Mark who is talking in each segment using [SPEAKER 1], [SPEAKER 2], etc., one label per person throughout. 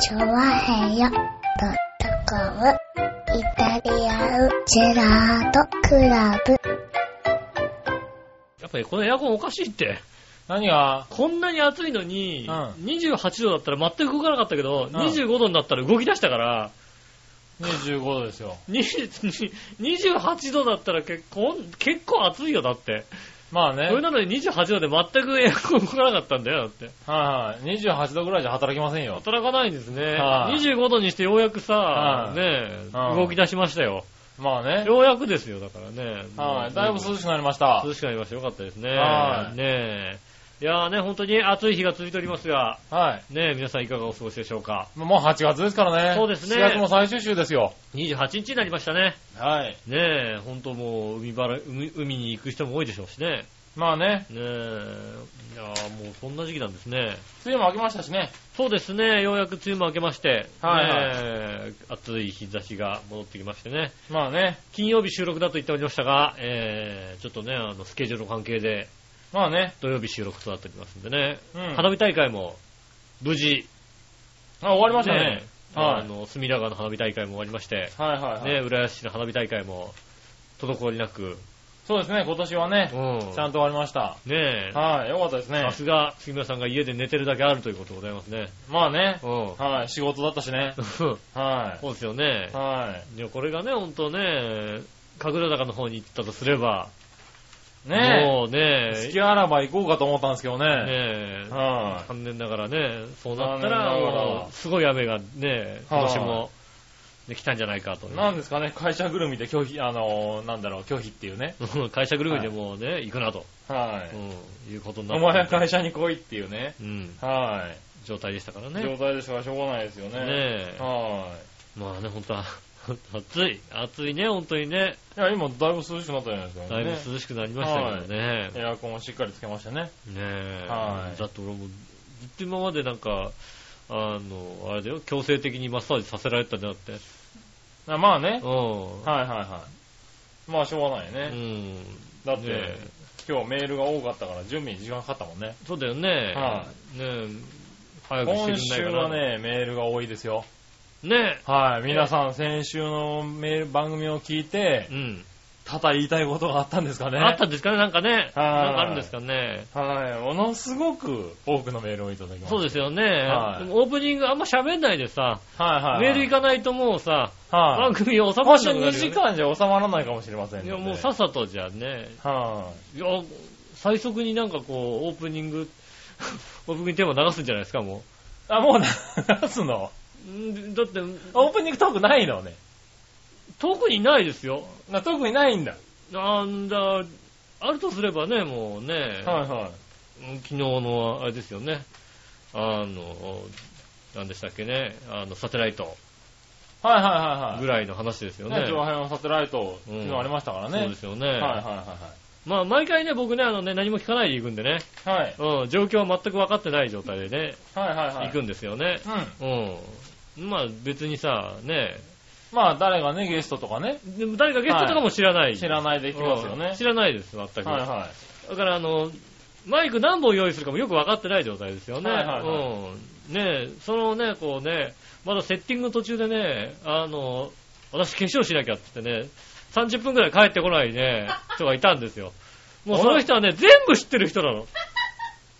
[SPEAKER 1] チョワヘヨドットコムイタリアンジェラートクラブ。
[SPEAKER 2] やっぱりこのエアコンおかしいって。
[SPEAKER 3] 何が
[SPEAKER 2] こんなに暑いのに、
[SPEAKER 3] うん
[SPEAKER 2] 28度だったら全く動かなかったけど、
[SPEAKER 3] ん
[SPEAKER 2] 25度になったら動き出したから、
[SPEAKER 3] 25度ですよ。
[SPEAKER 2] 20 28度だったら結構、結構暑いよ、だって。
[SPEAKER 3] まあね。
[SPEAKER 2] それなのに28度で全くエアコン動かなかったんだよ、だって。
[SPEAKER 3] はいはい。28度ぐらいじゃ働きませんよ。
[SPEAKER 2] 働かないんですね。
[SPEAKER 3] はい
[SPEAKER 2] 25度にしてようやくさ
[SPEAKER 3] は、い
[SPEAKER 2] ねえ、
[SPEAKER 3] うん
[SPEAKER 2] 動き出しましたよ。
[SPEAKER 3] まあね。
[SPEAKER 2] ようやくですよ、だからね。
[SPEAKER 3] はい。だいぶ涼
[SPEAKER 2] し
[SPEAKER 3] しくなりました。
[SPEAKER 2] 涼しくなりました。よかったですね。
[SPEAKER 3] はい
[SPEAKER 2] ねえ。いやーね、本当に暑い日が続いておりますが、
[SPEAKER 3] はい。
[SPEAKER 2] ねえ、皆さんいかがお過ごしでしょうか。
[SPEAKER 3] もう8月ですからね。
[SPEAKER 2] そうですね
[SPEAKER 3] 7月も最終週ですよ。
[SPEAKER 2] 28日になりましたね。
[SPEAKER 3] はい。
[SPEAKER 2] ねえ、ほんともう海ばら海、海に行く人も多いでしょうしね。
[SPEAKER 3] まあね。
[SPEAKER 2] ねえ、いやーもうそんな時期なんですね。
[SPEAKER 3] 梅雨も明けましたしね。
[SPEAKER 2] そうですね、ようやく梅雨も明けまして、
[SPEAKER 3] はいはい
[SPEAKER 2] ねえ暑い日差しが戻ってきましてね。
[SPEAKER 3] まあね。
[SPEAKER 2] 金曜日収録だと言っておりましたが、えー、ちょっとね、あの、スケジュールの関係で
[SPEAKER 3] まあね。
[SPEAKER 2] 土曜日収録となっておりますんでね。
[SPEAKER 3] うん
[SPEAKER 2] 花火大会も無事、
[SPEAKER 3] あ、終わりましたね。
[SPEAKER 2] え
[SPEAKER 3] はい
[SPEAKER 2] あの、隅田川の花火大会も終わりまして、
[SPEAKER 3] はいはいはい。
[SPEAKER 2] ね、浦安市の花火大会も滞りなく、
[SPEAKER 3] そうですね。今年はね、
[SPEAKER 2] うん
[SPEAKER 3] ちゃんと終わりました。
[SPEAKER 2] ねえ、
[SPEAKER 3] はい。よかったですね
[SPEAKER 2] さ。すが杉村さんが家で寝てるだけあるということでございますね。
[SPEAKER 3] まあね。
[SPEAKER 2] う
[SPEAKER 3] はい。仕事だったしね。
[SPEAKER 2] ん。 そう
[SPEAKER 3] は
[SPEAKER 2] ですよね
[SPEAKER 3] い。。はい
[SPEAKER 2] や、これがね、ほんとね、神楽坂の方に行ったとすれば、
[SPEAKER 3] い。ね
[SPEAKER 2] もうね
[SPEAKER 3] え。、月あらば行こうかと思ったんですけどね。
[SPEAKER 2] ね
[SPEAKER 3] は
[SPEAKER 2] 残念ながらね、そうなった
[SPEAKER 3] 残
[SPEAKER 2] ら、
[SPEAKER 3] 念ながら
[SPEAKER 2] もうすごい雨がね、今年も、できたんじゃないかと。
[SPEAKER 3] い。なんですかね、会社ぐるみで拒否、あのー、なんだろう、拒否っていうね。
[SPEAKER 2] うん 会社ぐるみでもうね、行くなと、
[SPEAKER 3] は
[SPEAKER 2] う
[SPEAKER 3] い。
[SPEAKER 2] んいうことに
[SPEAKER 3] お前
[SPEAKER 2] な
[SPEAKER 3] は
[SPEAKER 2] って、
[SPEAKER 3] 会社に来いっていうね。
[SPEAKER 2] うん
[SPEAKER 3] は
[SPEAKER 2] 状態でしたから
[SPEAKER 3] い。状
[SPEAKER 2] ね。
[SPEAKER 3] 態でしかしょうがないですよね。
[SPEAKER 2] ねえ
[SPEAKER 3] は
[SPEAKER 2] まあね、ほんと、 暑い、暑いね、ほんとにね。
[SPEAKER 3] い。いや、今だいぶ涼しくなったじゃないですか、
[SPEAKER 2] だいぶ涼しくなりましたけどね。
[SPEAKER 3] エアコンをしっかりつけましたね。
[SPEAKER 2] ねえ。
[SPEAKER 3] はい
[SPEAKER 2] だって俺も、ずっと今までなんか、あの、あれだよ、強制的にマッサージさせられてたんだって。
[SPEAKER 3] あまあね。
[SPEAKER 2] うん。
[SPEAKER 3] はいはいはい。まあしょうがないよ
[SPEAKER 2] う
[SPEAKER 3] ね。
[SPEAKER 2] ん。
[SPEAKER 3] だっ
[SPEAKER 2] ね
[SPEAKER 3] て、
[SPEAKER 2] え
[SPEAKER 3] 今日メールが多かったから準備に時間かかったもんね。
[SPEAKER 2] そうだよね。
[SPEAKER 3] は
[SPEAKER 2] ねえ、早く
[SPEAKER 3] 今
[SPEAKER 2] してくれ
[SPEAKER 3] 週
[SPEAKER 2] ないかな
[SPEAKER 3] は。ね、メールが多いですよ。
[SPEAKER 2] ね
[SPEAKER 3] はい。皆さん、先週のメール、番組を聞い
[SPEAKER 2] え。
[SPEAKER 3] て
[SPEAKER 2] う、ん。
[SPEAKER 3] ただ言いたいことがあったんですかね。
[SPEAKER 2] あったんですかねなんかね。なんかあるんですかね。
[SPEAKER 3] はい。ものすごく多くのメールをいただきました。
[SPEAKER 2] そうですよね。
[SPEAKER 3] はい
[SPEAKER 2] でもオープニングあんま喋んないでさ、
[SPEAKER 3] はいはいはい。
[SPEAKER 2] メール行かないともうさ、
[SPEAKER 3] は
[SPEAKER 2] 番
[SPEAKER 3] い。
[SPEAKER 2] 組収ま
[SPEAKER 3] も
[SPEAKER 2] ら
[SPEAKER 3] し
[SPEAKER 2] なくなる
[SPEAKER 3] 2
[SPEAKER 2] よね
[SPEAKER 3] 時間じゃ収まらないかもしれませんの
[SPEAKER 2] い
[SPEAKER 3] で
[SPEAKER 2] や、もうさっさとじゃあね、
[SPEAKER 3] はい
[SPEAKER 2] や、最速になんかこう、オープニング、 オープニングテーマ流すんじゃないですか、も
[SPEAKER 3] い。あ、もう流すの
[SPEAKER 2] う。んだって、
[SPEAKER 3] オープニングトークないのね。
[SPEAKER 2] 特にないですよ。
[SPEAKER 3] な特にないんだ。
[SPEAKER 2] なんだ、あるとすればね、もうね、
[SPEAKER 3] はいはい。
[SPEAKER 2] 昨日のあれですよね、あの、何でしたっけね、あの、サテライト
[SPEAKER 3] はいはいはい
[SPEAKER 2] ぐらいの話ですよ
[SPEAKER 3] はい。
[SPEAKER 2] ね。
[SPEAKER 3] ね、上辺のサテライト、
[SPEAKER 2] うん
[SPEAKER 3] 昨日ありましたからね。
[SPEAKER 2] そうですよね。
[SPEAKER 3] はいはいは
[SPEAKER 2] まあ、毎回ね、僕ね、あのね、何も聞かないで行くんでね、
[SPEAKER 3] いはい。
[SPEAKER 2] うん、状況は全く分かってない状態でね、
[SPEAKER 3] はいはいはいはい。
[SPEAKER 2] 行くんですよね。
[SPEAKER 3] うん。
[SPEAKER 2] うん。まあ別にさ、ね、
[SPEAKER 3] まあ誰がね、ゲストとかね、
[SPEAKER 2] でも誰かゲストとかも知らない。
[SPEAKER 3] 知らないで
[SPEAKER 2] う
[SPEAKER 3] 行きますよ
[SPEAKER 2] ん
[SPEAKER 3] ね
[SPEAKER 2] 知。らないです、全く。
[SPEAKER 3] はいは
[SPEAKER 2] だからあの、マイク何本用意するかもよく分かってない状態ですよね。
[SPEAKER 3] はいはいは
[SPEAKER 2] うん。ねそのね、こうね、まだセッティングの途中でね、あの、私化粧しなきゃって言ってね、30分くらい帰ってこないね、人がいたんです よ。もうその人はね、全部知ってる人なの。
[SPEAKER 3] い。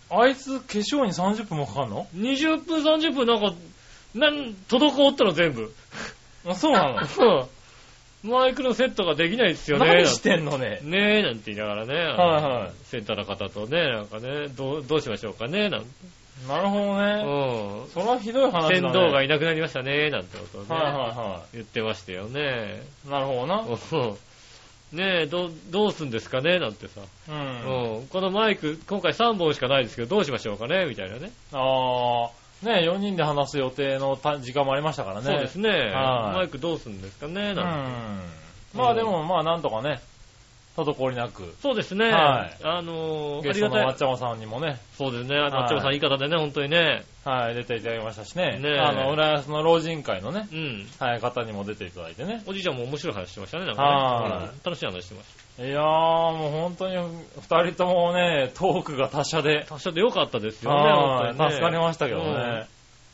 [SPEAKER 3] あいつ、化粧に30分もかかんの
[SPEAKER 2] 20分、30分なんか、なん、滞ったの全部。
[SPEAKER 3] あそうなの
[SPEAKER 2] うんマイクのセットができないですよね。
[SPEAKER 3] 何してんのね。
[SPEAKER 2] ねえ、なんて言いながらね、
[SPEAKER 3] はいはい
[SPEAKER 2] センターの方とね、なんかね、どうどうしましょうかね、なんて。
[SPEAKER 3] なるほど
[SPEAKER 2] う
[SPEAKER 3] ね。
[SPEAKER 2] ん。
[SPEAKER 3] それはひどい話だね。
[SPEAKER 2] 船頭がいなくなりましたね、なんてことをね、
[SPEAKER 3] はいはいは
[SPEAKER 2] 言ってましたよね。
[SPEAKER 3] い。なるほどな。
[SPEAKER 2] うんねえ、どう、どうすんですかね、なんてさ、
[SPEAKER 3] うん。
[SPEAKER 2] うんこのマイク、今回3本しかないですけど、どうしましょうかね、みたいなね。
[SPEAKER 3] あー、ね、4人で話す予定のた時間もありましたからね。
[SPEAKER 2] そうです
[SPEAKER 3] ね。
[SPEAKER 2] ね。
[SPEAKER 3] はい
[SPEAKER 2] マイクどうすんですかね、なん
[SPEAKER 3] う
[SPEAKER 2] て。
[SPEAKER 3] ん。まあでも、まあなんとかね、滞りなく、
[SPEAKER 2] そうですね。
[SPEAKER 3] はい
[SPEAKER 2] あのー
[SPEAKER 3] ゲ
[SPEAKER 2] あり
[SPEAKER 3] スト
[SPEAKER 2] が
[SPEAKER 3] の
[SPEAKER 2] た
[SPEAKER 3] ま
[SPEAKER 2] い
[SPEAKER 3] っ。ちゃまさんにもね、
[SPEAKER 2] そうですね。マッチョさん、
[SPEAKER 3] はい
[SPEAKER 2] い方でね、本当にね。
[SPEAKER 3] はい、出ていただきましたしね。
[SPEAKER 2] ねえ
[SPEAKER 3] あの、浦安の老人会のね、
[SPEAKER 2] うん。
[SPEAKER 3] はい、方にも出ていただいてね。
[SPEAKER 2] おじいちゃんも面白い話してましたね、なんかね。
[SPEAKER 3] はい
[SPEAKER 2] うん楽しい話してまし
[SPEAKER 3] いやー、もう本当に二人ともね、トークが達者で、
[SPEAKER 2] た。達者でよかったですよね、
[SPEAKER 3] はい
[SPEAKER 2] 本当にね
[SPEAKER 3] 助かりましたけどね。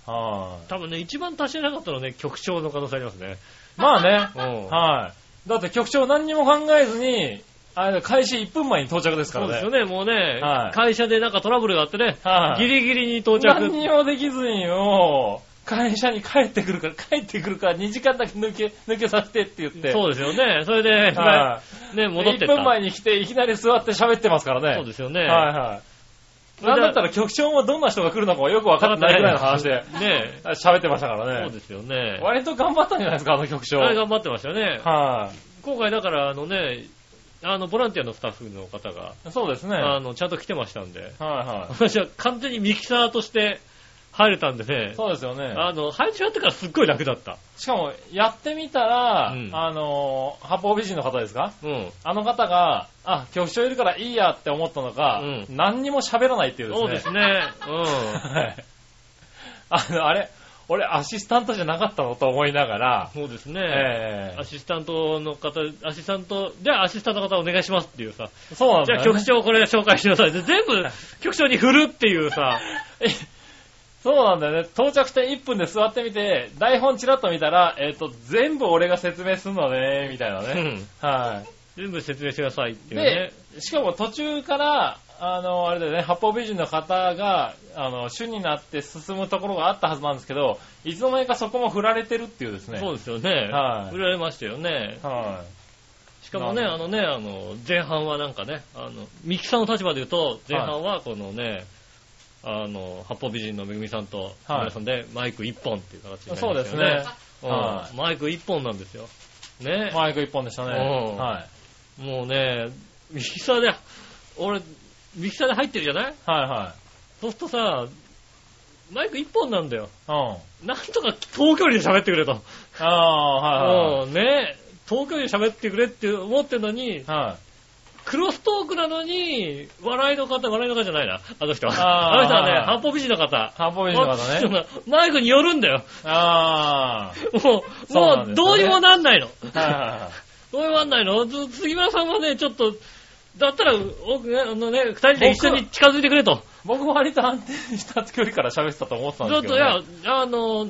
[SPEAKER 3] は
[SPEAKER 2] 多分ね、一番足してなかったのはね、局長の可能性ありますね。
[SPEAKER 3] い。まあね。
[SPEAKER 2] うん。
[SPEAKER 3] はい。だって局長何にも考えずに、あれ開始1分前に到着ですか
[SPEAKER 2] そ
[SPEAKER 3] ら
[SPEAKER 2] う
[SPEAKER 3] ね。
[SPEAKER 2] ですよね、もうね、
[SPEAKER 3] はい
[SPEAKER 2] 会社でなんかトラブルがあってね、
[SPEAKER 3] は
[SPEAKER 2] ギ
[SPEAKER 3] い。
[SPEAKER 2] リギリに到着。
[SPEAKER 3] 何にもできずに、もう、会社に帰ってくるから、帰ってくるから2時間だけ抜け、抜けさせてって言って。
[SPEAKER 2] そうですよね。それで、
[SPEAKER 3] は
[SPEAKER 2] ね、
[SPEAKER 3] い。
[SPEAKER 2] 戻ってっ
[SPEAKER 3] 1
[SPEAKER 2] た。
[SPEAKER 3] 分前に来て、いきなり座って喋ってますからね。
[SPEAKER 2] そうですよね。
[SPEAKER 3] はいはい。なんだったら局長もどんな人が来るのかもよくわからないぐらいの話で
[SPEAKER 2] ね
[SPEAKER 3] あ喋ってましたから
[SPEAKER 2] そう
[SPEAKER 3] ね。
[SPEAKER 2] ですよね。
[SPEAKER 3] 割と頑張ったんじゃないですか、あの局長。
[SPEAKER 2] あれ
[SPEAKER 3] はい。
[SPEAKER 2] 頑張ってましたよね。今回だから、あのね、あの、ボランティアのスタッフの方が、
[SPEAKER 3] そうですね。
[SPEAKER 2] あ
[SPEAKER 3] はい
[SPEAKER 2] の、ちゃんと来てましたんで、
[SPEAKER 3] は
[SPEAKER 2] 私は完全にミキサーとして入れたんでね
[SPEAKER 3] い。、そうですよね。
[SPEAKER 2] あの、配置やってからすっごい楽だった。
[SPEAKER 3] しかも、やってみたら、
[SPEAKER 2] うん
[SPEAKER 3] あの、八方美人の方ですか
[SPEAKER 2] うん。
[SPEAKER 3] あの方が、あ、局長いるからいいやって思ったのか、
[SPEAKER 2] う
[SPEAKER 3] 何にも喋らないっていうですね。
[SPEAKER 2] そうですね。うん。
[SPEAKER 3] はい。 あの、あれ、俺アシスタントじゃなかったのと思いながら、
[SPEAKER 2] そうですね。
[SPEAKER 3] え
[SPEAKER 2] アシスタントの方、アシスタント、じゃあアシスタントの方お願いしますっていうさ、
[SPEAKER 3] えそうなん
[SPEAKER 2] じ
[SPEAKER 3] だ
[SPEAKER 2] ゃあ
[SPEAKER 3] よ、ね。
[SPEAKER 2] 局長これ紹介してくださいって全部局長に振るっていうさ、
[SPEAKER 3] そうなんだよね。到着点1分で座ってみて、台本チラッと見たら、えっ、と、全部俺が説明するのね、みたいな
[SPEAKER 2] う
[SPEAKER 3] ね。
[SPEAKER 2] ん
[SPEAKER 3] は
[SPEAKER 2] 全部説明してくださいって
[SPEAKER 3] い。
[SPEAKER 2] いうね
[SPEAKER 3] で。、しかも途中から、あの、あれだよね、八方美人の方が、あの、主になって進むところがあったはずなんですけど、いつの間にかそこも振られてるっていうですね。
[SPEAKER 2] そうですよね。
[SPEAKER 3] はい
[SPEAKER 2] 売られましたよね。
[SPEAKER 3] は
[SPEAKER 2] しかもね、
[SPEAKER 3] なる
[SPEAKER 2] あのね、あの、前半はなんかね、あの、ミキさんの立場で言うと、前半はこのね、あの、八方美人のめぐみさんと、
[SPEAKER 3] はい
[SPEAKER 2] 皆さんでマイク一本っていう形になりました
[SPEAKER 3] そう
[SPEAKER 2] よね。
[SPEAKER 3] ですね。
[SPEAKER 2] うん。
[SPEAKER 3] は
[SPEAKER 2] マイク一本なんですよ。ね。
[SPEAKER 3] マイク一本でしたね。
[SPEAKER 2] うん
[SPEAKER 3] はい。
[SPEAKER 2] もうね、ミキサーで、俺、ミキサーで入ってるじゃない
[SPEAKER 3] は
[SPEAKER 2] そうするとさ、マイク一本なんだよ。
[SPEAKER 3] いはい。うん。
[SPEAKER 2] なんとか遠距離で喋ってくれと。
[SPEAKER 3] ああ、はいは
[SPEAKER 2] うん、ね。遠距離で喋ってくれって思ってるのに
[SPEAKER 3] い。、はい。
[SPEAKER 2] クロストークなのに、笑いの方、笑いの方じゃないな。あの人は。
[SPEAKER 3] あー
[SPEAKER 2] あの人は
[SPEAKER 3] はい
[SPEAKER 2] ね、
[SPEAKER 3] はい
[SPEAKER 2] 八方美人の方。
[SPEAKER 3] ハーボーイズの 方ね。
[SPEAKER 2] ね。マイクによるんだよ。
[SPEAKER 3] あ
[SPEAKER 2] もう、
[SPEAKER 3] そ
[SPEAKER 2] も
[SPEAKER 3] うな
[SPEAKER 2] う
[SPEAKER 3] んですよね
[SPEAKER 2] どうにもなんないの。
[SPEAKER 3] あ、はいはいはい。
[SPEAKER 2] どうにもなんないの。ず杉村さんはね、ちょっと、だったら、奥ね、あのね、二人で一緒に近づいてくれと。
[SPEAKER 3] 僕も割と安定した距離から喋ってたと思ってたん
[SPEAKER 2] ち
[SPEAKER 3] で
[SPEAKER 2] ょ
[SPEAKER 3] す
[SPEAKER 2] っ
[SPEAKER 3] けど、
[SPEAKER 2] と、
[SPEAKER 3] ね。
[SPEAKER 2] いや、あの、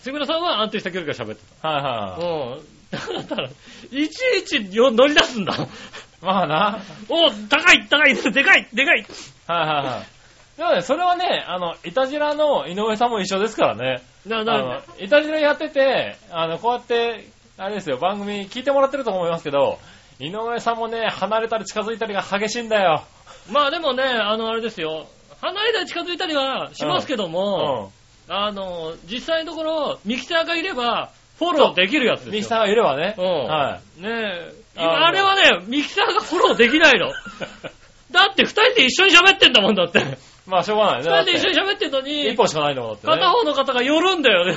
[SPEAKER 2] 杉村さんは安定した距離から喋って
[SPEAKER 3] は
[SPEAKER 2] た。
[SPEAKER 3] いはいはい。
[SPEAKER 2] うん。だから、いちいちよ乗り出すんだ。
[SPEAKER 3] まあな。はい
[SPEAKER 2] お高い高いでかいでかい
[SPEAKER 3] はいはい。でもね、それはね、あの、イタジラの井上さんも一緒ですからね。
[SPEAKER 2] な、
[SPEAKER 3] あ
[SPEAKER 2] な、
[SPEAKER 3] のイタジラやってて、あの、こうやって、あれですよ、番組聞いてもらってると思いますけど、井上さんもね、離れたり近づいたりが激しいんだよ。
[SPEAKER 2] まあでもね、あの、あれですよ。離れたり近づいたりはしますけど
[SPEAKER 3] う
[SPEAKER 2] も、あの、実際のところ、ミキサーがいれば、フォローできるやつ
[SPEAKER 3] ん。
[SPEAKER 2] で
[SPEAKER 3] ミキ
[SPEAKER 2] す
[SPEAKER 3] サ
[SPEAKER 2] よ。
[SPEAKER 3] ーがいればね。
[SPEAKER 2] うん
[SPEAKER 3] はい。
[SPEAKER 2] ねえ。
[SPEAKER 3] あの
[SPEAKER 2] 今、あれはね、ミキサーがフォローでき ないの。だって二人で一緒に喋ってんだもんだって。
[SPEAKER 3] まあ、しょうがないね。
[SPEAKER 2] 二人で一緒
[SPEAKER 3] だ
[SPEAKER 2] に
[SPEAKER 3] っ
[SPEAKER 2] 喋ってんの
[SPEAKER 3] て
[SPEAKER 2] に
[SPEAKER 3] 一、本しかないんだもんだって
[SPEAKER 2] 片
[SPEAKER 3] ね。
[SPEAKER 2] 方の方が寄るんだよね。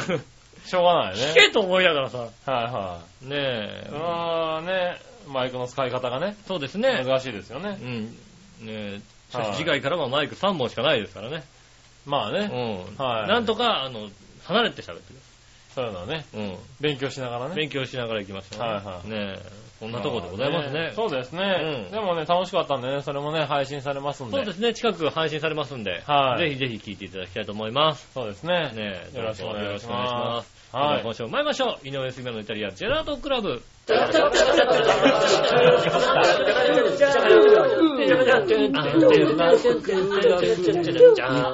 [SPEAKER 3] しょうがないね。
[SPEAKER 2] 聞けと思いながらさ。
[SPEAKER 3] はいはい。
[SPEAKER 2] ねえ
[SPEAKER 3] それ。はね、マイクの使い方がね、
[SPEAKER 2] そうですね。
[SPEAKER 3] 難しいですよ
[SPEAKER 2] う
[SPEAKER 3] ね。
[SPEAKER 2] ん。ねえ。そ
[SPEAKER 3] はい
[SPEAKER 2] して次回からはマイク3本しかないですからね。
[SPEAKER 3] まあね、
[SPEAKER 2] うん。
[SPEAKER 3] はい
[SPEAKER 2] なんとか、あの、離れて喋ってく
[SPEAKER 3] そういうのはね、
[SPEAKER 2] ださい。うん。
[SPEAKER 3] 勉強しながらね。
[SPEAKER 2] 勉強しながら行きましたね。
[SPEAKER 3] はいはい
[SPEAKER 2] ねえ、こんなとこでございますね。
[SPEAKER 3] そうですね、
[SPEAKER 2] うん
[SPEAKER 3] でもね、楽しかったんでね、それもね、配信されますんで。
[SPEAKER 2] そうですね、近く配信されますんで、
[SPEAKER 3] はい
[SPEAKER 2] ぜひぜひ聞いていただきたいと思います。
[SPEAKER 3] そうですね。
[SPEAKER 2] ねえ、
[SPEAKER 3] よろしくお
[SPEAKER 2] どうぞ
[SPEAKER 3] 願いし
[SPEAKER 2] よろくお願いしま。
[SPEAKER 3] ますす。は
[SPEAKER 2] では今
[SPEAKER 3] い。
[SPEAKER 2] 週も参りましょう。井上杉村のイタリア、ジェラートクラブ。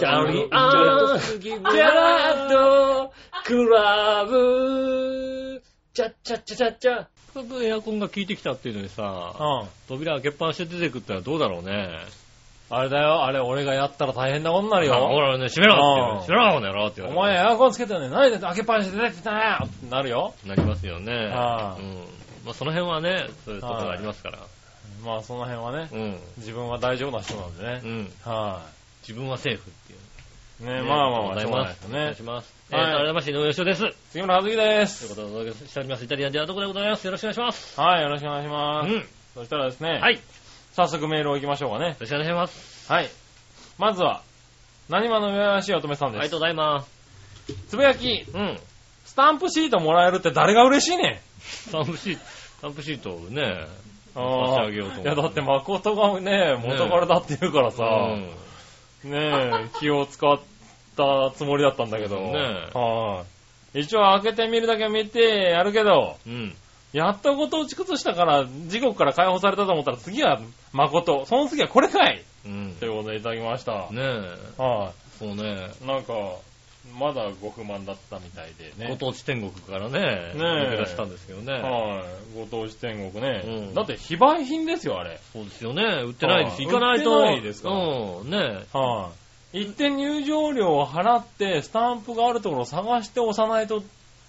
[SPEAKER 2] ジェラートクラブ。チャッチャッチャチャッチャ。僕エアコンが効いてきたっていうのにさ、
[SPEAKER 3] うん。
[SPEAKER 2] 扉開けっぱなしで出てくったらどうだろうね。
[SPEAKER 3] あれだよ、あれ俺がやったら大変なことになる
[SPEAKER 2] あ
[SPEAKER 3] よ。
[SPEAKER 2] 俺ね、閉めろ
[SPEAKER 3] うん
[SPEAKER 2] って言うの。閉めろこの野郎って言
[SPEAKER 3] お
[SPEAKER 2] われ
[SPEAKER 3] 前
[SPEAKER 2] て。
[SPEAKER 3] エアコンつけてるのに何で開けっぱなしで出てきたよってなるよ。
[SPEAKER 2] なりますよね。うん。
[SPEAKER 3] ああ
[SPEAKER 2] まあその辺はね、そういうところがありますから。
[SPEAKER 3] まあその辺はね、
[SPEAKER 2] うん。
[SPEAKER 3] 自分は大丈夫な人なんでね。
[SPEAKER 2] うん。
[SPEAKER 3] は
[SPEAKER 2] 自分はセーフっていう。
[SPEAKER 3] い。ね、まあまあまあ、
[SPEAKER 2] ござ
[SPEAKER 3] し
[SPEAKER 2] い
[SPEAKER 3] ょうがな
[SPEAKER 2] ま。
[SPEAKER 3] いですすよ
[SPEAKER 2] お願
[SPEAKER 3] ね
[SPEAKER 2] いし。ます。え
[SPEAKER 3] は
[SPEAKER 2] ー
[SPEAKER 3] い
[SPEAKER 2] と、改めまして、井上芳雄です。という
[SPEAKER 3] 杉村和樹で
[SPEAKER 2] こ
[SPEAKER 3] す。
[SPEAKER 2] とでお届けしております。イタリアンでアートコでございます。よろしくお願いします。
[SPEAKER 3] はい、よろしくお願いし
[SPEAKER 2] う
[SPEAKER 3] ます。
[SPEAKER 2] ん。
[SPEAKER 3] そしたらですね、
[SPEAKER 2] はい。よ
[SPEAKER 3] 早速メールを行きましょうかね。
[SPEAKER 2] ろしくお願いします。
[SPEAKER 3] はい。まずは、何話の上らしい乙女さん
[SPEAKER 2] あ
[SPEAKER 3] で
[SPEAKER 2] り
[SPEAKER 3] す。
[SPEAKER 2] がとうございます。
[SPEAKER 3] つぶやき、
[SPEAKER 2] うん。
[SPEAKER 3] スタンプシートもらえるって誰が嬉しいね
[SPEAKER 2] スタンプシート、スタンプシートをね、
[SPEAKER 3] ん。
[SPEAKER 2] 差し上
[SPEAKER 3] い
[SPEAKER 2] げようと思う
[SPEAKER 3] や、だって誠がね、元からだって言うからさ、
[SPEAKER 2] うん
[SPEAKER 3] ねえ、気を使っったつもりだったんだけど。
[SPEAKER 2] ねえ
[SPEAKER 3] はい。一応開けてみるだけ見てやるけど、
[SPEAKER 2] うん。
[SPEAKER 3] やっとご当地靴下から、時刻から解放されたと思ったら次は誠。その次はこれかい
[SPEAKER 2] うん。ね
[SPEAKER 3] ということでいただきました。
[SPEAKER 2] え。
[SPEAKER 3] は
[SPEAKER 2] そうね。
[SPEAKER 3] い。なんか、まだご不満だったみたいで
[SPEAKER 2] ご
[SPEAKER 3] ね。
[SPEAKER 2] 当地天国からね、
[SPEAKER 3] え
[SPEAKER 2] 抜け出したんですけどね。
[SPEAKER 3] はい。ご当地天国ね。
[SPEAKER 2] うん
[SPEAKER 3] だって非売品ですよ、あれ。
[SPEAKER 2] そうですよね。売ってないです。
[SPEAKER 3] はい
[SPEAKER 2] 行かないと。
[SPEAKER 3] 売ってないですから
[SPEAKER 2] うん。ね
[SPEAKER 3] はい。行って入場料を払って、スタンプがあるところを探して押さないと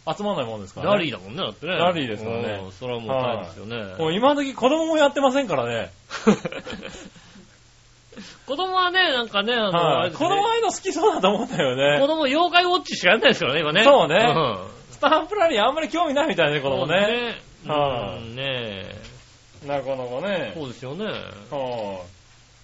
[SPEAKER 3] 集まらないもんです
[SPEAKER 2] え。
[SPEAKER 3] からね。
[SPEAKER 2] ラリーだもんね、だってね。
[SPEAKER 3] ラリーですからね
[SPEAKER 2] うん。それはもう大変ですよ
[SPEAKER 3] もう
[SPEAKER 2] ね。
[SPEAKER 3] 今時子供もやってませんからね。
[SPEAKER 2] 子供はね、なんかね、あの、あ
[SPEAKER 3] は
[SPEAKER 2] れ
[SPEAKER 3] い。
[SPEAKER 2] で
[SPEAKER 3] 子
[SPEAKER 2] すね
[SPEAKER 3] 供ああいうの好きそうだと思ったよ
[SPEAKER 2] 子
[SPEAKER 3] ね。
[SPEAKER 2] 供妖怪ウォッチしかやんないですからね、今ね。
[SPEAKER 3] そうね
[SPEAKER 2] ん
[SPEAKER 3] スタンプラリーあんまり興味ないみたいね、子供ね。
[SPEAKER 2] そう
[SPEAKER 3] はい
[SPEAKER 2] うんねえ。
[SPEAKER 3] なかなかね。
[SPEAKER 2] そうですよね。
[SPEAKER 3] は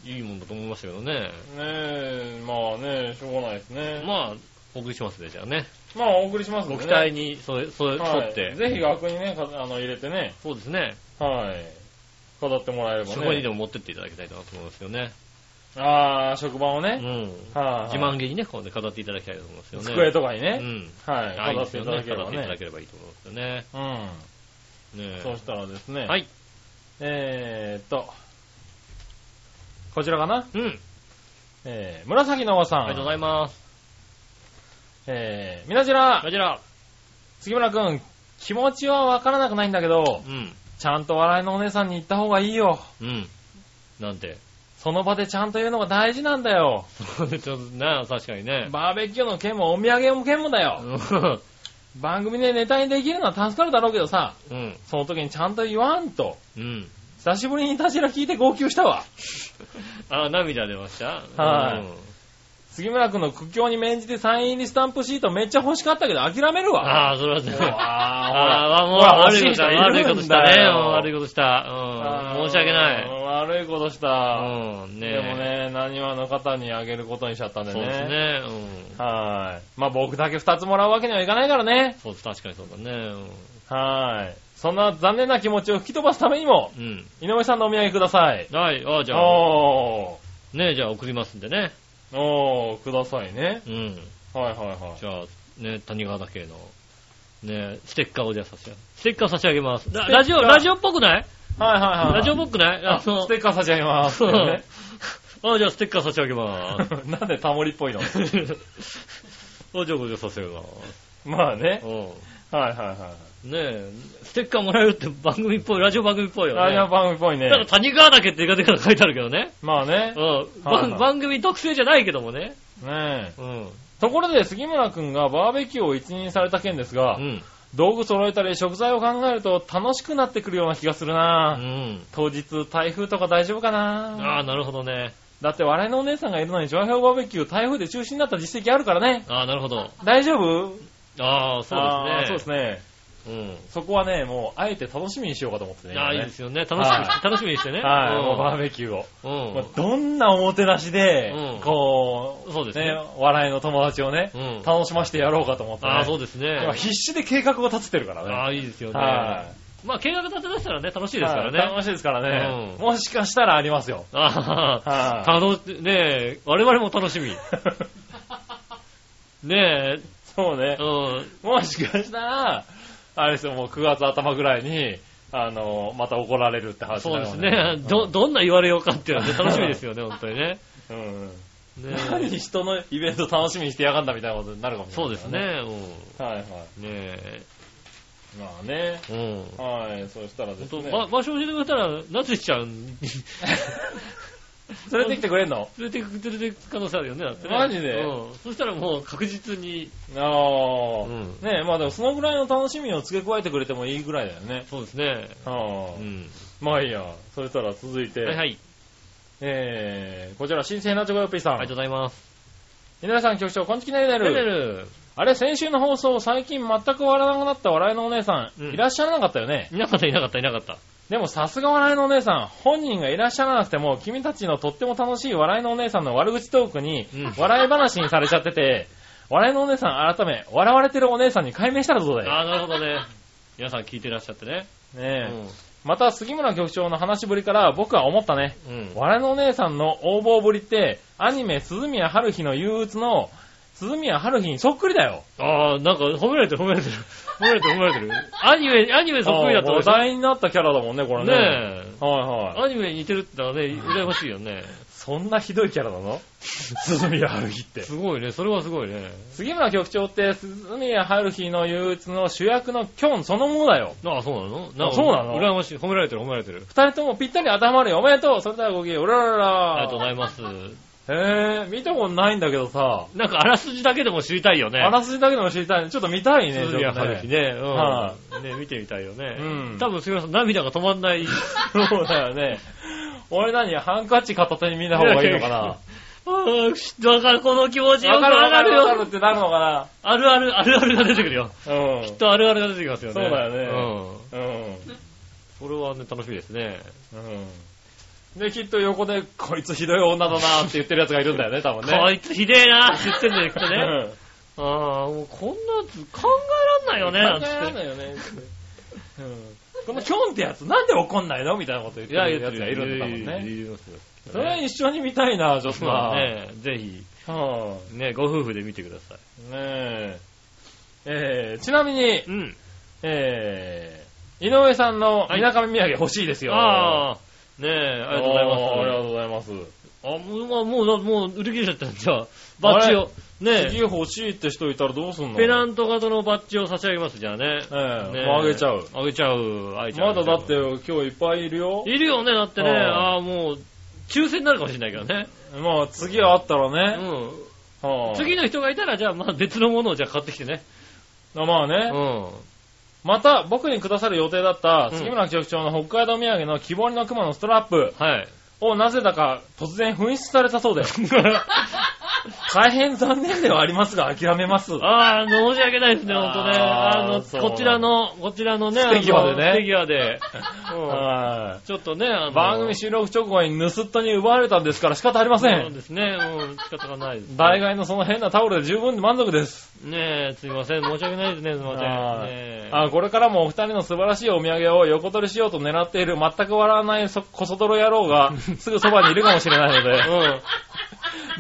[SPEAKER 3] い
[SPEAKER 2] いもんだと思いましたけどね。
[SPEAKER 3] い。ねえ、まあね、しょうがないですね。ま、
[SPEAKER 2] まあ、お送りしますね、じゃあね。
[SPEAKER 3] あお送りしますん
[SPEAKER 2] ご
[SPEAKER 3] で
[SPEAKER 2] 期
[SPEAKER 3] ね。
[SPEAKER 2] 待にそえ、そえ、沿
[SPEAKER 3] はい
[SPEAKER 2] って。
[SPEAKER 3] ぜひ額にね、かあの、入れてね。
[SPEAKER 2] そうですね。
[SPEAKER 3] はい。飾ってもらえればね。
[SPEAKER 2] そこにでも持ってっていただきたいなと思いますよね。
[SPEAKER 3] ああ、職場を
[SPEAKER 2] う
[SPEAKER 3] ね。
[SPEAKER 2] ん。
[SPEAKER 3] はい。
[SPEAKER 2] 自慢げにね、こうね、飾っていただきたいと思いますよね。
[SPEAKER 3] 机とかに
[SPEAKER 2] う
[SPEAKER 3] ね。
[SPEAKER 2] ん。
[SPEAKER 3] はい。
[SPEAKER 2] あいい
[SPEAKER 3] 飾
[SPEAKER 2] で
[SPEAKER 3] っ
[SPEAKER 2] す
[SPEAKER 3] てい
[SPEAKER 2] よ
[SPEAKER 3] ただ
[SPEAKER 2] ね。
[SPEAKER 3] けれ
[SPEAKER 2] 飾っ
[SPEAKER 3] ば
[SPEAKER 2] ていただ
[SPEAKER 3] ね。
[SPEAKER 2] ければいいと思いますよね。
[SPEAKER 3] うん。
[SPEAKER 2] ねえ
[SPEAKER 3] そうしたらですね。
[SPEAKER 2] はい。
[SPEAKER 3] えーっと、こちらかな
[SPEAKER 2] うん。あ
[SPEAKER 3] えー、紫のおばさん。
[SPEAKER 2] りがとうございます。
[SPEAKER 3] えー、みなじら、
[SPEAKER 2] こちら。
[SPEAKER 3] 杉村くん、気持ちはわからなくないんだけど
[SPEAKER 2] う、ん。
[SPEAKER 3] ちゃんと笑いのお姉さんに言った方がいいよ。
[SPEAKER 2] うん。なんて。
[SPEAKER 3] その場でちゃんと言うのが大事なんだよ。
[SPEAKER 2] ちょっとな、確かにね。
[SPEAKER 3] バーベキューの件もお土産の件もだよ。
[SPEAKER 2] う
[SPEAKER 3] 番組でネタにできるのは助かるだろうけどさ、
[SPEAKER 2] ん。
[SPEAKER 3] その時にちゃんと言わんと。
[SPEAKER 2] うん。
[SPEAKER 3] 久しぶりにいたしら聞いて号泣したわ。
[SPEAKER 2] あ、涙出ました
[SPEAKER 3] はい
[SPEAKER 2] うん
[SPEAKER 3] 杉村くんの苦境に免じてサイン入りスタンプシートめっちゃ欲しかったけど諦めるわ。
[SPEAKER 2] ああ、それはね。
[SPEAKER 3] あ
[SPEAKER 2] ああ、もう
[SPEAKER 3] ほら
[SPEAKER 2] 悪い
[SPEAKER 3] 欲し
[SPEAKER 2] こ
[SPEAKER 3] い
[SPEAKER 2] とした。
[SPEAKER 3] 人いるんだよ
[SPEAKER 2] 悪いことしたね。もう悪いことした。うん。申し訳な
[SPEAKER 3] う
[SPEAKER 2] い。
[SPEAKER 3] ん悪いことした。
[SPEAKER 2] うん。ねえ
[SPEAKER 3] でもね、何話の方にあげることにしちゃったんで
[SPEAKER 2] そ
[SPEAKER 3] ね。
[SPEAKER 2] うですね。うん。
[SPEAKER 3] はい。まあ僕だけ2つもらうわけにはいかないからね。
[SPEAKER 2] そう、確かにそうだね。
[SPEAKER 3] はい。そんな残念な気持ちを吹き飛ばすためにも、
[SPEAKER 2] うん。
[SPEAKER 3] 井上さんのお土産ください。
[SPEAKER 2] うんはい。ああ、じゃあ、
[SPEAKER 3] お
[SPEAKER 2] ねえ、じゃあ送りますんでね。
[SPEAKER 3] ー。おー、くださいね。
[SPEAKER 2] うん。
[SPEAKER 3] はいはいは
[SPEAKER 2] じゃあ、ね、谷川岳の、ね、ステッカーをじゃあ差し上げステッカー差し上げます。ラ
[SPEAKER 3] ステッカー
[SPEAKER 2] ラジオ、ラジオっぽくない
[SPEAKER 3] い。はいはいはい。
[SPEAKER 2] ラジオっぽくないあ
[SPEAKER 3] ス
[SPEAKER 2] の
[SPEAKER 3] テッカー差し上げます。
[SPEAKER 2] そう
[SPEAKER 3] ね
[SPEAKER 2] あ、じゃあステッカー差し上げます。
[SPEAKER 3] なんでタモリっぽいの
[SPEAKER 2] あ、じゃあこれ差し上げます。
[SPEAKER 3] まあね
[SPEAKER 2] う。ん。
[SPEAKER 3] はいはいは
[SPEAKER 2] ねえ、ステッカーもらえるって番組っぽい、ラジオ番組っぽい
[SPEAKER 3] い。
[SPEAKER 2] よ
[SPEAKER 3] ラ
[SPEAKER 2] ね。
[SPEAKER 3] ジオ番組っぽいね
[SPEAKER 2] た。だ谷川岳って言い方から書いてあるけどね。
[SPEAKER 3] まあね。
[SPEAKER 2] うん。
[SPEAKER 3] はいはい
[SPEAKER 2] 番番組特製じゃないけどもね。
[SPEAKER 3] ねえ。
[SPEAKER 2] うん。
[SPEAKER 3] ところで杉村くんがバーベキューを一任された件ですが、
[SPEAKER 2] うん。
[SPEAKER 3] 道具揃えたり食材を考えると楽しくなってくるような気がするな、
[SPEAKER 2] うん。
[SPEAKER 3] 当日台風とか大丈夫かな
[SPEAKER 2] ああ、なるほどね。
[SPEAKER 3] だって笑いのお姉さんがいるのに上辺バーベキュー台風で中止になった実績あるからね。
[SPEAKER 2] ああ、なるほど。
[SPEAKER 3] 大丈夫
[SPEAKER 2] ああ、そう
[SPEAKER 3] あ
[SPEAKER 2] で
[SPEAKER 3] ー
[SPEAKER 2] す
[SPEAKER 3] そう
[SPEAKER 2] ね。
[SPEAKER 3] ですね。
[SPEAKER 2] う
[SPEAKER 3] そこはね、もうあえて楽しみにしようかと思ってね。
[SPEAKER 2] ん。ああ、いい
[SPEAKER 3] 今ね
[SPEAKER 2] ですよね。楽しみに、
[SPEAKER 3] はい
[SPEAKER 2] 楽しみにしてね。
[SPEAKER 3] はい、
[SPEAKER 2] うん
[SPEAKER 3] もうバーベキューを。
[SPEAKER 2] うん
[SPEAKER 3] まあどんなおもてなしで、
[SPEAKER 2] うん
[SPEAKER 3] こう、
[SPEAKER 2] そうですね
[SPEAKER 3] 笑いの友達をね、
[SPEAKER 2] うん
[SPEAKER 3] 楽しませてやろうかと思って、ね。
[SPEAKER 2] ああ、そうですね。
[SPEAKER 3] 今必死で計画を立ててるからね。
[SPEAKER 2] ああ、いいですよね。
[SPEAKER 3] はい
[SPEAKER 2] まあ、計画立て出したらね、楽しいですから
[SPEAKER 3] はい
[SPEAKER 2] ね。
[SPEAKER 3] 楽しいですからね、
[SPEAKER 2] うん
[SPEAKER 3] もしかしたらありますよ。
[SPEAKER 2] ああ、
[SPEAKER 3] はい
[SPEAKER 2] 楽し、ねえ、我々も楽しみ。ねえ、
[SPEAKER 3] そうね
[SPEAKER 2] う。ん。
[SPEAKER 3] もしかしたら、あれですよ、もう9月頭ぐらいに、あの、また怒られるって話
[SPEAKER 2] そう
[SPEAKER 3] だ
[SPEAKER 2] で
[SPEAKER 3] よ
[SPEAKER 2] すね。ど、どんな言われようかっていうの はね、楽しみですよね、本当にね。
[SPEAKER 3] うんうん
[SPEAKER 2] ね
[SPEAKER 3] 何人のイベント楽しみにしてやがんだみたいなことになるかもしれ
[SPEAKER 2] そう
[SPEAKER 3] ない
[SPEAKER 2] で
[SPEAKER 3] か
[SPEAKER 2] す
[SPEAKER 3] ら。
[SPEAKER 2] ね。
[SPEAKER 3] はいはい。
[SPEAKER 2] うん。ね
[SPEAKER 3] まあね。
[SPEAKER 2] え。うん。
[SPEAKER 3] はい、そしたらで
[SPEAKER 2] 本
[SPEAKER 3] す
[SPEAKER 2] 当、
[SPEAKER 3] ね。
[SPEAKER 2] ば場所教えてくれたら、夏ちゃんに
[SPEAKER 3] 連れてきてくれんの
[SPEAKER 2] 連れてく、連れてく可能性あるよね、だってね。
[SPEAKER 3] マジで
[SPEAKER 2] うん。そしたらもう確実に、
[SPEAKER 3] ああ、
[SPEAKER 2] うん
[SPEAKER 3] ねえ、まあでもそのぐらいの楽しみを付け加えてくれてもいいぐらいだよね。
[SPEAKER 2] そうですね。
[SPEAKER 3] ああ、
[SPEAKER 2] うん。
[SPEAKER 3] まあいいや。そしたら続いて、
[SPEAKER 2] はいはい。
[SPEAKER 3] えー、こちら、新鮮なチョコヨッピーさ
[SPEAKER 2] あ
[SPEAKER 3] ん。
[SPEAKER 2] りがとうございます。
[SPEAKER 3] 皆さん局長、こんちきねる
[SPEAKER 2] ね
[SPEAKER 3] ね
[SPEAKER 2] るね
[SPEAKER 3] る。
[SPEAKER 2] る。
[SPEAKER 3] あれ、先週の放送、最近全く笑わなくなった笑いのお姉さん、
[SPEAKER 2] うん
[SPEAKER 3] いらっしゃらなかったよね。
[SPEAKER 2] いなかった、いなかった、いなかった。
[SPEAKER 3] でも、さすが笑いのお姉さん、本人がいらっしゃらなくても、君たちのとっても楽しい笑いのお姉さんの悪口トークに
[SPEAKER 2] うん、
[SPEAKER 3] 笑い話にされちゃってて、笑いのお姉さん改め、笑われてるお姉さんに解明したらどうだよ。
[SPEAKER 2] ああ、なるほどね。皆さん聞いてらっしゃってね。う
[SPEAKER 3] ねえ
[SPEAKER 2] ん。
[SPEAKER 3] また、杉村局長の話ぶりから僕は思ったね。
[SPEAKER 2] うん。
[SPEAKER 3] 我のお姉さんの横暴ぶりって、アニメ、鈴宮春日の憂鬱の、鈴宮春日にそっくりだよ。
[SPEAKER 2] ああ、なんか褒められてる褒められてる。褒められてる褒められてる。アニメ、アニメそっくりだったで
[SPEAKER 3] 話
[SPEAKER 2] しょ
[SPEAKER 3] 題になったキャラだもんね、これね。
[SPEAKER 2] ねえ。
[SPEAKER 3] はいはい。
[SPEAKER 2] アニメに似てるってのはね、羨ましいよね。
[SPEAKER 3] そんなひどいキャラなの鈴宮春日って。
[SPEAKER 2] すごいね、それはすごいね。
[SPEAKER 3] 杉村局長って鈴宮春日の憂鬱の主役のキョンそのものだよ。
[SPEAKER 2] ああ、そうなのんか
[SPEAKER 3] あそうなの
[SPEAKER 2] 羨ましい。褒められてる褒められてる。
[SPEAKER 3] 二人ともぴったり当てはまるよ。おめでとう。それではごきげんよう。うららら
[SPEAKER 2] ありがとうございます。
[SPEAKER 3] へえ、見たことないんだけどさ、
[SPEAKER 2] なんかあらすじだけでも知りたいよね。
[SPEAKER 3] あらすじだけでも知りたいね。ちょっと見たいね、
[SPEAKER 2] 鈴宮
[SPEAKER 3] ちょっと
[SPEAKER 2] 春日
[SPEAKER 3] ね。
[SPEAKER 2] ね。
[SPEAKER 3] は
[SPEAKER 2] うん。ね、見てみたいよね。
[SPEAKER 3] うん
[SPEAKER 2] 多分、杉村さん、涙が止まん ない。
[SPEAKER 3] そうだよね。 俺何ハンカチ片手に見た方がいいのかな
[SPEAKER 2] わうん、わかる、この気持ちよ
[SPEAKER 3] わ
[SPEAKER 2] く
[SPEAKER 3] かる
[SPEAKER 2] わ
[SPEAKER 3] わ
[SPEAKER 2] か
[SPEAKER 3] か
[SPEAKER 2] る
[SPEAKER 3] るわかる
[SPEAKER 2] よ。
[SPEAKER 3] ってなるのか
[SPEAKER 2] あるある、あるあるが出てくるよ。
[SPEAKER 3] なうん。
[SPEAKER 2] きっとあるあるが出てきますよね。
[SPEAKER 3] そうだよね。うん。
[SPEAKER 2] うん。これはね、楽しみですね。
[SPEAKER 3] うん。で、きっと横で、こいつひどい女だなって言ってる奴がいるんだよね、多分ね。
[SPEAKER 2] こいつひでえ なって言ってんだよ、きっとね。
[SPEAKER 3] ね。
[SPEAKER 2] ああ、もうこんなやつ考えらんないよね、
[SPEAKER 3] 考えられない
[SPEAKER 2] い。
[SPEAKER 3] よね。うんこのキョンってやつ、なんで怒んないのみたいなこと言って
[SPEAKER 2] いや、
[SPEAKER 3] る
[SPEAKER 2] 言っ
[SPEAKER 3] や
[SPEAKER 2] て
[SPEAKER 3] つがいるんだもんね。
[SPEAKER 2] いますよ。
[SPEAKER 3] それは一緒に見たいな、ちょっと
[SPEAKER 2] そうだ
[SPEAKER 3] な。
[SPEAKER 2] ね。ぜひ、
[SPEAKER 3] は
[SPEAKER 2] ね、ご夫婦で見てください。
[SPEAKER 3] あねえ。えーちなみに、
[SPEAKER 2] うん。
[SPEAKER 3] えー井上さんの
[SPEAKER 2] はい
[SPEAKER 3] 田舎土産欲しいですよ。
[SPEAKER 2] ああ、ねえ、ありがとうございます。
[SPEAKER 3] ありがとうございます。
[SPEAKER 2] あ、もう、もうもう、もう売り切れちゃったんじゃあ、バッジを。
[SPEAKER 3] 次
[SPEAKER 2] ねえ、
[SPEAKER 3] 欲しいって人いたらどうすんの
[SPEAKER 2] ペナント型のバッジを差し上げます、じゃあね。
[SPEAKER 3] え
[SPEAKER 2] ね
[SPEAKER 3] え、もうあげちゃう。。
[SPEAKER 2] あげちゃう、あげちゃ
[SPEAKER 3] ま
[SPEAKER 2] う。
[SPEAKER 3] だだって。今日いっぱいいるよ。
[SPEAKER 2] いるよね、だってね。
[SPEAKER 3] うん
[SPEAKER 2] ああ、もう、抽選になるかもしれないけどね。
[SPEAKER 3] まあ次あったらね。
[SPEAKER 2] う
[SPEAKER 3] はあ
[SPEAKER 2] ん。次の人がいたら、じゃあ、まあ別のものをじゃあ買ってきてね。
[SPEAKER 3] まあね。
[SPEAKER 2] うん。
[SPEAKER 3] また、僕にくださる予定だった
[SPEAKER 2] うん
[SPEAKER 3] 杉村局長の北海道土産の木彫りの熊のストラップ
[SPEAKER 2] はい。
[SPEAKER 3] をなぜだか突然紛失されたそう で、大変残念ではありますが諦めます。
[SPEAKER 2] ああ、申し訳ないですね、ほんとね。あ
[SPEAKER 3] あー
[SPEAKER 2] の、
[SPEAKER 3] そう
[SPEAKER 2] こちらの、こちらのね、
[SPEAKER 3] 不手際でね
[SPEAKER 2] あの不手際で。 うん
[SPEAKER 3] は
[SPEAKER 2] ちょっとね、あの
[SPEAKER 3] い番組収録直後に盗っ人に奪われたんですから仕方ありませ
[SPEAKER 2] そうで
[SPEAKER 3] ん。
[SPEAKER 2] すね、うん、仕方がないです。
[SPEAKER 3] 大概のその変なタオルで十分で満足です。
[SPEAKER 2] ねえ、すいません、申し訳ないですね、すいません。
[SPEAKER 3] は
[SPEAKER 2] ね
[SPEAKER 3] い
[SPEAKER 2] え
[SPEAKER 3] あこれからもお二人の素晴らしいお土産を横取りしようと狙っている全く笑わないそこそ泥野郎がすぐそばにいるかもしれないので、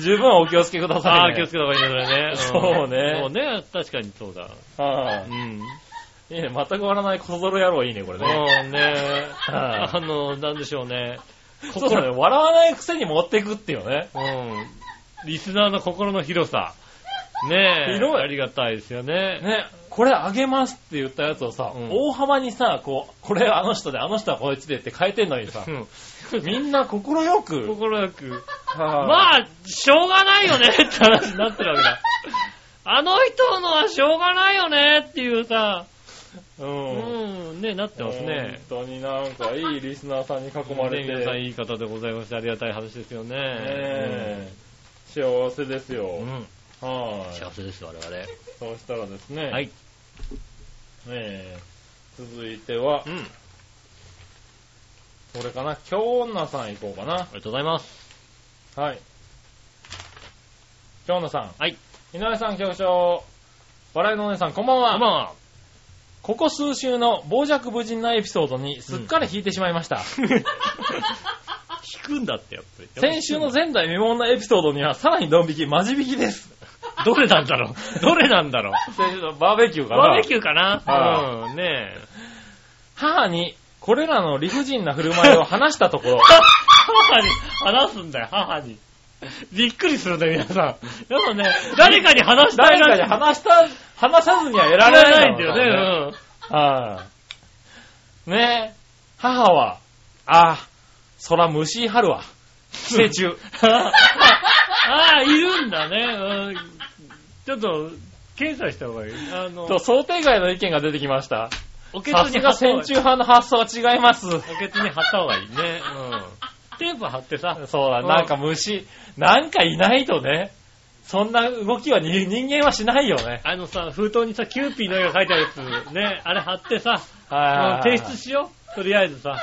[SPEAKER 3] 十分お気をつけください、ね。
[SPEAKER 2] ああ、気をつけた方がいいね、それね。ん
[SPEAKER 3] そうね
[SPEAKER 2] そうね、確かにそうだ。
[SPEAKER 3] はい
[SPEAKER 2] うん。
[SPEAKER 3] いいね、全く終わらない小ぞろ野郎いいね、これ
[SPEAKER 2] そ
[SPEAKER 3] ね。
[SPEAKER 2] うね。
[SPEAKER 3] はい
[SPEAKER 2] あの、なんでしょうね。
[SPEAKER 3] そうだね、笑わないくせに持っていくっていうね。
[SPEAKER 2] うん。リスナーの心の広さ。ねえ。
[SPEAKER 3] 広い
[SPEAKER 2] ありがたいですよね。
[SPEAKER 3] ね、これあげますって言ったやつをさ、
[SPEAKER 2] うん
[SPEAKER 3] 大幅にさ、こう、これあの人で、あの人はこいつでって変えてんのにさ
[SPEAKER 2] う、ん。
[SPEAKER 3] みんな心よく、
[SPEAKER 2] 心よく。
[SPEAKER 3] まあ、
[SPEAKER 2] まあ、しょうがないよねって話になってるわけだ。あの人のはしょうがないよねっていうさ、
[SPEAKER 3] う。
[SPEAKER 2] うんん、ね、なってますね。
[SPEAKER 3] 本当になんかいいリスナーさんに囲まれ
[SPEAKER 2] ね皆さん
[SPEAKER 3] て、
[SPEAKER 2] いい方でございまして、ありがたい話ですよね。
[SPEAKER 3] ね幸せですよ。
[SPEAKER 2] うんうん
[SPEAKER 3] はい
[SPEAKER 2] 幸。せです、我々。
[SPEAKER 3] そうしたらですね、
[SPEAKER 2] はい。
[SPEAKER 3] ねえ続いては
[SPEAKER 2] う、ん。あり
[SPEAKER 3] これかな、京女さん行こうかな。
[SPEAKER 2] がとうございます。
[SPEAKER 3] はい。京野さん。
[SPEAKER 2] はい。
[SPEAKER 3] 井上さん局長。笑いのお姉さん、こんばん
[SPEAKER 2] こ
[SPEAKER 3] は。
[SPEAKER 2] んばんは。
[SPEAKER 3] ここ数週の傍若無人なエピソードにすっかり引いてしまいました。
[SPEAKER 2] 引くんだって、やっぱり。
[SPEAKER 3] 先週の前代未聞なエピソードにはさらにドン引き、マジ引き です。
[SPEAKER 2] どれなんだろうどれなんだろう
[SPEAKER 3] 先週のバーベキュー
[SPEAKER 2] バーベキューかな
[SPEAKER 3] は
[SPEAKER 2] うん、ねえ。
[SPEAKER 3] 母に、これらの理不尽な振る舞いを話した ところ、
[SPEAKER 2] 母に話すんだよ、母に。びっくりするね、皆さん。やっぱね、誰かに話した
[SPEAKER 3] 誰
[SPEAKER 2] いな
[SPEAKER 3] か
[SPEAKER 2] ん
[SPEAKER 3] に
[SPEAKER 2] て
[SPEAKER 3] 話した、話さずには得ら
[SPEAKER 2] られ
[SPEAKER 3] れな
[SPEAKER 2] ないい
[SPEAKER 3] ん
[SPEAKER 2] ん
[SPEAKER 3] だ
[SPEAKER 2] だ
[SPEAKER 3] よ
[SPEAKER 2] よ
[SPEAKER 3] ね。
[SPEAKER 2] ね。
[SPEAKER 3] はい。ねえ、母は、ああ、そら虫春は、寄 生虫。
[SPEAKER 2] ああ、いるんだね。うんちょっと、検査した方がいい。あの、
[SPEAKER 3] と想定外の意見が出てきました。
[SPEAKER 2] おけ
[SPEAKER 3] さ
[SPEAKER 2] つ
[SPEAKER 3] す
[SPEAKER 2] に
[SPEAKER 3] が
[SPEAKER 2] 貼った方
[SPEAKER 3] 戦
[SPEAKER 2] がい
[SPEAKER 3] 中
[SPEAKER 2] い。
[SPEAKER 3] 派の発想は違います。
[SPEAKER 2] おけつに貼った方がいいね。うん。テープ貼ってさ。
[SPEAKER 3] そうだ、
[SPEAKER 2] うん
[SPEAKER 3] なんか虫、なんかいないとね、そんな動きはに人間はしないよね。
[SPEAKER 2] あのさ、封筒にさ、キューピーの絵が書いてあるやつ、ね、あれ貼ってさ、
[SPEAKER 3] は
[SPEAKER 2] うん
[SPEAKER 3] い
[SPEAKER 2] 提出しよう。とりあえずさ。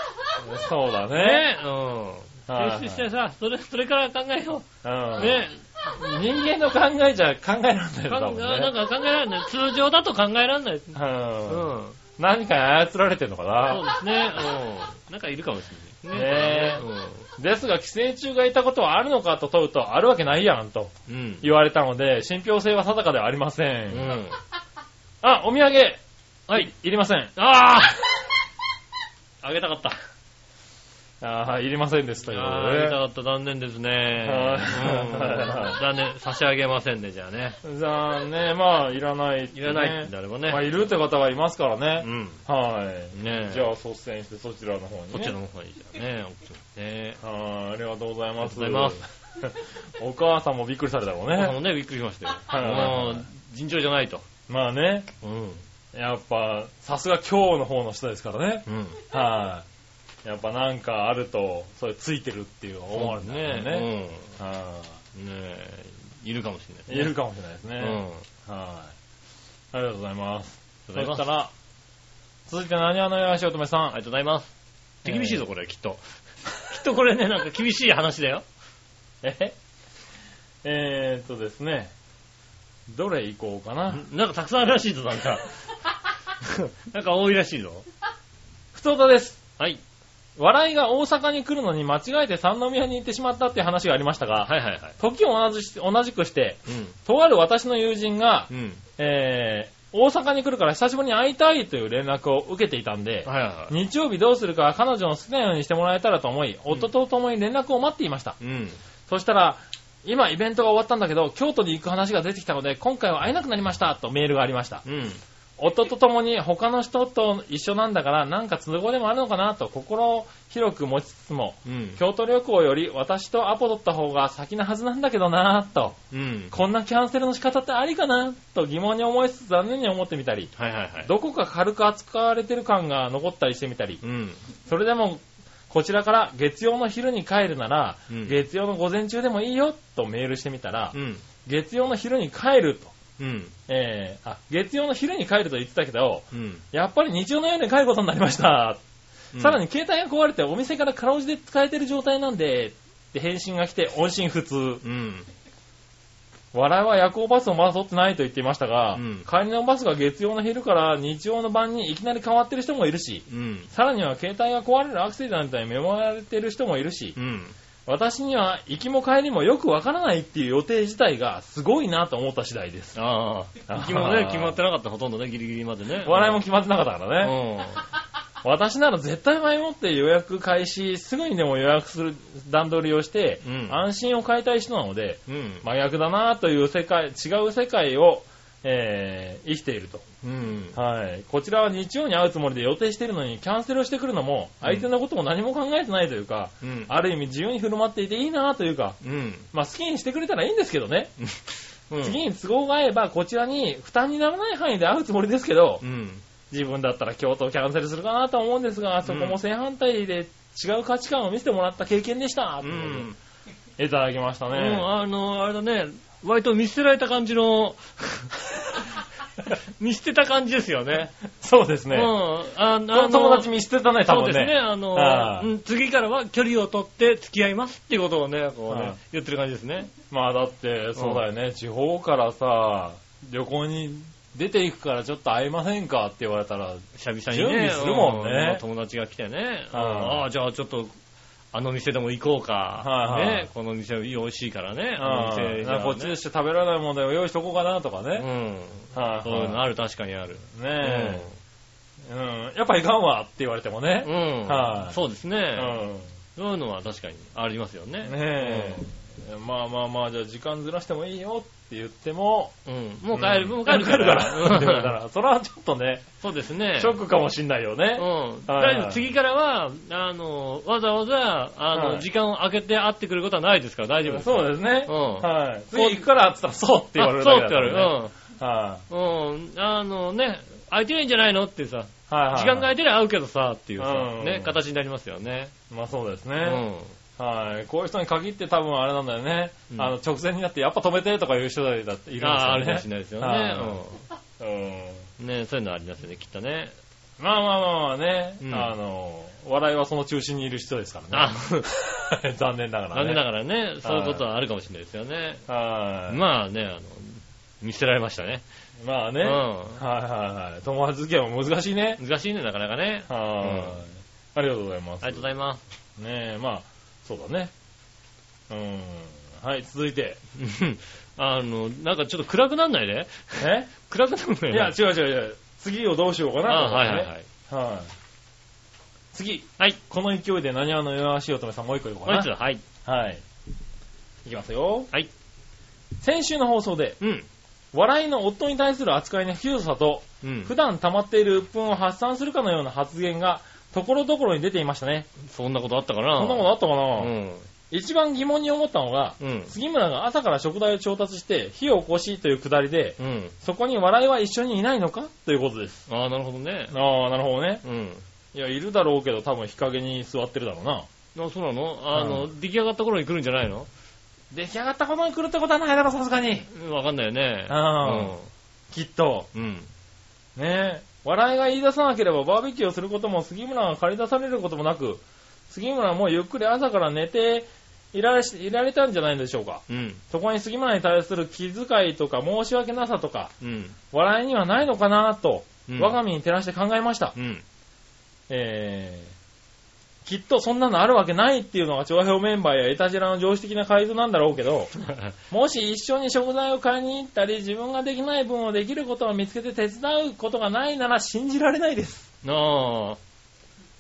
[SPEAKER 3] そうだね。
[SPEAKER 2] ね、うん。
[SPEAKER 3] はい
[SPEAKER 2] 提出してさ、それ、それから考えよ
[SPEAKER 3] うん
[SPEAKER 2] う。ね、
[SPEAKER 3] 人間の考えじゃ考えられないよ
[SPEAKER 2] かん
[SPEAKER 3] だもん
[SPEAKER 2] なん
[SPEAKER 3] ね。
[SPEAKER 2] か考えられない。通常だと考えられない。
[SPEAKER 3] うん
[SPEAKER 2] うん。
[SPEAKER 3] 何かに操られてんのか
[SPEAKER 2] そう
[SPEAKER 3] な
[SPEAKER 2] ですね。うん。なんかいるかもしれない
[SPEAKER 3] ね
[SPEAKER 2] ね。
[SPEAKER 3] ですが、寄生虫がいたことはあるのかと問うと、あるわけないやんと
[SPEAKER 2] うん。うん。
[SPEAKER 3] 言われたので、信憑性は定かではありません。
[SPEAKER 2] うん。
[SPEAKER 3] あ、お土産はい、いりません。
[SPEAKER 2] あああげたかった。
[SPEAKER 3] あーいりませんですというこ
[SPEAKER 2] あ
[SPEAKER 3] と
[SPEAKER 2] ーあげた
[SPEAKER 3] で
[SPEAKER 2] かった。残念ですね。
[SPEAKER 3] はい
[SPEAKER 2] うん残念。差し上げませんね、じゃあね。
[SPEAKER 3] ね。じゃあね、まあ、いらないってね、
[SPEAKER 2] いらないってなればね。
[SPEAKER 3] まあ、いるって方がいますからね。
[SPEAKER 2] うん。
[SPEAKER 3] はい。
[SPEAKER 2] ねえ。
[SPEAKER 3] じゃあ、率先してそちらの方に、ね。
[SPEAKER 2] こっちの方がいいじゃんね。こっちのね。
[SPEAKER 3] はい、ありがとうございます。
[SPEAKER 2] ありがとう
[SPEAKER 3] ございます。 お母さんもびっくりされたもん
[SPEAKER 2] お母さん
[SPEAKER 3] ね。
[SPEAKER 2] もね、びっくりしましたよ。
[SPEAKER 3] はいはいはいはい
[SPEAKER 2] もう尋常じゃないと。
[SPEAKER 3] まあね、
[SPEAKER 2] うん。
[SPEAKER 3] やっぱ、さすが今日の方の人ですからね。
[SPEAKER 2] うん。
[SPEAKER 3] はい、やっぱなんかあると、それついてるっていう思われるんだろうね。
[SPEAKER 2] ね。
[SPEAKER 3] は
[SPEAKER 2] うん。ねえ、いるかもしれ
[SPEAKER 3] い、
[SPEAKER 2] ない。
[SPEAKER 3] いるかもしれないです
[SPEAKER 2] う
[SPEAKER 3] ね。
[SPEAKER 2] ん。
[SPEAKER 3] はい、ありがとうございます。
[SPEAKER 2] ありがとうご
[SPEAKER 3] そ
[SPEAKER 2] ざいま
[SPEAKER 3] し
[SPEAKER 2] す
[SPEAKER 3] た。ら、続いて何話のよしおとめさん。
[SPEAKER 2] ありがとうございます。
[SPEAKER 3] えー
[SPEAKER 2] 厳しいぞ、これ、きっと。きっとこれね、なんか厳しい話だよ。
[SPEAKER 3] ええーっとですね、どれ行こうかな。
[SPEAKER 2] なんかたくさんあるらしいぞ、なん か。なんか多いらしいぞ。
[SPEAKER 3] ふとたです。
[SPEAKER 2] はい。
[SPEAKER 3] 笑いが大阪に来るのに間違えて三宮に行ってしまったっていう話がありましたが、
[SPEAKER 2] はいはいはい。
[SPEAKER 3] 時を同じし同じくして、
[SPEAKER 2] うん。
[SPEAKER 3] とある私の友人が、
[SPEAKER 2] うん。
[SPEAKER 3] えー、大阪に来るから久しぶりに会いたいという連絡を受けていたん
[SPEAKER 2] はい
[SPEAKER 3] で、
[SPEAKER 2] はいは
[SPEAKER 3] 日曜日どうするか彼女の好きなようにしてもらえたらと思い、夫と共に連絡を待っていました。
[SPEAKER 2] い。うん。
[SPEAKER 3] そしたら、今イベントが終わったんだけど、京都に行く話が出てきたので、今回は会えなくなりました、とメールがありました。
[SPEAKER 2] うん。
[SPEAKER 3] 夫と共に他の人と一緒なんだから、なんか都合でもあるのかな、と心を広く持ちつつも、
[SPEAKER 2] うん。
[SPEAKER 3] 京都旅行より私とアポ取った方が先なはずなんだけどな、と。
[SPEAKER 2] うん。
[SPEAKER 3] こんなキャンセルの仕方ってありかな、と疑問に思いつつ残念に思ってみたり、
[SPEAKER 2] はいはいはい。
[SPEAKER 3] どこか軽く扱われてる感が残ったりしてみたり、
[SPEAKER 2] うん。
[SPEAKER 3] それでも、こちらから月曜の昼に帰るなら、
[SPEAKER 2] うん
[SPEAKER 3] 月曜の午前中でもいいよとメールしてみたら、
[SPEAKER 2] うん。
[SPEAKER 3] 月曜の昼に帰ると、
[SPEAKER 2] うん。
[SPEAKER 3] えー、あ、月曜の昼に帰ると言ってたけど、
[SPEAKER 2] うん。
[SPEAKER 3] やっぱり日曜の夜に帰ることになりました。
[SPEAKER 2] うん
[SPEAKER 3] さらに携帯が壊れてお店からかろうじて使えてる状態なんで、って返信が来て音信不通。
[SPEAKER 2] うん。
[SPEAKER 3] 笑いは夜行バスをまだ取ってないと言っていましたが、
[SPEAKER 2] うん
[SPEAKER 3] 帰りのバスが月曜の昼から日曜の晩にいきなり変わってる人もいるし、
[SPEAKER 2] うん。
[SPEAKER 3] さらには携帯が壊れるアクセデントにメモられてる人もいるし、
[SPEAKER 2] うん。
[SPEAKER 3] 私には行きも帰りもよくわからないっていう予定自体がすごいなと思った次第です。
[SPEAKER 2] ああ。
[SPEAKER 3] あー
[SPEAKER 2] 決まね、決まってなかった、ほとんどね、ギリギリまでね。
[SPEAKER 3] 笑いも決まってなかったからね。
[SPEAKER 2] も。
[SPEAKER 3] 私なら絶対前もって予約開始、すぐにでも予約する段取りをして、
[SPEAKER 2] うん
[SPEAKER 3] 安心を変えたい人なので、
[SPEAKER 2] うん。うん。
[SPEAKER 3] 真逆だなという世界、違う世界を、えー生きていると。
[SPEAKER 2] うん。
[SPEAKER 3] はい。こちらは日曜に会うつもりで予定しているのに、キャンセルをしてくるのも、相手のことも何も考えてないというか、
[SPEAKER 2] うん。
[SPEAKER 3] ある意味自由に振る舞っていていいなというか、
[SPEAKER 2] うん。
[SPEAKER 3] まあ好きにしてくれたらいいんですけどね。
[SPEAKER 2] うん。
[SPEAKER 3] 次に都合が合えば、こちらに負担にならない範囲で会うつもりですけど
[SPEAKER 2] う、ん。
[SPEAKER 3] 自分だったら京都をキャンセルするかなと思うんですが、そこも正反対で違う価値観を見せてもらった経験でした。
[SPEAKER 2] う
[SPEAKER 3] ということ
[SPEAKER 2] ん。
[SPEAKER 3] でいただきました
[SPEAKER 2] う
[SPEAKER 3] ね。
[SPEAKER 2] ん、あの、あれだね、割と見捨てられた感じの、見捨てた感じですよね。
[SPEAKER 3] そうです
[SPEAKER 2] う
[SPEAKER 3] ね。
[SPEAKER 2] ん。あの、
[SPEAKER 3] この友達見捨てたね、多
[SPEAKER 2] そうで
[SPEAKER 3] 分
[SPEAKER 2] すね、
[SPEAKER 3] ね。
[SPEAKER 2] あの、
[SPEAKER 3] ああ
[SPEAKER 2] うん次からは距離を取って付き合いますっていうことをね、こう
[SPEAKER 3] あ
[SPEAKER 2] ね
[SPEAKER 3] あ、
[SPEAKER 2] 言ってる感じですね。
[SPEAKER 3] まあだって、そうだよね、地方からさ、旅行に出ていくからちょっと会えませんかって言われたら、
[SPEAKER 2] 久々に
[SPEAKER 3] 準備
[SPEAKER 2] ね。
[SPEAKER 3] するもんね
[SPEAKER 2] うまあ友達が来てね。
[SPEAKER 3] あ
[SPEAKER 2] あ
[SPEAKER 3] あ
[SPEAKER 2] あじゃあちょっと、あの店でも行こうか
[SPEAKER 3] は。いはい
[SPEAKER 2] ね、この店美味しいからね。あの
[SPEAKER 3] あ
[SPEAKER 2] 店
[SPEAKER 3] ーなんかこっちでしか食べられないものを用意しとこうかなとか
[SPEAKER 2] う
[SPEAKER 3] ね。
[SPEAKER 2] ん。
[SPEAKER 3] はい
[SPEAKER 2] そういうのある、確かにある。
[SPEAKER 3] ねえ、うん。やっぱいかんわって言われてもね
[SPEAKER 2] う。ん。
[SPEAKER 3] はい
[SPEAKER 2] そうです
[SPEAKER 3] う
[SPEAKER 2] ね。
[SPEAKER 3] ん。
[SPEAKER 2] そういうのは確かにありますよね。
[SPEAKER 3] ねえ、まあまあまあ、じゃあ時間ずらしてもいいよって言っても、
[SPEAKER 2] うん。もう帰る、
[SPEAKER 3] ん
[SPEAKER 2] もう帰る
[SPEAKER 3] 帰るか
[SPEAKER 2] うん
[SPEAKER 3] ら。帰るからそれはちょっとね、
[SPEAKER 2] そうですね。
[SPEAKER 3] ショックかもしんないよね。
[SPEAKER 2] うん。
[SPEAKER 3] はい
[SPEAKER 2] だけど次からは、あの、わざわざ、あの、
[SPEAKER 3] はい
[SPEAKER 2] 時間を空けて会ってくることはないですから大丈夫です。う。
[SPEAKER 3] そうですね。
[SPEAKER 2] うん
[SPEAKER 3] はい。次行くからって言ったら、そうって言われるだ
[SPEAKER 2] そう
[SPEAKER 3] け
[SPEAKER 2] って
[SPEAKER 3] だか
[SPEAKER 2] 言われ
[SPEAKER 3] ら
[SPEAKER 2] る。
[SPEAKER 3] ね。は
[SPEAKER 2] うん。うん。あのね、空いてないんじゃないのってさ、
[SPEAKER 3] い。はいはいはい。
[SPEAKER 2] 時間が空いてりゃ会うけどさ、っていうさ
[SPEAKER 3] う、ん
[SPEAKER 2] ね、形になりますよね。
[SPEAKER 3] まあそうです
[SPEAKER 2] う
[SPEAKER 3] ね。
[SPEAKER 2] ん。
[SPEAKER 3] はい。こういう人に限って多分あれなんだよね。
[SPEAKER 2] うん
[SPEAKER 3] あの、直前になって、やっぱ止めてとかいう人だっているんですよね。
[SPEAKER 2] ああ、ありますしないですよね。
[SPEAKER 3] うん。
[SPEAKER 2] うん。ね、そういうのありますよね、きっとね。
[SPEAKER 3] まあまあまあまあね、
[SPEAKER 2] うん
[SPEAKER 3] あの、笑いはその中心にいる人ですか
[SPEAKER 2] あ
[SPEAKER 3] らね。、 残念ながらね。
[SPEAKER 2] 残念ながらね、そういうことはあるかもしれないですよね。
[SPEAKER 3] はい。
[SPEAKER 2] まあね、あの、見せられましたね。
[SPEAKER 3] まあね。
[SPEAKER 2] う
[SPEAKER 3] はい
[SPEAKER 2] ん。
[SPEAKER 3] はいはい。友達付き合いも難しいね。
[SPEAKER 2] 難しいね、なかなかね。
[SPEAKER 3] はーい。ありがとうございます。
[SPEAKER 2] ありがとうございます。
[SPEAKER 3] ねえ、まあ、そうだね。 うん。はい、続いて。
[SPEAKER 2] うん あの、なんかちょっと暗くなんないで
[SPEAKER 3] え
[SPEAKER 2] 暗くなんない
[SPEAKER 3] いや、違う違う違う。次をどうしようか
[SPEAKER 2] あ
[SPEAKER 3] なと思っ
[SPEAKER 2] はい
[SPEAKER 3] てね。
[SPEAKER 2] はいはい。
[SPEAKER 3] はい。次。はい。この勢いで何話の弱しおとめさんもう一個言おう
[SPEAKER 2] こい
[SPEAKER 3] か
[SPEAKER 2] つ、はい。
[SPEAKER 3] な。はい。いきますよ。
[SPEAKER 2] はい。
[SPEAKER 3] 先週の放送で、
[SPEAKER 2] うん。
[SPEAKER 3] 笑いの夫に対する扱いのひどさと、
[SPEAKER 2] うん。
[SPEAKER 3] 普段溜まっている鬱憤を発散するかのような発言が、ところどころに出ていましたね。
[SPEAKER 2] そんなことあったかな
[SPEAKER 3] そんなことあったか
[SPEAKER 2] う
[SPEAKER 3] な、
[SPEAKER 2] ん。
[SPEAKER 3] 一番疑問に思ったのが、
[SPEAKER 2] うん。
[SPEAKER 3] 杉村が朝から食材を調達して火を起こしというくだりで、
[SPEAKER 2] うん。
[SPEAKER 3] そこに笑いは一緒にいないのかということです。
[SPEAKER 2] ああ、なるほどね。
[SPEAKER 3] ああ、なるほどね。
[SPEAKER 2] うん。
[SPEAKER 3] いや、いるだろうけど、多分日陰に座ってるだろうな。
[SPEAKER 2] あそうなのあ
[SPEAKER 3] う
[SPEAKER 2] の、出来上がった頃に来るんじゃないの
[SPEAKER 3] 出来上がったことに来るってことはないだろ、さすがに。
[SPEAKER 2] うんわかんないよね。
[SPEAKER 3] あきっと。
[SPEAKER 2] うん。うん。
[SPEAKER 3] ねえ。笑いが言い出さなければバーベキューをすることも杉村が借り出されることもなく、杉村はもうゆっくり朝から寝ていられしいられたんじゃないでしょうか。
[SPEAKER 2] うん。
[SPEAKER 3] そこに杉村に対する気遣いとか申し訳なさとか、
[SPEAKER 2] うん。
[SPEAKER 3] 笑いにはないのかなと、
[SPEAKER 2] うん
[SPEAKER 3] 我が身に照らして考えました。
[SPEAKER 2] うん。
[SPEAKER 3] えー、きっとそんなのあるわけないっていうのが長編メンバーやエタジラの常識的な回答なんだろう けど、もし一緒に食材を買いに行ったり、自分ができない分をできることを見つけて手伝うことがないなら信じられないです。
[SPEAKER 2] あ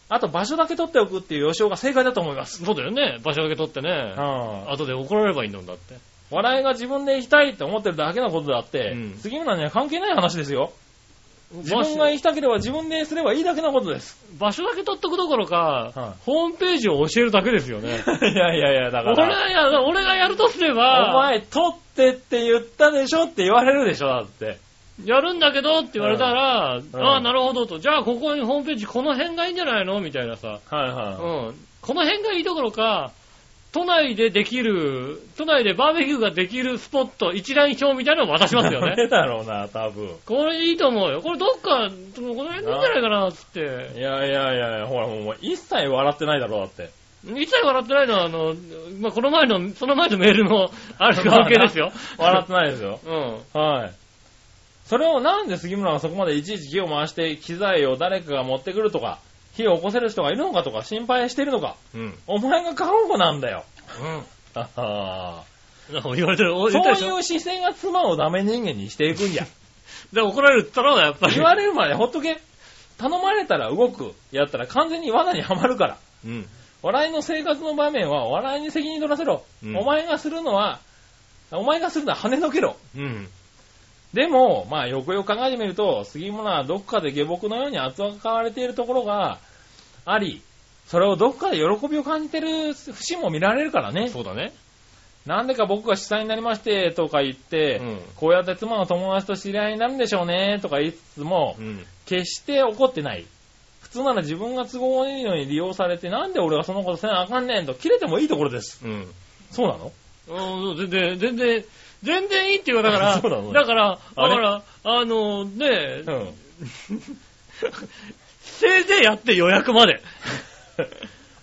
[SPEAKER 2] あ、
[SPEAKER 3] あと場所だけ取っておくっていう予想が正解だと思います。
[SPEAKER 2] そうだよね。場所だけ取ってね。
[SPEAKER 3] うん
[SPEAKER 2] 後で怒られればいいのだって。
[SPEAKER 3] 笑いが自分で行きたいって思ってるだけのことであって、
[SPEAKER 2] うん
[SPEAKER 3] 杉村には関係ない話ですよ。自分が
[SPEAKER 2] 場所
[SPEAKER 3] 行きたければ自分ですればいいだけのことです。
[SPEAKER 2] 場所だけ取っとくどころか、
[SPEAKER 3] はい
[SPEAKER 2] ホームページを教えるだけですよね。
[SPEAKER 3] いやいやいや、 だか
[SPEAKER 2] 俺
[SPEAKER 3] ら。
[SPEAKER 2] がや、俺がやるとすれ
[SPEAKER 3] お
[SPEAKER 2] ば、
[SPEAKER 3] 前、取ってって言ったでしょって言われるでしょ、だって。
[SPEAKER 2] やるんだけどって言われたら、
[SPEAKER 3] ん
[SPEAKER 2] ああ、なるほどと。じゃあ、ここにホームページ、この辺がいいんじゃないのみたいなさ。
[SPEAKER 3] はい
[SPEAKER 2] うん
[SPEAKER 3] は。
[SPEAKER 2] この辺がいいどころか、都内でできる、都内でバーベキューができるスポット、一覧表みたいなのを渡しますよ
[SPEAKER 3] ダ
[SPEAKER 2] ね。
[SPEAKER 3] メだろうな、多分。
[SPEAKER 2] これいいと思うよ。これどっか、この辺でいいんじゃないかな、つって
[SPEAKER 3] い。やいやいや、ほら、もう一切笑ってないだろう、だって。
[SPEAKER 2] 一切笑ってないのは、あの、まあ、この前の、その前のメールの、あれ関係 ですよ。
[SPEAKER 3] 笑ってないですよ。
[SPEAKER 2] うん。
[SPEAKER 3] はい。それをなんで杉村がそこまでいちいち気を回して機材を誰かが持ってくるとか、火を起こせる人がいるのかとか心配してるのか。
[SPEAKER 2] うん。
[SPEAKER 3] お前が過保護なんだよ。
[SPEAKER 2] う
[SPEAKER 3] あは
[SPEAKER 2] ん。なんか言われてる、
[SPEAKER 3] は
[SPEAKER 2] 言ったでし
[SPEAKER 3] そう
[SPEAKER 2] ょ
[SPEAKER 3] いう視線が妻をダメ人間にしていくんや。
[SPEAKER 2] で、怒られるって言ったら、やっぱり。
[SPEAKER 3] 言われるまでほっとけ。頼まれたら動く。やったら完全に罠にはまるから。
[SPEAKER 2] うん。
[SPEAKER 3] 笑いの生活の場面は笑いに責任取らせろ。
[SPEAKER 2] うん
[SPEAKER 3] お前がするのは、お前がするのは跳ねのけろ。
[SPEAKER 2] うん。
[SPEAKER 3] でも、まあ、よくよく考えてみると、杉村はどっかで下僕のように扱われているところがあり、それをどっかで喜びを感じてる節も見られるからね。
[SPEAKER 2] そうだね。
[SPEAKER 3] なんでか僕が主催になりまして、とか言って、
[SPEAKER 2] うん
[SPEAKER 3] こうやって妻の友達と知り合いになるんでしょうね、とか言いつつも、
[SPEAKER 2] うん。
[SPEAKER 3] 決して怒ってない。普通なら自分が都合のいいのに利用されて、なんで俺がそのことせなあかんねんと切れてもいいところです。
[SPEAKER 2] うん。
[SPEAKER 3] そうなの
[SPEAKER 2] うん、全然、全然、全然いいっていうか、だか ら、
[SPEAKER 3] そうなの
[SPEAKER 2] だから、
[SPEAKER 3] あ
[SPEAKER 2] だ
[SPEAKER 3] れ
[SPEAKER 2] から、あの、ね
[SPEAKER 3] う、ん。
[SPEAKER 2] せいぜいやって予約ま で。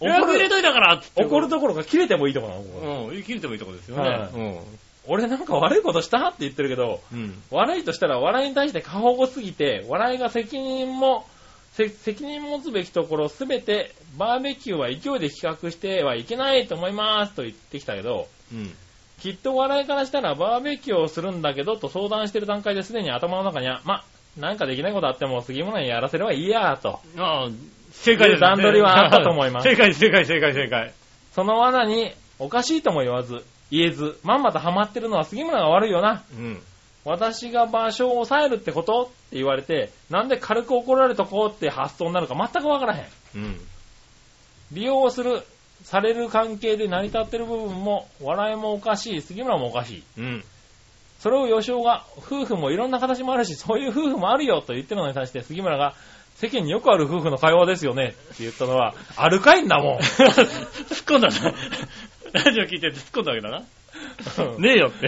[SPEAKER 2] 予約入れといたからっつって
[SPEAKER 3] 怒るどころか切れてもいいところなのここ
[SPEAKER 2] うん、切れてもいいとこですよ
[SPEAKER 3] は
[SPEAKER 2] ね
[SPEAKER 3] い。
[SPEAKER 2] う
[SPEAKER 3] 俺なんか悪いことしたって言ってるけど、
[SPEAKER 2] ん。うん。
[SPEAKER 3] 悪いとしたら笑いに対して過保護すぎて、笑いが責任も、せ責任持つべきところすべて、バーベキューは勢いで企画してはいけないと思いますと言ってきたけど、
[SPEAKER 2] うん。
[SPEAKER 3] きっと笑いからしたらバーベキューをするんだけどと相談してる段階ですでに頭の中には、ま、なんかできないことあっても杉村にやらせればいいやと。
[SPEAKER 2] ああ、正解です。
[SPEAKER 3] 段取りはあったと思い ます
[SPEAKER 2] 正解です、正解、正解、正解。
[SPEAKER 3] その罠におかしいとも言わず、言えず、まんまとハマってるのは杉村が悪いよな。
[SPEAKER 2] うん。
[SPEAKER 3] 私が場所を抑えるってことって言われて、なんで軽く怒られるとこって発想になるか全くわからへん。
[SPEAKER 2] うん。
[SPEAKER 3] 利用する、される関係で成り立ってる部分も、笑いもおかしい、杉村もおかしい。
[SPEAKER 2] うん。
[SPEAKER 3] それを吉尾が、夫婦もいろんな形もあるし、そういう夫婦もあるよと言ってるのに対して、杉村が、世間によくある夫婦の会話ですよねって言ったのは、あるかいんだもん。
[SPEAKER 2] 突っ込んだな。 ラジオ聞いて突っ込んだわけだな。ねえよって。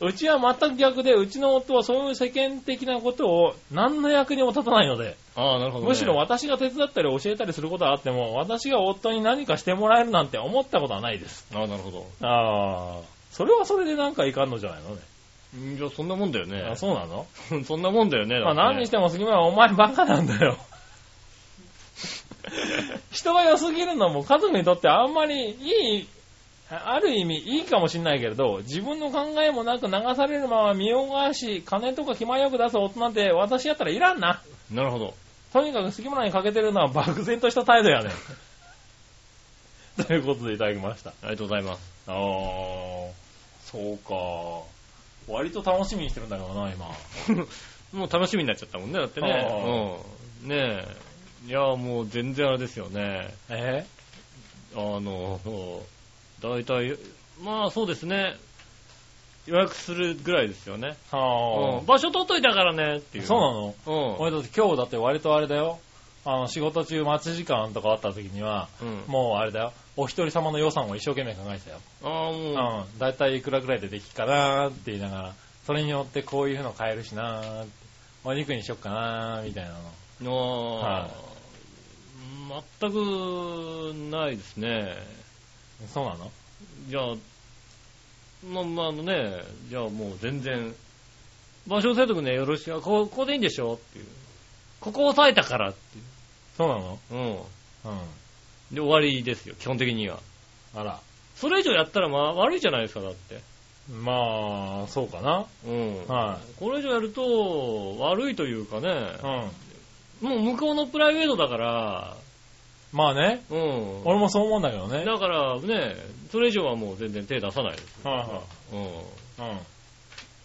[SPEAKER 3] うちは全く逆で、うちの夫はそういう世間的なことを何の役にも立たないので、
[SPEAKER 2] ああ、なるほど、ね。
[SPEAKER 3] むしろ私が手伝ったり教えたりすることはあっても、私が夫に何かしてもらえるなんて思ったことはないです。
[SPEAKER 2] ああ、なるほど。
[SPEAKER 3] ああ、それはそれでなんかいかんのじゃないのね。
[SPEAKER 4] うんじゃあそんなもんだよね
[SPEAKER 3] あ、。そうなの
[SPEAKER 4] そんなもんだよね。
[SPEAKER 3] まあ
[SPEAKER 4] だってね
[SPEAKER 3] 何にしても杉村はお前バカなんだよ。 人が良すぎるのも家族にとってあんまりいい、あある意味いいかもしんないけれど、自分の考えもなく流されるまま身をがし、金とか気前よく出す大人って私やったらいらんな。
[SPEAKER 4] なるほど。
[SPEAKER 3] とにかく杉村に欠けてるのは漠然とした態度やねん。ということでいただきました。
[SPEAKER 4] ありがとうございます。
[SPEAKER 3] あー、そうか。割と楽しみにしてるんだけどな、今。
[SPEAKER 4] もう楽しみになっちゃったもんね、だってね
[SPEAKER 3] は。
[SPEAKER 4] うん。ねえ。いや、もう全然あれですよね。
[SPEAKER 3] え
[SPEAKER 4] あの、そう大体、まあそうですね。予約するぐらいですよね。
[SPEAKER 3] は
[SPEAKER 4] うん場所取っといたからねっていう。
[SPEAKER 3] そうなの
[SPEAKER 4] なの
[SPEAKER 3] 俺だって今日だって割とあれだよ。あの、仕事中待ち時間とかあった時には、
[SPEAKER 4] うん。うん。
[SPEAKER 3] もうあれだよ。お一人様の予算を一生懸命考えてたよ。
[SPEAKER 4] ああ、
[SPEAKER 3] う
[SPEAKER 4] も
[SPEAKER 3] ん。だいたいいくらぐらいでできっかなーって言いながら、それによってこういうの買えるしなーってお肉にしよっかなーみたいなの。
[SPEAKER 4] う、ああ、全くないですね。
[SPEAKER 3] そうなの
[SPEAKER 4] じゃあ、まあまああのね、じゃあもう全然、場所選択ね、よろしい。あこここでいいんでしょっていう。ここ押さえたからってい
[SPEAKER 3] そうなの
[SPEAKER 4] う。うん。
[SPEAKER 3] うん。
[SPEAKER 4] で、終わりですよ、基本的には。
[SPEAKER 3] あら。
[SPEAKER 4] それ以上やったら、まあ、悪いじゃないですか、だって。
[SPEAKER 3] まあ、そうかな。
[SPEAKER 4] うん。
[SPEAKER 3] は
[SPEAKER 4] これ以上やると、悪いというかね、
[SPEAKER 3] い。うん。
[SPEAKER 4] もう向こうのプライベートだから、
[SPEAKER 3] まあね。
[SPEAKER 4] うん。
[SPEAKER 3] 俺もそう思うんだけどね。
[SPEAKER 4] だからね、それ以上はもう全然手出さないです。
[SPEAKER 3] はいは
[SPEAKER 4] うん。
[SPEAKER 3] い。うん。はい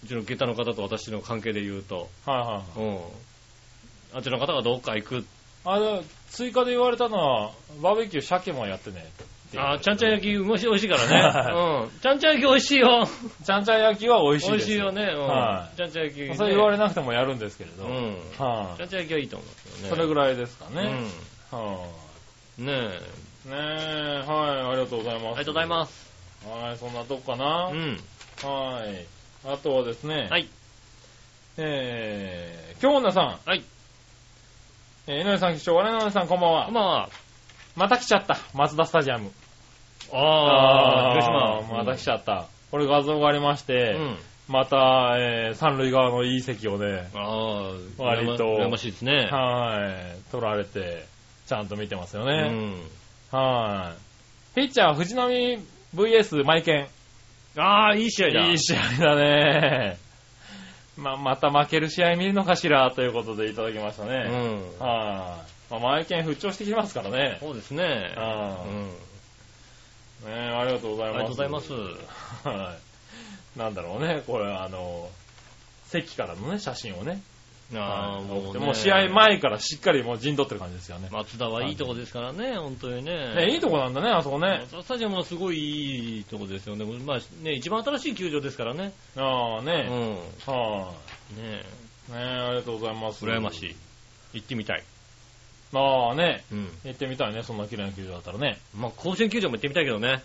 [SPEAKER 3] う
[SPEAKER 4] ちの下駄の方と私の関係で言うと、
[SPEAKER 3] はい。
[SPEAKER 4] うん。あっちの方がどっか行く。
[SPEAKER 3] あの、追加で言われたのは、バーベキュー鮭もやってね。
[SPEAKER 4] あ、ちゃんちゃん焼き、うまし美味しいからね。うん。ちゃんちゃん焼き美味しいよ。
[SPEAKER 3] き。ちゃんちゃん焼きは美味しい
[SPEAKER 4] 美
[SPEAKER 3] で
[SPEAKER 4] 味
[SPEAKER 3] す。
[SPEAKER 4] しいよね。うん。
[SPEAKER 3] はい
[SPEAKER 4] ちゃんちゃん焼き、ね。
[SPEAKER 3] それ言われなくてもやるんですけれど。
[SPEAKER 4] う
[SPEAKER 3] はい、
[SPEAKER 4] ん。ちゃんちゃん焼きはいいと思うんですよね。
[SPEAKER 3] それぐらいですかね。はい、
[SPEAKER 4] うん。ねえ。
[SPEAKER 3] ねえ、はい、ありがとうございます。あ。
[SPEAKER 4] ありがとうございますす。
[SPEAKER 3] はい、そんなとこかな。
[SPEAKER 4] うん。
[SPEAKER 3] はい。あとはですね。
[SPEAKER 4] はい。
[SPEAKER 3] えー、京女さん。
[SPEAKER 4] はい。
[SPEAKER 3] えー、井上さん、局長、我々の皆さん、こんばん
[SPEAKER 4] こ
[SPEAKER 3] は
[SPEAKER 4] ん。ばんは。
[SPEAKER 3] また来ちゃった。松田スタジアム。
[SPEAKER 4] あー、広島。
[SPEAKER 3] また来ちゃった。これ画像がありまして、
[SPEAKER 4] うん。
[SPEAKER 3] また、えー、三塁側のいい席をね、
[SPEAKER 4] ああ、
[SPEAKER 3] 割と
[SPEAKER 4] 羨ましいですね。
[SPEAKER 3] はい。取られて、ちゃんと見てますよ
[SPEAKER 4] う
[SPEAKER 3] ね。
[SPEAKER 4] ん。
[SPEAKER 3] はい。ピッチャー、藤波 VS マイケ
[SPEAKER 4] ああ、いい試合だ。
[SPEAKER 3] ン。いい試合だね。まあ、また負ける試合見るのかしら、ということでいただきました
[SPEAKER 4] う
[SPEAKER 3] ね。
[SPEAKER 4] ん。
[SPEAKER 3] はい。まあ、マイケン復調してきてますからね。
[SPEAKER 4] そうですね。う
[SPEAKER 3] はい。
[SPEAKER 4] ん。
[SPEAKER 3] ねえありがとうござ
[SPEAKER 4] あ
[SPEAKER 3] い
[SPEAKER 4] り
[SPEAKER 3] ます。
[SPEAKER 4] がとうございます。。
[SPEAKER 3] はい。なんだろうね、これ、あの、席からのね、写真をね。
[SPEAKER 4] ああ、
[SPEAKER 3] はい
[SPEAKER 4] もうね。
[SPEAKER 3] もう試合前からしっかりもう陣取ってる感じですよね。
[SPEAKER 4] 松田はいいとこですからね、本当にね。
[SPEAKER 3] ねいいとこなんだね、あそこね。
[SPEAKER 4] 松田スタジアムはすごいいいとこですよね。まあね、一番新しい球場ですからね。
[SPEAKER 3] ああ
[SPEAKER 4] うん。
[SPEAKER 3] ね、
[SPEAKER 4] ね
[SPEAKER 3] は
[SPEAKER 4] え
[SPEAKER 3] い、ねありがとうございます。
[SPEAKER 4] 羨ましい。。行ってみたい。
[SPEAKER 3] ああね、
[SPEAKER 4] うん。
[SPEAKER 3] 行ってみたいね、そんな綺麗な球場だったらね。
[SPEAKER 4] まあ甲子園球場も行ってみたいけどね。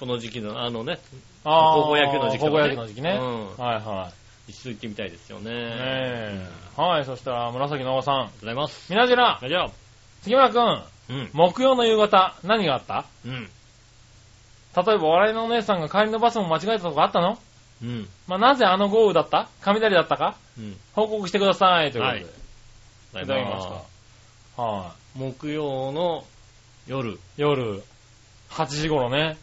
[SPEAKER 4] この時期の、あのね、
[SPEAKER 3] あ
[SPEAKER 4] 高校野球の時期と
[SPEAKER 3] 高校
[SPEAKER 4] か
[SPEAKER 3] 野球の時期ね。
[SPEAKER 4] うん。
[SPEAKER 3] はいは
[SPEAKER 4] 一度行ってみたいですよね。
[SPEAKER 3] い。ね
[SPEAKER 4] あり
[SPEAKER 3] え、はい、そしたら、紫のおさん。
[SPEAKER 4] がとうございます。
[SPEAKER 3] みなじら、
[SPEAKER 4] じゃあ、
[SPEAKER 3] 杉村くん、
[SPEAKER 4] うん。
[SPEAKER 3] 木曜の夕方、何があった
[SPEAKER 4] うん。
[SPEAKER 3] 例えば、笑いのお姉さんが帰りのバスも間違えたとこあったの
[SPEAKER 4] うん。
[SPEAKER 3] まあ、なぜあの豪雨だった雷だったか
[SPEAKER 4] うん。
[SPEAKER 3] 報告してください。ということで、
[SPEAKER 4] はい
[SPEAKER 3] いただきました。はい、
[SPEAKER 4] 木曜の夜。
[SPEAKER 3] 夜、8時頃ね、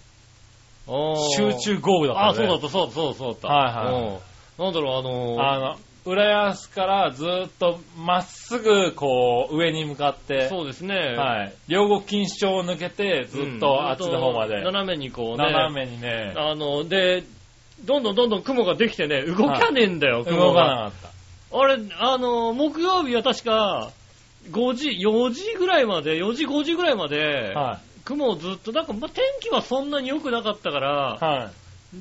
[SPEAKER 3] 集
[SPEAKER 4] 集
[SPEAKER 3] 中豪雨だった、ね。
[SPEAKER 4] あ、そうだった、そうだった、そうだったそうだった。
[SPEAKER 3] はいはい
[SPEAKER 4] うんなんだろう、あのー
[SPEAKER 3] あの、浦安からずーっとまっすぐこう上に向かって、
[SPEAKER 4] そうですね。
[SPEAKER 3] はい。両国錦糸町を抜けてずっ
[SPEAKER 4] う
[SPEAKER 3] と
[SPEAKER 4] ん
[SPEAKER 3] あっちの方まで。
[SPEAKER 4] ずっと斜めにこうね。
[SPEAKER 3] 斜めにね、
[SPEAKER 4] あの、で、どんどんどんどん雲ができてね、動かねえんだよ、
[SPEAKER 3] 動
[SPEAKER 4] 雲
[SPEAKER 3] か
[SPEAKER 4] が。
[SPEAKER 3] なかっ
[SPEAKER 4] あれ、あの、木曜日は確か、5時、4時ぐらいまで、4時、5時ぐらいまで
[SPEAKER 3] た。、は
[SPEAKER 4] 雲をずっと、なんか、まあ、天気はそんなに良くなかったから、
[SPEAKER 3] い。は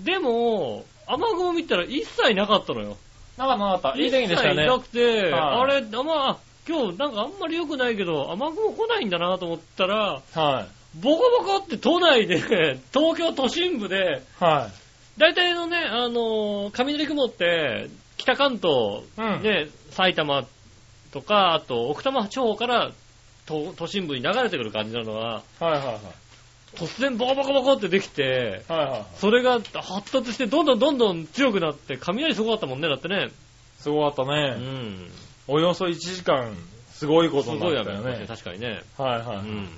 [SPEAKER 3] い。
[SPEAKER 4] でも、雨雲見たら一切なかったのよ。
[SPEAKER 3] なかったなかった。いい天気でしたよ
[SPEAKER 4] 一切
[SPEAKER 3] ね。
[SPEAKER 4] なくて、
[SPEAKER 3] はい
[SPEAKER 4] あれ、あまあ、今日なんかあんまり良くないけど、雨雲来ないんだなと思ったら、
[SPEAKER 3] は
[SPEAKER 4] ボコボコって都内で、 東京都心部で、
[SPEAKER 3] い。はい。
[SPEAKER 4] 大体のね、あのー雷雲って、北関東、
[SPEAKER 3] うん
[SPEAKER 4] ね、埼玉とか、あと奥多摩地方から都都心部に流れてくる感じなのは、
[SPEAKER 3] はいはいはい。
[SPEAKER 4] 突然ボコボコボコってできて、
[SPEAKER 3] はいはい。
[SPEAKER 4] それが発達してどんどんどんどん強くなって、雷すごかったもんね、だってね。
[SPEAKER 3] すごかった
[SPEAKER 4] う
[SPEAKER 3] ね。
[SPEAKER 4] ん。
[SPEAKER 3] およそ1時間、すごいこ
[SPEAKER 4] す
[SPEAKER 3] とにな
[SPEAKER 4] ごい
[SPEAKER 3] った
[SPEAKER 4] 雨
[SPEAKER 3] よ
[SPEAKER 4] だね、
[SPEAKER 3] ね。
[SPEAKER 4] 確かにね。
[SPEAKER 3] はいうはい。ね
[SPEAKER 4] ん。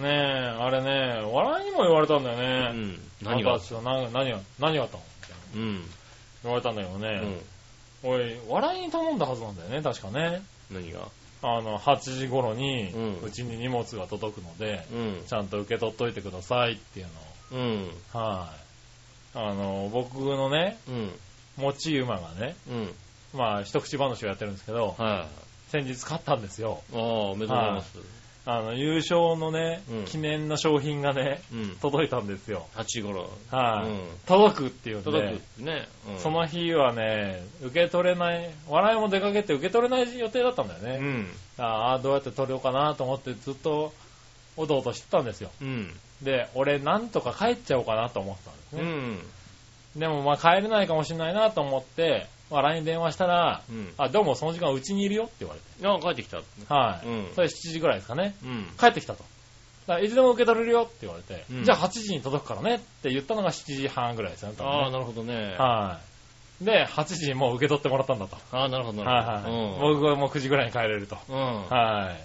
[SPEAKER 3] え、あれね、笑いにも言われたんだ
[SPEAKER 4] う
[SPEAKER 3] よね。
[SPEAKER 4] ん。何が
[SPEAKER 3] あんたたちは何何が、何があったの
[SPEAKER 4] うん。
[SPEAKER 3] 言われたんだけど
[SPEAKER 4] う
[SPEAKER 3] ね
[SPEAKER 4] ん。
[SPEAKER 3] おい、笑いに頼んだはずなんだよね、確かね。
[SPEAKER 4] 何が
[SPEAKER 3] あの、8時頃に
[SPEAKER 4] うん、
[SPEAKER 3] うちに荷物が届くので、
[SPEAKER 4] うん。
[SPEAKER 3] ちゃんと受け取っといてくださいっていうのを。
[SPEAKER 4] うん。
[SPEAKER 3] はい。あの、僕のね、
[SPEAKER 4] うん。
[SPEAKER 3] 持ち馬がね、
[SPEAKER 4] うん。
[SPEAKER 3] まあ、一口話をやってるんですけど、
[SPEAKER 4] はい。
[SPEAKER 3] 先日買ったんですよ。
[SPEAKER 4] ああ、おめでとうございます。
[SPEAKER 3] あの、優勝のね
[SPEAKER 4] うん、
[SPEAKER 3] 記念の商品がね、
[SPEAKER 4] うん。
[SPEAKER 3] 届いたんですよ。
[SPEAKER 4] 8時頃。
[SPEAKER 3] はい、
[SPEAKER 4] うん
[SPEAKER 3] 届くっていうんで
[SPEAKER 4] 届くってね。うん
[SPEAKER 3] その日はね、受け取れない、笑いも出かけて受け取れない予定だったんだよ
[SPEAKER 4] う
[SPEAKER 3] ね。
[SPEAKER 4] ん。
[SPEAKER 3] ああ、どうやって取れようかなと思ってずっと、おどおどしてたんですよ。
[SPEAKER 4] うん。
[SPEAKER 3] で、俺なんとか帰っちゃおうかなと思ってたんです
[SPEAKER 4] う
[SPEAKER 3] ね。
[SPEAKER 4] ん。
[SPEAKER 3] でもまあ帰れないかもしれないなと思って、笑いに電話したら、
[SPEAKER 4] うん。
[SPEAKER 3] あ、どうもその時間うちにいるよって言われて。
[SPEAKER 4] あ、帰ってきた。
[SPEAKER 3] はい。
[SPEAKER 4] うん
[SPEAKER 3] それ7時ぐらいですかね。
[SPEAKER 4] うん。
[SPEAKER 3] 帰ってきたと。だからいつでも受け取れるよって言われて、
[SPEAKER 4] うん
[SPEAKER 3] じゃあ8時に届くからねって言ったのが7時半ぐらいですよね。多分ね
[SPEAKER 4] ああ、なるほどね。
[SPEAKER 3] はい。で、8時にもう受け取ってもらったんだと。
[SPEAKER 4] ああ、なるほど、
[SPEAKER 3] は
[SPEAKER 4] ないる
[SPEAKER 3] はい。
[SPEAKER 4] ほど。
[SPEAKER 3] 僕はもう9時ぐらいに帰れると。
[SPEAKER 4] うん。うん。
[SPEAKER 3] はい。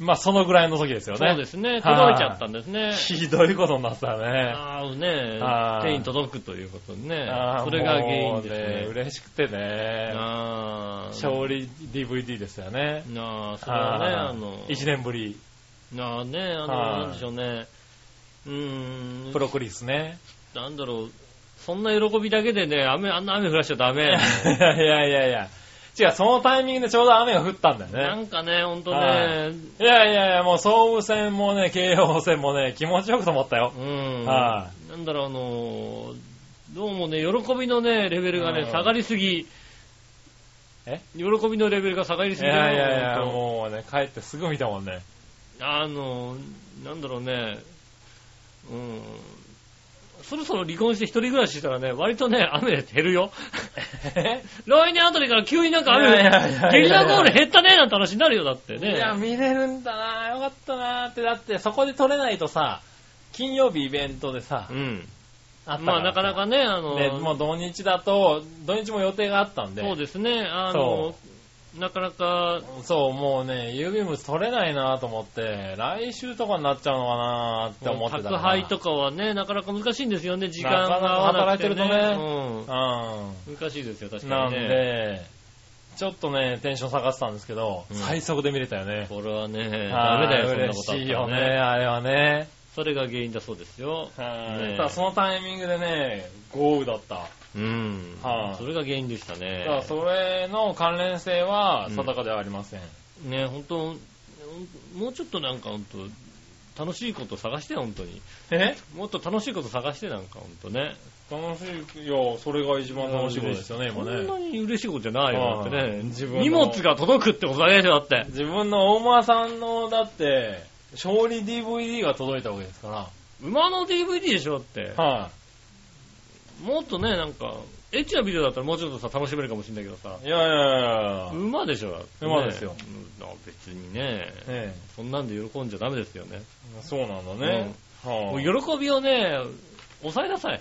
[SPEAKER 3] まあ、そのぐらいの時ですよね。
[SPEAKER 4] そうですね。届いちゃったんですね。
[SPEAKER 3] ひどいことになってたね。
[SPEAKER 4] ああ、ね
[SPEAKER 3] はい
[SPEAKER 4] 手に届くということでね
[SPEAKER 3] あ。ー
[SPEAKER 4] それが原因
[SPEAKER 3] も
[SPEAKER 4] で
[SPEAKER 3] う
[SPEAKER 4] すね。
[SPEAKER 3] 嬉しくてね。
[SPEAKER 4] ああ。
[SPEAKER 3] 勝利 DVD ですよね。
[SPEAKER 4] なあ、それはね、
[SPEAKER 3] はい
[SPEAKER 4] あの、
[SPEAKER 3] 1年ぶり。
[SPEAKER 4] なあね、あの、
[SPEAKER 3] はい
[SPEAKER 4] なんでしょうね。うーん。
[SPEAKER 3] プロクリスね。
[SPEAKER 4] なんだろう。そんな喜びだけでね、雨、あんな雨降らしちゃダ メ。
[SPEAKER 3] いやいやいや。違う、そのタイミングでちょうど雨が降ったんだよね。
[SPEAKER 4] なんかね、ほんと
[SPEAKER 3] は
[SPEAKER 4] ね、
[SPEAKER 3] いやいやいや、もう総武線もね、京王線もね、気持ちよく止まったよ
[SPEAKER 4] う。ん。
[SPEAKER 3] は
[SPEAKER 4] なんだろう、あのー、どうもね、喜びのね、レベル
[SPEAKER 3] う
[SPEAKER 4] がね、
[SPEAKER 3] ん
[SPEAKER 4] 下がりすぎ。
[SPEAKER 3] え
[SPEAKER 4] 喜びのレベルが下がりす
[SPEAKER 3] い
[SPEAKER 4] ぎだ
[SPEAKER 3] や
[SPEAKER 4] よ
[SPEAKER 3] いやいや、
[SPEAKER 4] ほんと
[SPEAKER 3] もうね、帰ってすぐ見たもんね。
[SPEAKER 4] あのー、なんだろうね、うん。そろそろ離婚して一人暮らししたらね、割とね、雨減 るよ。来年あたりから急になんか雨
[SPEAKER 3] いやいやいやいや、
[SPEAKER 4] ゲリラ豪雨減ったね、なんて話になるよ、だって
[SPEAKER 3] い
[SPEAKER 4] ね。
[SPEAKER 3] や、見れるんだなよかったなって、だってそこで撮れないとさ、金曜日イベントでさ
[SPEAKER 4] う、ん。
[SPEAKER 3] あった
[SPEAKER 4] まあ、なかなかね、あの
[SPEAKER 3] ね、
[SPEAKER 4] ー、
[SPEAKER 3] もう土日だと、土日も予定があったんで、
[SPEAKER 4] そうですね、あのー、なかなか、
[SPEAKER 3] そうもうね、郵便物撮れないなと思って、来週とかになっちゃうのかなって思ってたから。
[SPEAKER 4] 宅配とかはね、なかなか難しいんですよね、時間
[SPEAKER 3] なかなか
[SPEAKER 4] が合わなくて、ね。
[SPEAKER 3] 働いてる
[SPEAKER 4] うん。難しいですよ、
[SPEAKER 3] う
[SPEAKER 4] 確
[SPEAKER 3] ん。
[SPEAKER 4] か
[SPEAKER 3] なん
[SPEAKER 4] にね。
[SPEAKER 3] で、ちょっとね、テンション下がってたんですけど、
[SPEAKER 4] うん
[SPEAKER 3] 最速で見れたよね。
[SPEAKER 4] これはね、ダ
[SPEAKER 3] はい
[SPEAKER 4] メだよ、そんなことあったら
[SPEAKER 3] 嬉しいよね、あれはね。
[SPEAKER 4] それが原因だそうですよ。
[SPEAKER 3] はい
[SPEAKER 4] ね
[SPEAKER 3] ただそのタイミングでね、豪雨だった。
[SPEAKER 4] うん。
[SPEAKER 3] はい
[SPEAKER 4] それが原因でした
[SPEAKER 3] だから
[SPEAKER 4] ね。
[SPEAKER 3] それの関連性は定かではありません。
[SPEAKER 4] ね、本当ほんもうちょっとなんか本当楽しいこと探して、本当に。
[SPEAKER 3] え
[SPEAKER 4] もっと楽しいこと探して、なんか本当ね。
[SPEAKER 3] 楽しい、いや、それが一番楽しいことですよね、今
[SPEAKER 4] そんな
[SPEAKER 3] ね。
[SPEAKER 4] に嬉しいことじゃないよ、だって
[SPEAKER 3] は
[SPEAKER 4] ね。
[SPEAKER 3] い自分の
[SPEAKER 4] 荷物が届くってことだけでしょ、だって。
[SPEAKER 3] 自分の大間さんの、だって、勝利 DVD が届いたわけですか
[SPEAKER 4] 馬の DVD でしょ、だって。
[SPEAKER 3] ら。は
[SPEAKER 4] もっとね、なんか、エッチなビデオだったらもうちょっとさ、楽しめるかもしれないけどさ、
[SPEAKER 3] い。いやいやいやいや。
[SPEAKER 4] 馬でしょ、だってね
[SPEAKER 3] 馬ですよ。
[SPEAKER 4] うんあ別にね、
[SPEAKER 3] え
[SPEAKER 4] そんなんで喜んじゃダメですよね。
[SPEAKER 3] えそうなんだね。
[SPEAKER 4] も
[SPEAKER 3] は
[SPEAKER 4] う
[SPEAKER 3] い
[SPEAKER 4] 喜びをね、抑えなさい。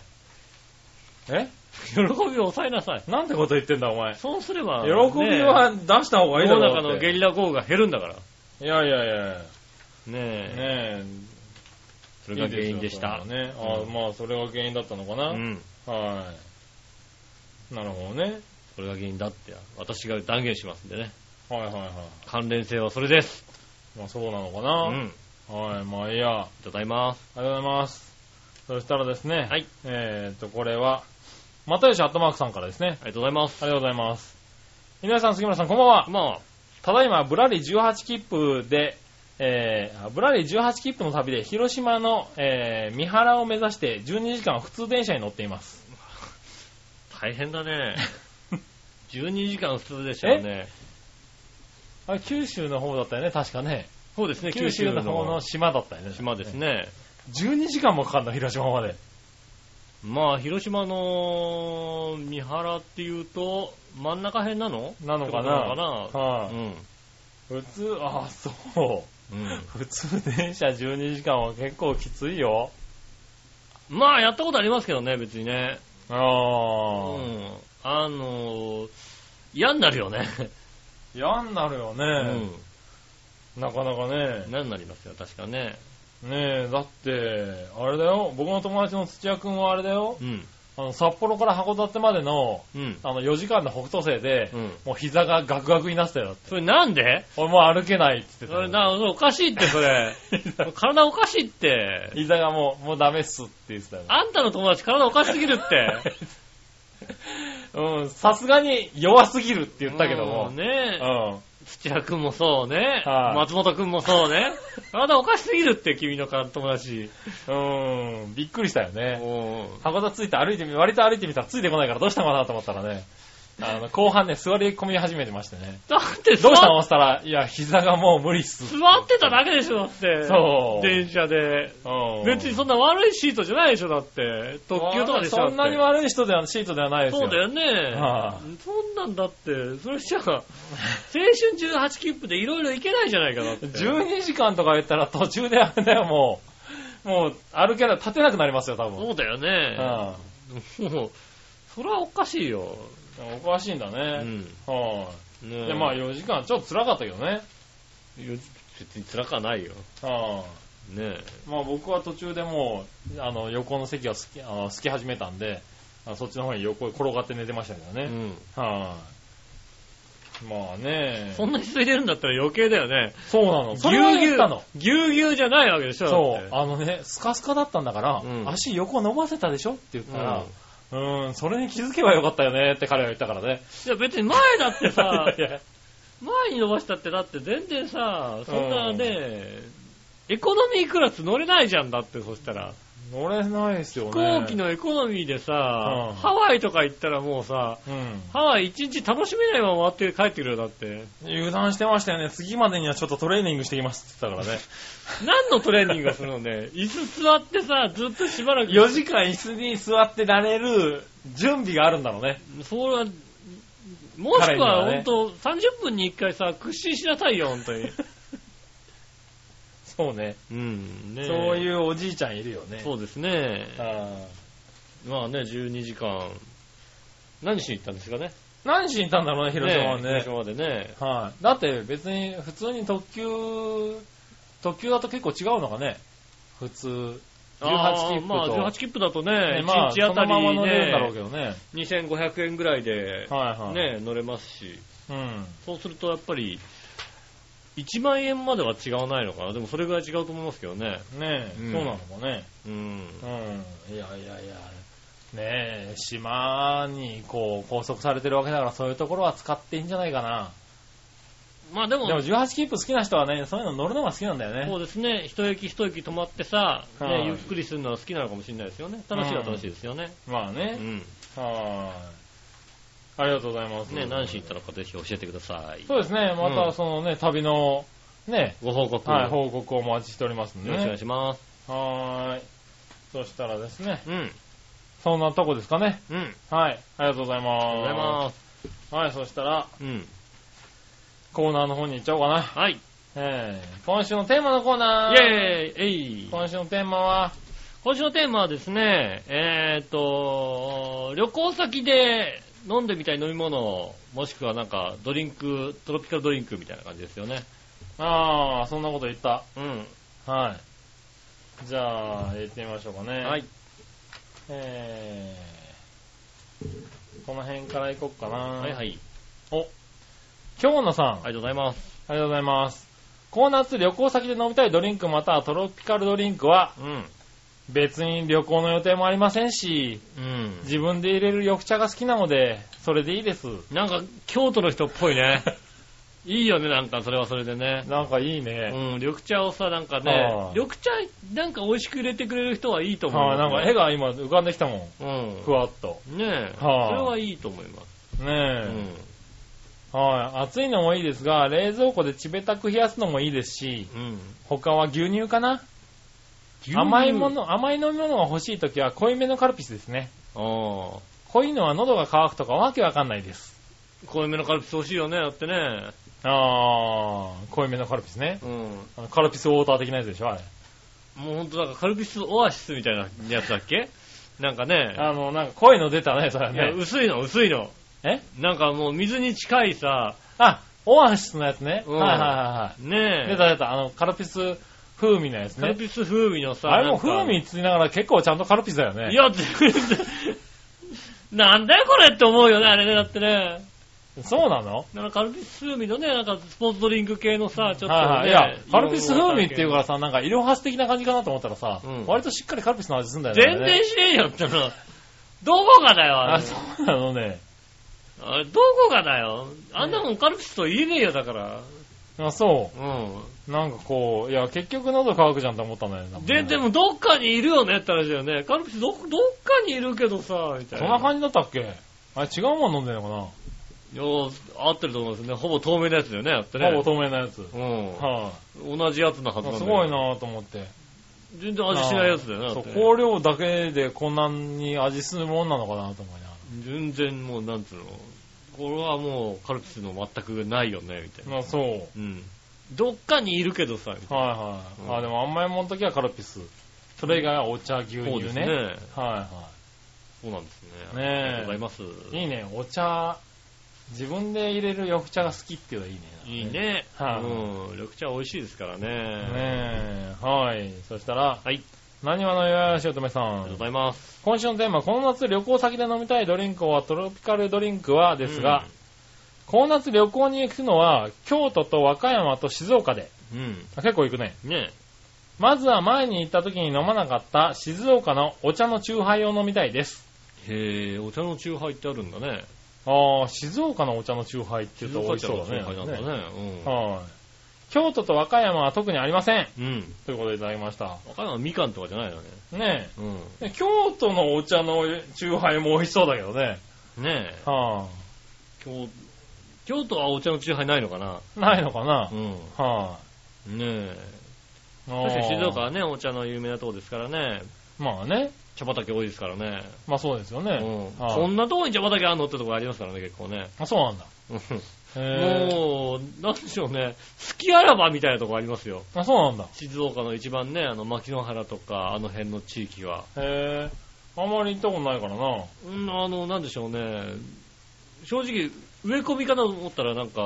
[SPEAKER 3] え
[SPEAKER 4] 喜びを抑えなさい。
[SPEAKER 3] なんてこと言ってんだ、お前。喜
[SPEAKER 4] そうすれば、
[SPEAKER 3] びは出した方が
[SPEAKER 4] ね、
[SPEAKER 3] いい
[SPEAKER 4] 世
[SPEAKER 3] だろ
[SPEAKER 4] の中
[SPEAKER 3] う
[SPEAKER 4] の
[SPEAKER 3] って
[SPEAKER 4] ゲリラ豪雨が減るんだから。
[SPEAKER 3] いやいやいや。
[SPEAKER 4] ねえ。
[SPEAKER 3] ね
[SPEAKER 4] そ
[SPEAKER 3] え。
[SPEAKER 4] れが原因でし
[SPEAKER 3] い
[SPEAKER 4] た
[SPEAKER 3] い。すよね、あ
[SPEAKER 4] うん
[SPEAKER 3] まあ、それが原因だったのかな。
[SPEAKER 4] うん。
[SPEAKER 3] はい。なるほどね。
[SPEAKER 4] それが原因だって、私が断言しますんでね。
[SPEAKER 3] はいはいはい。
[SPEAKER 4] 関連性はそれです。
[SPEAKER 3] まあそうなのか
[SPEAKER 4] う
[SPEAKER 3] な。
[SPEAKER 4] ん。
[SPEAKER 3] はい、まあいいや。あ
[SPEAKER 4] いただきます。
[SPEAKER 3] りがとうございます。そしたらですね。
[SPEAKER 4] はい。
[SPEAKER 3] えーと、これは、又吉アットマークさんからですね。
[SPEAKER 4] ありがとうございます。
[SPEAKER 3] ありがとうございます。皆さん、杉村さん、こんばんは。
[SPEAKER 4] まあ、
[SPEAKER 3] ただいま、ぶらり18切符で、えー、あぶらり18切符の旅で、広島の、えー、三原を目指して12時間普通電車に乗っています。
[SPEAKER 4] 大変だね。12時間普通でしたよね。
[SPEAKER 3] あれ九州の方だったよね、確かね。
[SPEAKER 4] そうですね、
[SPEAKER 3] 九州の方の島だったよね。
[SPEAKER 4] 島です。ね。
[SPEAKER 3] 12時間もかかるの、広島まで。
[SPEAKER 4] まあ、広島の三原っていうと、真ん中辺なの
[SPEAKER 3] なのかな
[SPEAKER 4] ってことのかな
[SPEAKER 3] は
[SPEAKER 4] う
[SPEAKER 3] い、
[SPEAKER 4] ん。
[SPEAKER 3] 普通、あ、そう。
[SPEAKER 4] うん。
[SPEAKER 3] 普通電車12時間は結構きついよ。
[SPEAKER 4] まあ、やったことありますけどね、別にね。う
[SPEAKER 3] ああ。
[SPEAKER 4] ん。あのー、嫌になるよね。
[SPEAKER 3] 嫌になるよ
[SPEAKER 4] う
[SPEAKER 3] ね
[SPEAKER 4] ん。。
[SPEAKER 3] なかなかね。
[SPEAKER 4] 嫌になりますよ、確かね。
[SPEAKER 3] ねえ、だって、あれだよ。僕の友達の土屋くんはあれだよ。
[SPEAKER 4] うん。
[SPEAKER 3] あの、札幌から函館までの、
[SPEAKER 4] うん。
[SPEAKER 3] あの、4時間の北斗星で、
[SPEAKER 4] うん。
[SPEAKER 3] もう膝がガクガクになってたよ。だって
[SPEAKER 4] それなんで
[SPEAKER 3] 俺もう歩けないって言って
[SPEAKER 4] そ
[SPEAKER 3] た
[SPEAKER 4] れ
[SPEAKER 3] よ。
[SPEAKER 4] な、それおかしいって、それ。体おかしいって。
[SPEAKER 3] 膝がもう、もうダメっすって言ってたよ。
[SPEAKER 4] あんたの友達体おかしすぎるって。
[SPEAKER 3] うん、さすがに弱すぎるって言ったけども。
[SPEAKER 4] う
[SPEAKER 3] うんん。
[SPEAKER 4] ね土屋くんもそうね。
[SPEAKER 3] はい
[SPEAKER 4] 松本くんもそう ね。体おかしすぎるって、君の友達。
[SPEAKER 3] うん、びっくりしたよね。
[SPEAKER 4] も
[SPEAKER 3] 函館ついて歩いてみ、割と歩いてみたらついてこないからどうしたのかなと思ったらね、あの、後半ね、座り込み始めてましてね。
[SPEAKER 4] うだって座
[SPEAKER 3] どうした
[SPEAKER 4] っ
[SPEAKER 3] のって言ったら、いや、膝がもう無理っす。
[SPEAKER 4] 座ってただけでしょ、だって。
[SPEAKER 3] そう
[SPEAKER 4] 電車で。
[SPEAKER 3] うん。
[SPEAKER 4] 別にそんな悪いシートじゃないでしょ、だって。特急とかでし
[SPEAKER 3] そ
[SPEAKER 4] ょ。
[SPEAKER 3] んなに
[SPEAKER 4] だって
[SPEAKER 3] 悪い人では、シートではないですよ。
[SPEAKER 4] そうだよね。
[SPEAKER 3] はい
[SPEAKER 4] そんなんだって、それじゃあ、青春18切符でいろいろ行けないじゃないかなって。
[SPEAKER 3] 12時間とか言ったら途中であれだよ、もう。もう、歩けない、立てなくなりますよ、多分。
[SPEAKER 4] そうだよね。
[SPEAKER 3] は
[SPEAKER 4] もう、それはおかしいよ。
[SPEAKER 3] いおかしいんだ
[SPEAKER 4] う
[SPEAKER 3] ね。
[SPEAKER 4] ん。
[SPEAKER 3] は
[SPEAKER 4] ね
[SPEAKER 3] い。
[SPEAKER 4] え
[SPEAKER 3] で、まあ4時間、ちょっと辛かったけどね。
[SPEAKER 4] 別に辛くはないよ。
[SPEAKER 3] は
[SPEAKER 4] ね
[SPEAKER 3] い。まあ僕は途中でもう、あの、横の席をすき、あの、すき始めたんで、あそっちの方に横に転がって寝てましたけど
[SPEAKER 4] え。
[SPEAKER 3] ね。はい。まあね
[SPEAKER 4] そんなに続いてるんだったら余計だよね。
[SPEAKER 3] そうなの。それは言ったの。
[SPEAKER 4] ぎゅうぎゅうじゃないわけでしょ。
[SPEAKER 3] そう。
[SPEAKER 4] だって
[SPEAKER 3] あのね、スカスカだったんだから、
[SPEAKER 4] うん
[SPEAKER 3] 足横伸ばせたでしょって言ったら、
[SPEAKER 4] うん
[SPEAKER 3] うーん、それに気づけばよかったよねって彼は言ったからね。、
[SPEAKER 4] いや別に前だってさ
[SPEAKER 3] いやいや
[SPEAKER 4] 前に伸ばしたってだって全然さ、そんな
[SPEAKER 3] うん
[SPEAKER 4] ね、エコノミークラス乗れないじゃんだって、そしたら。
[SPEAKER 3] 乗れないですよね。
[SPEAKER 4] 飛行機のエコノミーでさ
[SPEAKER 3] う、ん
[SPEAKER 4] ハワイとか行ったらもうさ、
[SPEAKER 3] うん。
[SPEAKER 4] ハワイ一日楽しめないまま終わって帰ってくるよ、だって。
[SPEAKER 3] 油断してましたよね。次までにはちょっとトレーニングしてきますって言ってたからね。
[SPEAKER 4] 何のトレーニングをする のね。椅子座ってさ、ずっとしばらく。
[SPEAKER 3] 4時間椅子に座ってられる準備があるんだろうね。
[SPEAKER 4] それは、もしくは
[SPEAKER 3] 彼には
[SPEAKER 4] 本
[SPEAKER 3] ね
[SPEAKER 4] 当、30分に1回さ、屈伸しなさいよ、本 当に。
[SPEAKER 3] そうね。
[SPEAKER 4] うん、ね。
[SPEAKER 3] そういううおじいちゃんいるよね。
[SPEAKER 4] そうですね。
[SPEAKER 3] あー
[SPEAKER 4] まあね、12時間。何しに行ったんですかね。
[SPEAKER 3] 何しに行ったんだろうね、広島はね
[SPEAKER 4] 広。島までね。
[SPEAKER 3] はい。だって別に普通に特急、特急だと結構違うのかね。普通。18切符と。
[SPEAKER 4] あーまあ、18切符だとね、
[SPEAKER 3] ねまあ、
[SPEAKER 4] 1日あた
[SPEAKER 3] そのまま
[SPEAKER 4] り
[SPEAKER 3] 乗れるんだろう
[SPEAKER 4] ね、
[SPEAKER 3] けどね。
[SPEAKER 4] 2500円ぐらいで、
[SPEAKER 3] はいはい。。
[SPEAKER 4] ね、乗れますし。
[SPEAKER 3] うん。
[SPEAKER 4] そうするとやっぱり、1万円までは違わないのかな。でもそれぐらい違うと思いますけどね。
[SPEAKER 3] ねえ、
[SPEAKER 4] うん
[SPEAKER 3] そうなのかね。
[SPEAKER 4] う
[SPEAKER 3] う
[SPEAKER 4] ん。
[SPEAKER 3] ん。いやいやいや。ねえ、島にこう拘束されてるわけだからそういうところは使っていいんじゃないかな。
[SPEAKER 4] まあでも、
[SPEAKER 3] でも18キープ好きな人はね、そういうの乗るのが好きなんだよね。
[SPEAKER 4] そうですね、一駅一駅止まってさ、
[SPEAKER 3] は
[SPEAKER 4] ね、
[SPEAKER 3] い
[SPEAKER 4] ゆっくりするのは好きなのかもしれないですよね。楽しいは楽しいですよね。
[SPEAKER 3] まあ
[SPEAKER 4] う
[SPEAKER 3] ね。
[SPEAKER 4] ん。
[SPEAKER 3] はーい。ありがとうございます。
[SPEAKER 4] ね、何しに行ったのかぜひ教えてください。
[SPEAKER 3] そうですね。ま
[SPEAKER 4] うん
[SPEAKER 3] たそのね、旅の、ね、
[SPEAKER 4] ご報告、
[SPEAKER 3] はい、
[SPEAKER 4] よ
[SPEAKER 3] 報告をお待ちしておりますんで
[SPEAKER 4] ろしくお願い
[SPEAKER 3] ね。
[SPEAKER 4] します。
[SPEAKER 3] はーい。そしたらですね、
[SPEAKER 4] うん。
[SPEAKER 3] そんなとこですかね。
[SPEAKER 4] うん。あり
[SPEAKER 3] はい、ありがとうございます。
[SPEAKER 4] がとうございます。
[SPEAKER 3] す。はい、そしたら、
[SPEAKER 4] うん。
[SPEAKER 3] コーナーの方に行っちゃおうかな。
[SPEAKER 4] はい。イ
[SPEAKER 3] えー、今週のテーマのコーナー。
[SPEAKER 4] ェーイえい
[SPEAKER 3] 今週のテーマは、
[SPEAKER 4] 今週のテーマはですね、えーっと、旅行先で飲んでみたい飲み物を、もしくはなんかドリンク、トロピカルドリンクみたいな感じですよね。
[SPEAKER 3] あー、そんなこと言った。
[SPEAKER 4] うん。
[SPEAKER 3] はい。じゃあ、行ってみましょうかね。
[SPEAKER 4] はい。。
[SPEAKER 3] えー、この辺から行こうかな。。
[SPEAKER 4] はいはいい。
[SPEAKER 3] 今日のさん。
[SPEAKER 4] ありがとうございます。
[SPEAKER 3] ありがとうございます。この夏旅行先で飲みたいドリンクまたはトロピカルドリンクは
[SPEAKER 4] うん。
[SPEAKER 3] 別に旅行の予定もありませんし、
[SPEAKER 4] うん。
[SPEAKER 3] 自分で入れる緑茶が好きなので、それでいいです。
[SPEAKER 4] なんか、京都の人っぽいね。いいよね、なんか、それはそれでね。
[SPEAKER 3] なんかいいうね。
[SPEAKER 4] ん、緑茶をさ、なんか
[SPEAKER 3] は
[SPEAKER 4] ね
[SPEAKER 3] い、
[SPEAKER 4] 緑茶、なんか美味しく入れてくれる人はいいと思う。
[SPEAKER 3] はい、なんか絵が今浮かんできたもん。
[SPEAKER 4] うん。
[SPEAKER 3] ふわっと。
[SPEAKER 4] ねえ。それ
[SPEAKER 3] はい
[SPEAKER 4] はいいと思います。
[SPEAKER 3] ね
[SPEAKER 4] う
[SPEAKER 3] え。
[SPEAKER 4] ん。
[SPEAKER 3] はい。暑いのもいいですが、冷蔵庫で冷たく冷やすのもいいですし、
[SPEAKER 4] うん。
[SPEAKER 3] 他は牛乳かな甘いも。の、甘い飲み物が欲しいときは濃いめのカルピスですね。
[SPEAKER 4] ああ。
[SPEAKER 3] 濃いのは喉が渇くとかわけわかんないです。
[SPEAKER 4] 濃いめのカルピス欲しいよね、だってね。
[SPEAKER 3] あー、濃いめのカルピスね。
[SPEAKER 4] うん。
[SPEAKER 3] あのカルピスウォーター的なやつでしょ、あれ。
[SPEAKER 4] もうほんとなんかカルピスオアシスみたいなやつだっけなんかね、
[SPEAKER 3] あの、なんか濃いの出たね、それ
[SPEAKER 4] いや
[SPEAKER 3] ね。
[SPEAKER 4] 薄いの、薄いの。
[SPEAKER 3] え
[SPEAKER 4] なんかもう水に近いさ、
[SPEAKER 3] あ、オアシスのやつね。
[SPEAKER 4] うん
[SPEAKER 3] はいはいは
[SPEAKER 4] ね
[SPEAKER 3] いはい。
[SPEAKER 4] え
[SPEAKER 3] 出、た出た、あの、カルピス風味のやつ
[SPEAKER 4] カル
[SPEAKER 3] ね。
[SPEAKER 4] ピス風味のさ、
[SPEAKER 3] あれも
[SPEAKER 4] な
[SPEAKER 3] 風
[SPEAKER 4] んか
[SPEAKER 3] 味ついながら結構ちゃんとカルピスだよね。
[SPEAKER 4] いや、全然、なんだよこれって思うよね、あれね、だってね。
[SPEAKER 3] そうなの
[SPEAKER 4] なんかカルピス風味のね、なんかスポーツドリンク系のさ、ちょっと、ね
[SPEAKER 3] はいはい。いや、カルピス風味っていうからさ、なんか、イロハス的な感じかなと思ったらさ
[SPEAKER 4] うん、
[SPEAKER 3] 割としっかりカルピスの味すんだよね。
[SPEAKER 4] 全然しねえよっての。どこがだよ、あ
[SPEAKER 3] あ、
[SPEAKER 4] れ。
[SPEAKER 3] そうなのね。
[SPEAKER 4] あれどこがだよ。あんなもんカルピスと言えねえよ、だから。
[SPEAKER 3] あ、そ
[SPEAKER 4] うん。
[SPEAKER 3] う。なんかこう、いや、結局喉乾くじゃんと思ったんだよね。なんかね
[SPEAKER 4] で、でも、どっかにいるよねって話だよね。カルピスど、どっかにいるけどさ、みたい
[SPEAKER 3] そ
[SPEAKER 4] な。
[SPEAKER 3] んな感じだったっけあれ、違うもん飲んでんのか
[SPEAKER 4] いや、合ってると思うんですよね。ほぼ透明なやつだよね、だってね。
[SPEAKER 3] なほぼ透明なやつ。は
[SPEAKER 4] うん。同じやつのはいずなんだよ
[SPEAKER 3] すごいなぁと思って。
[SPEAKER 4] 全然味しないやつだよね。だ
[SPEAKER 3] そう
[SPEAKER 4] ってね
[SPEAKER 3] 香料だけでこんなに味するもんなのかなと思いなが
[SPEAKER 4] 全然もう、なんつうの。これはもう、カルピスの全くないよね、みたいな。
[SPEAKER 3] ら。まあそう。はい
[SPEAKER 4] うん。どっかにいるけどさ、みたいな。
[SPEAKER 3] はい。
[SPEAKER 4] うん
[SPEAKER 3] あ、でも甘いもんの時はカルピス。それ以外はお茶、牛乳
[SPEAKER 4] そうです
[SPEAKER 3] ね。
[SPEAKER 4] ね。
[SPEAKER 3] は
[SPEAKER 4] そうなんですね。
[SPEAKER 3] ねえ
[SPEAKER 4] ありがとうございます。
[SPEAKER 3] いはい。いいね、お茶。自分で入れる緑茶が好きっていうのはいいね。
[SPEAKER 4] いい。ね。
[SPEAKER 3] はい
[SPEAKER 4] うん。緑茶美味しいですからね。
[SPEAKER 3] ねえ、はい。そしたら、
[SPEAKER 4] はい。
[SPEAKER 3] なにわのよよしおとめさ
[SPEAKER 4] ありがとうご
[SPEAKER 3] ん。
[SPEAKER 4] ざいます。
[SPEAKER 3] 今週のテーマ、この夏旅行先で飲みたいドリンクはトロピカルドリンクはですが、この夏旅行に行くのは、京都と和歌山と静岡で。
[SPEAKER 4] うん、うん。
[SPEAKER 3] あ結構行くね。
[SPEAKER 4] ね
[SPEAKER 3] まずは前に行った時に飲まなかった静岡のお茶のチューハイを飲みたいです。
[SPEAKER 4] え。へえ、お茶のチューハイってあるんだね。
[SPEAKER 3] ああ、静岡のお茶のチューハイって言う
[SPEAKER 4] 静
[SPEAKER 3] と美
[SPEAKER 4] 岡
[SPEAKER 3] 味し
[SPEAKER 4] 茶
[SPEAKER 3] そう
[SPEAKER 4] の
[SPEAKER 3] だ
[SPEAKER 4] チュー
[SPEAKER 3] ね。
[SPEAKER 4] ハイなんだ
[SPEAKER 3] ね
[SPEAKER 4] ね。
[SPEAKER 3] はい。京都と和歌山は特にありません。
[SPEAKER 4] うん。うん。
[SPEAKER 3] ということでいただきました。
[SPEAKER 4] 和歌山はみかんとかじゃないよね。
[SPEAKER 3] ね
[SPEAKER 4] う
[SPEAKER 3] え。で京都のお茶のチューハイも美味しそうだけどね。
[SPEAKER 4] ん。ねえ。
[SPEAKER 3] は
[SPEAKER 4] 京京都はお茶のチューハイないのかな
[SPEAKER 3] あ。ないのかな
[SPEAKER 4] う、ん。
[SPEAKER 3] は
[SPEAKER 4] ねえ。
[SPEAKER 3] い。
[SPEAKER 4] 確かに静岡
[SPEAKER 3] あ
[SPEAKER 4] はね、お茶の有名なとこですからね。
[SPEAKER 3] ーまあね。
[SPEAKER 4] 茶畑多いですからね。
[SPEAKER 3] まあそうですよ
[SPEAKER 4] う
[SPEAKER 3] ね。
[SPEAKER 4] ん。
[SPEAKER 3] はい
[SPEAKER 4] こんなとこに茶畑あんのってとこありますからね、結構ね。
[SPEAKER 3] あ、そうなんだ。
[SPEAKER 4] うん
[SPEAKER 3] へえ。
[SPEAKER 4] もう、なんでしょうね、隙あらばみたいなとこありますよ。
[SPEAKER 3] あ、そうなんだ。
[SPEAKER 4] 静岡の一番ね、あの、牧之原とか、あの辺の地域は。
[SPEAKER 3] へえ。あんまり行ったことないからな。
[SPEAKER 4] うん、あの、なんでしょうね、正直、植え込みかなと思ったらなんか、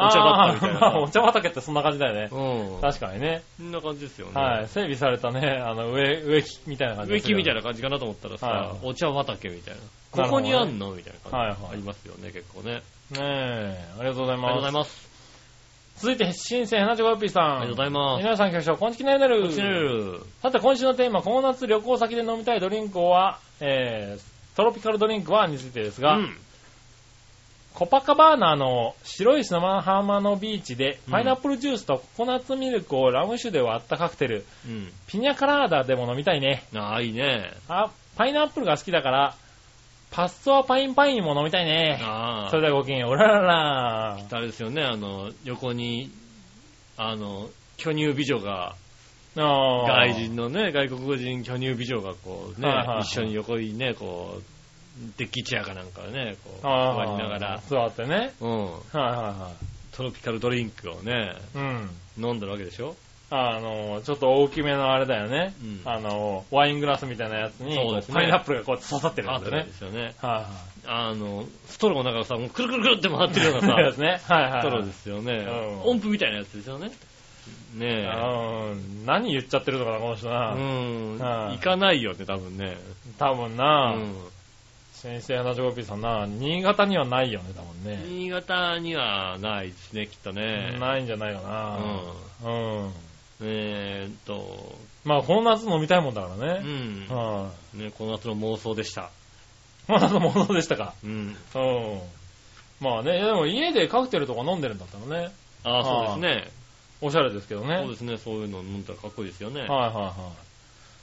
[SPEAKER 4] お茶だったみたい
[SPEAKER 3] あ
[SPEAKER 4] な
[SPEAKER 3] ーまあお
[SPEAKER 4] さ。
[SPEAKER 3] 茶畑ってそんな感じだよね。
[SPEAKER 4] うん。
[SPEAKER 3] 確かにね。
[SPEAKER 4] そんな感じですよね。
[SPEAKER 3] はい。整備されたね、あの、植え、植木みたいな感じ、
[SPEAKER 4] 植木みたい
[SPEAKER 3] な。
[SPEAKER 4] な感じかなと思ったら
[SPEAKER 3] は
[SPEAKER 4] さ
[SPEAKER 3] い、
[SPEAKER 4] お茶畑みたい
[SPEAKER 3] な
[SPEAKER 4] な。
[SPEAKER 3] る
[SPEAKER 4] こ
[SPEAKER 3] ほ
[SPEAKER 4] こ
[SPEAKER 3] どね
[SPEAKER 4] にあんのみたいな感
[SPEAKER 3] はいはい
[SPEAKER 4] じ。ありますよね、結構ね。
[SPEAKER 3] ねえ。ありがとうござい
[SPEAKER 4] ありがとう
[SPEAKER 3] ま
[SPEAKER 4] ござい
[SPEAKER 3] す。
[SPEAKER 4] ます。
[SPEAKER 3] 続いて、新生ヘナチョコヨッピーさん。
[SPEAKER 4] ありがとうございます
[SPEAKER 3] 皆さん、局長、こんちきなりなる。
[SPEAKER 4] チネル。
[SPEAKER 3] さて、今週のテーマ、この夏旅行先で飲みたいドリンクは、えー、トロピカルドリンクはについてです
[SPEAKER 4] う
[SPEAKER 3] が、
[SPEAKER 4] ん。
[SPEAKER 3] コパカバーナの白い砂浜のビーチで、
[SPEAKER 4] うん
[SPEAKER 3] パイナップルジュースとココナッツミルクをラム酒で割ったカクテル、
[SPEAKER 4] うん。
[SPEAKER 3] ピニャカラーダでも飲みたいね。
[SPEAKER 4] ああ、いいね。
[SPEAKER 3] あ、パイナップルが好きだから、パスツォアパインパインも飲みたいね。
[SPEAKER 4] ああ。
[SPEAKER 3] それではごきげんよう。おららら
[SPEAKER 4] あれですよね、あの、横に、あの、巨乳美女が、
[SPEAKER 3] あー
[SPEAKER 4] 外人のね、外国人巨乳美女がこうね、
[SPEAKER 3] はいはいはい
[SPEAKER 4] 一緒に横にね、こう、デッキチェアかなんかでね、こう、
[SPEAKER 3] あー
[SPEAKER 4] 座りながら、
[SPEAKER 3] 座ってね。
[SPEAKER 4] うん、
[SPEAKER 3] はいは
[SPEAKER 4] トロピカルドリンクをね、
[SPEAKER 3] いはい。うん。
[SPEAKER 4] 飲んでるわけでしょ
[SPEAKER 3] あの、ちょっと大きめのあれだよね。
[SPEAKER 4] うん
[SPEAKER 3] あの、ワイングラスみたいなやつに、
[SPEAKER 4] そうですね
[SPEAKER 3] パイナップルがこうやって刺さってる
[SPEAKER 4] あ
[SPEAKER 3] や
[SPEAKER 4] っ
[SPEAKER 3] つ
[SPEAKER 4] た
[SPEAKER 3] だ
[SPEAKER 4] ん
[SPEAKER 3] よ
[SPEAKER 4] で
[SPEAKER 3] ね。
[SPEAKER 4] すよね。
[SPEAKER 3] はい
[SPEAKER 4] あの、ストローの中がさ、もうくるくるくるって回ってるよう
[SPEAKER 3] はい。
[SPEAKER 4] な
[SPEAKER 3] で
[SPEAKER 4] さ、
[SPEAKER 3] すね。はいはい。
[SPEAKER 4] ストローですよね。
[SPEAKER 3] うん
[SPEAKER 4] 音符みたいなやつですよね。ねえ。
[SPEAKER 3] うん。何言っちゃってるのかな、この人
[SPEAKER 4] う
[SPEAKER 3] な。
[SPEAKER 4] ん。
[SPEAKER 3] はい
[SPEAKER 4] 行かないよね、多分ね。
[SPEAKER 3] 多分
[SPEAKER 4] う
[SPEAKER 3] な、
[SPEAKER 4] ん。
[SPEAKER 3] 先生花ジョコピーさんな、新潟にはないよね、多分ね。
[SPEAKER 4] 新潟にはないですね、きっとね。
[SPEAKER 3] ないんじゃないか
[SPEAKER 4] う
[SPEAKER 3] な。
[SPEAKER 4] ん。
[SPEAKER 3] うん。
[SPEAKER 4] えーっと、
[SPEAKER 3] まあ、この夏飲みたいもんだか
[SPEAKER 4] う
[SPEAKER 3] らね。
[SPEAKER 4] ん。
[SPEAKER 3] はい、
[SPEAKER 4] ね、この後の妄想でした。
[SPEAKER 3] この夏もそうでしたか。
[SPEAKER 4] うん。
[SPEAKER 3] うん。まあね、でも家でカクテルとか飲んでるんだったらね、
[SPEAKER 4] ああ、そうですね。
[SPEAKER 3] おしゃれですけどね。
[SPEAKER 4] そうですね、そういうの飲んだらかっこいいですよね。
[SPEAKER 3] はいはいは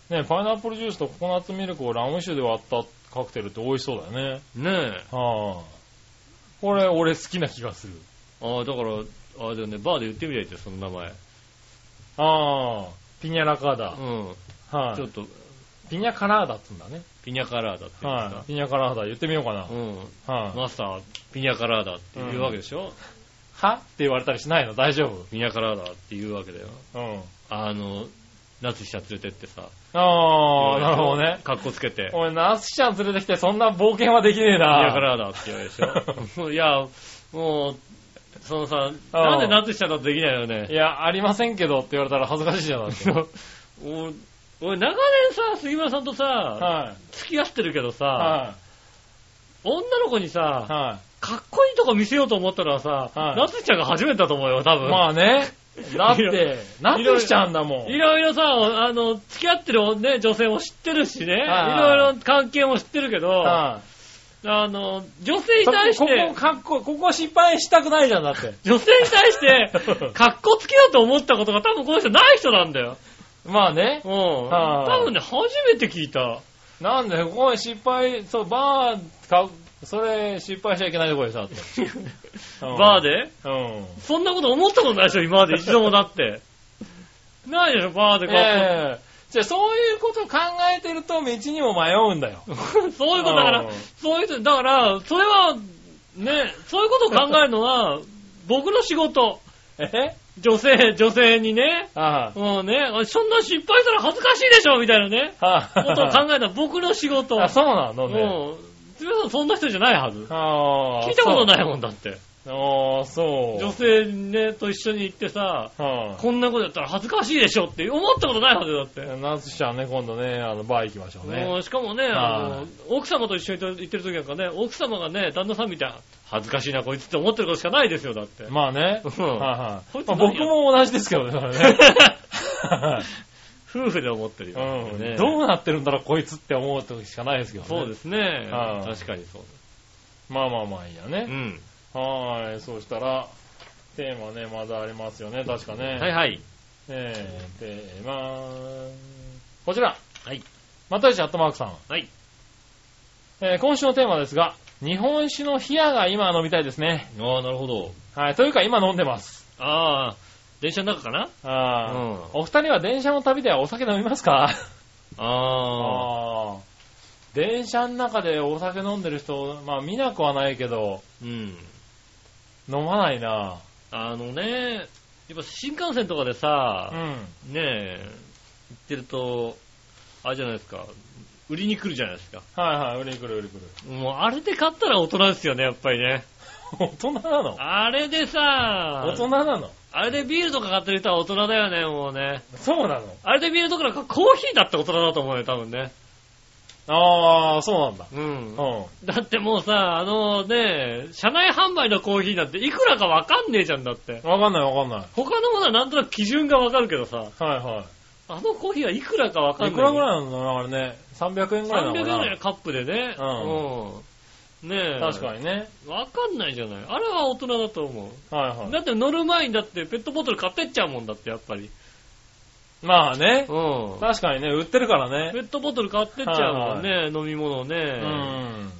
[SPEAKER 3] い。ねパイナップルジュースとココナッツミルクをラム酒で割ったカクテルって美味しそうだよね。
[SPEAKER 4] ねえ。
[SPEAKER 3] はあ。これ、俺好きな気がする。
[SPEAKER 4] ああ、だから、あれだよね、バーで言ってみりゃいいって、その名前。
[SPEAKER 3] ああ。ピニャラカーダ。
[SPEAKER 4] うん。
[SPEAKER 3] は
[SPEAKER 4] ちょ
[SPEAKER 3] い
[SPEAKER 4] っ。と、
[SPEAKER 3] ピニャカラーダっつうんだね。
[SPEAKER 4] ピニャカラーダって言うんで
[SPEAKER 3] はい。ピニャカラーダ言ってみようかな。
[SPEAKER 4] すか。うん。
[SPEAKER 3] はい。
[SPEAKER 4] マスターはピニャカラーダって言うわけでしょ
[SPEAKER 3] はって言われたりしないの大丈夫
[SPEAKER 4] ピニャカラーダって言うわけだよ。
[SPEAKER 3] うん。
[SPEAKER 4] あの、夏日ちゃん連れてってさ。
[SPEAKER 3] ああ、なるほどね。
[SPEAKER 4] 格好つけて。
[SPEAKER 3] 俺、ナスちゃん連れてきてそんな冒険はできねえな。
[SPEAKER 4] 嫌からだって言われるで しょ。いや、もう、そのさ、なんで夏日ちゃんだとできないよ
[SPEAKER 3] い
[SPEAKER 4] ね。
[SPEAKER 3] や、ありませんけどって言われたら恥ずかしいじゃない ですか。
[SPEAKER 4] 俺、俺長年さ、杉村さんとさ、
[SPEAKER 3] は
[SPEAKER 4] 付き合ってるけど
[SPEAKER 3] い。
[SPEAKER 4] さ、
[SPEAKER 3] は
[SPEAKER 4] 女の子に
[SPEAKER 3] い。
[SPEAKER 4] さ、
[SPEAKER 3] は
[SPEAKER 4] かっこいいとこ見せようと思ったのはさ、
[SPEAKER 3] はい
[SPEAKER 4] 夏日ちゃんが初めてだと思うよ、多
[SPEAKER 3] い。
[SPEAKER 4] 分。
[SPEAKER 3] まあね。だっ
[SPEAKER 4] いろい
[SPEAKER 3] て、ナスちゃんだもん。
[SPEAKER 4] いろいろさ、あの、付き合ってる、ね、女性も知ってるしね、い
[SPEAKER 3] はい
[SPEAKER 4] ろいろ関係も知ってるけど、あ
[SPEAKER 3] は
[SPEAKER 4] の、女性
[SPEAKER 3] い。
[SPEAKER 4] に対し
[SPEAKER 3] こ
[SPEAKER 4] て
[SPEAKER 3] こ、かっこ、ここ失敗したくないじゃん、だ って。
[SPEAKER 4] 女性に対 して、格好つけようと思ったことが多分この人ない人なんだよ。
[SPEAKER 3] まあね
[SPEAKER 4] う。ん。
[SPEAKER 3] はい
[SPEAKER 4] 多分ね、初めて聞いた。
[SPEAKER 3] なんで、ここは失敗、そう、バー、か、それ、失敗しちゃいけないとこでしょ、だって。
[SPEAKER 4] バー
[SPEAKER 3] で。
[SPEAKER 4] で。
[SPEAKER 3] うん。
[SPEAKER 4] そんなこと思ったことないでしょ、今まで一度もだって。ないでしょ、バーで格
[SPEAKER 3] ええじゃあ、そういうことを考えてると、道にも迷うん だよ。
[SPEAKER 4] 好そういうことだか
[SPEAKER 3] う
[SPEAKER 4] ら
[SPEAKER 3] ん、
[SPEAKER 4] そういう人、だから、それは、ね、そういうことを考えるのは、 僕の仕事。
[SPEAKER 3] え
[SPEAKER 4] 女性、女性にね、
[SPEAKER 3] あ
[SPEAKER 4] もうね、そんな失敗したら恥ずかしいでしょみたいなね、
[SPEAKER 3] あ。は
[SPEAKER 4] ことを考
[SPEAKER 3] あ。
[SPEAKER 4] えたら僕の仕 事。
[SPEAKER 3] あ、そうなの
[SPEAKER 4] う
[SPEAKER 3] ね。
[SPEAKER 4] ん。つぶさんそんな人じゃないはず。
[SPEAKER 3] ああ。
[SPEAKER 4] 聞いたこと
[SPEAKER 3] い。
[SPEAKER 4] ないもんだって。
[SPEAKER 3] ああ、そう。
[SPEAKER 4] 女性にね、と一緒に行ってさ、
[SPEAKER 3] は
[SPEAKER 4] こんなことやったら恥ずかしいでしょって思ったことないはずだって。
[SPEAKER 3] あ。ナスちゃんね、今度ね、あの、バー行きましょう
[SPEAKER 4] も
[SPEAKER 3] ね。
[SPEAKER 4] うしかもね、
[SPEAKER 3] は
[SPEAKER 4] あ
[SPEAKER 3] い
[SPEAKER 4] の、奥様と一緒に行ってる時なんかね、奥様がね、旦那さん見て、恥ずかしいなこいつって思ってることしかないですよ、だって。
[SPEAKER 3] まあね。
[SPEAKER 4] う
[SPEAKER 3] は
[SPEAKER 4] ん
[SPEAKER 3] いはい
[SPEAKER 4] こいつ
[SPEAKER 3] まあ
[SPEAKER 4] 何
[SPEAKER 3] 僕も同じですけどね、それ ね
[SPEAKER 4] 夫婦で思ってるよ。
[SPEAKER 3] う
[SPEAKER 4] ね
[SPEAKER 3] ん。どうなってるんだろう、こいつって思うときしかないですけどね。。
[SPEAKER 4] そうですすね。
[SPEAKER 3] はい
[SPEAKER 4] 確かにそうです。
[SPEAKER 3] まあまあまあいいや
[SPEAKER 4] う
[SPEAKER 3] ね。
[SPEAKER 4] ん。
[SPEAKER 3] はーい。そうしたら、テーマね、まだありますよね、確かね。
[SPEAKER 4] はいはい。
[SPEAKER 3] えー、テーマこちら。
[SPEAKER 4] はい。
[SPEAKER 3] またよし、アットマークさん。
[SPEAKER 4] はい。
[SPEAKER 3] えー今週のテーマですが、日本酒の冷やが今飲みたいですね。
[SPEAKER 4] ああ、なるほど。
[SPEAKER 3] はい。というか、今飲んでます。
[SPEAKER 4] ああ、電車の中かな
[SPEAKER 3] あー
[SPEAKER 4] うん
[SPEAKER 3] お二人は電車の旅ではお酒飲みますか
[SPEAKER 4] ああ。
[SPEAKER 3] あー電車の中でお酒飲んでる人、まあ見なくはないけど、
[SPEAKER 4] うん。
[SPEAKER 3] 飲まないな。
[SPEAKER 4] あのね、やっぱ新幹線とかで
[SPEAKER 3] う
[SPEAKER 4] さ、
[SPEAKER 3] ん。
[SPEAKER 4] ねえ、行ってると、あれじゃないですか、売りに来るじゃないですか。
[SPEAKER 3] はいはい、売りに来る売りに来る。
[SPEAKER 4] もうあれで買ったら大人ですよね、やっぱりね。
[SPEAKER 3] 大人なの
[SPEAKER 4] あれでさ、
[SPEAKER 3] 大人なの
[SPEAKER 4] あれでビールとか買ってる人は大人だよね、もうね。
[SPEAKER 3] そうなの
[SPEAKER 4] あれでビールとかなんかコーヒーだって大人だと思うよ、多分ね。
[SPEAKER 3] ああ、そうなんだ。
[SPEAKER 4] うん。
[SPEAKER 3] う
[SPEAKER 4] だってもうさ、あのね、車内販売のコーヒーなんていくらかわかんねえじゃんだって。
[SPEAKER 3] ん。わかんないわかんない。
[SPEAKER 4] 他のものはなんとなく基準がわかるけどさ、
[SPEAKER 3] はいは。
[SPEAKER 4] あのコーヒーはいくらかわかんないい。
[SPEAKER 3] いくらぐらいなのあれね。300円ぐらいなの
[SPEAKER 4] ?300 円ぐ
[SPEAKER 3] かな
[SPEAKER 4] らいのカップでね。
[SPEAKER 3] う
[SPEAKER 4] うん。ねえ。
[SPEAKER 3] 確かにね。
[SPEAKER 4] わかんないじゃない。あれは大人だと思う。
[SPEAKER 3] はいは
[SPEAKER 4] だって乗る前にだってペットボトル買ってっちゃうもんだって、やっぱり。
[SPEAKER 3] い。まあね
[SPEAKER 4] う。ん。
[SPEAKER 3] 確かにね、売ってるから
[SPEAKER 4] ペ
[SPEAKER 3] ね。
[SPEAKER 4] ットボトル買ってっちゃうもんね、飲み物を
[SPEAKER 3] う
[SPEAKER 4] ね。
[SPEAKER 3] ん。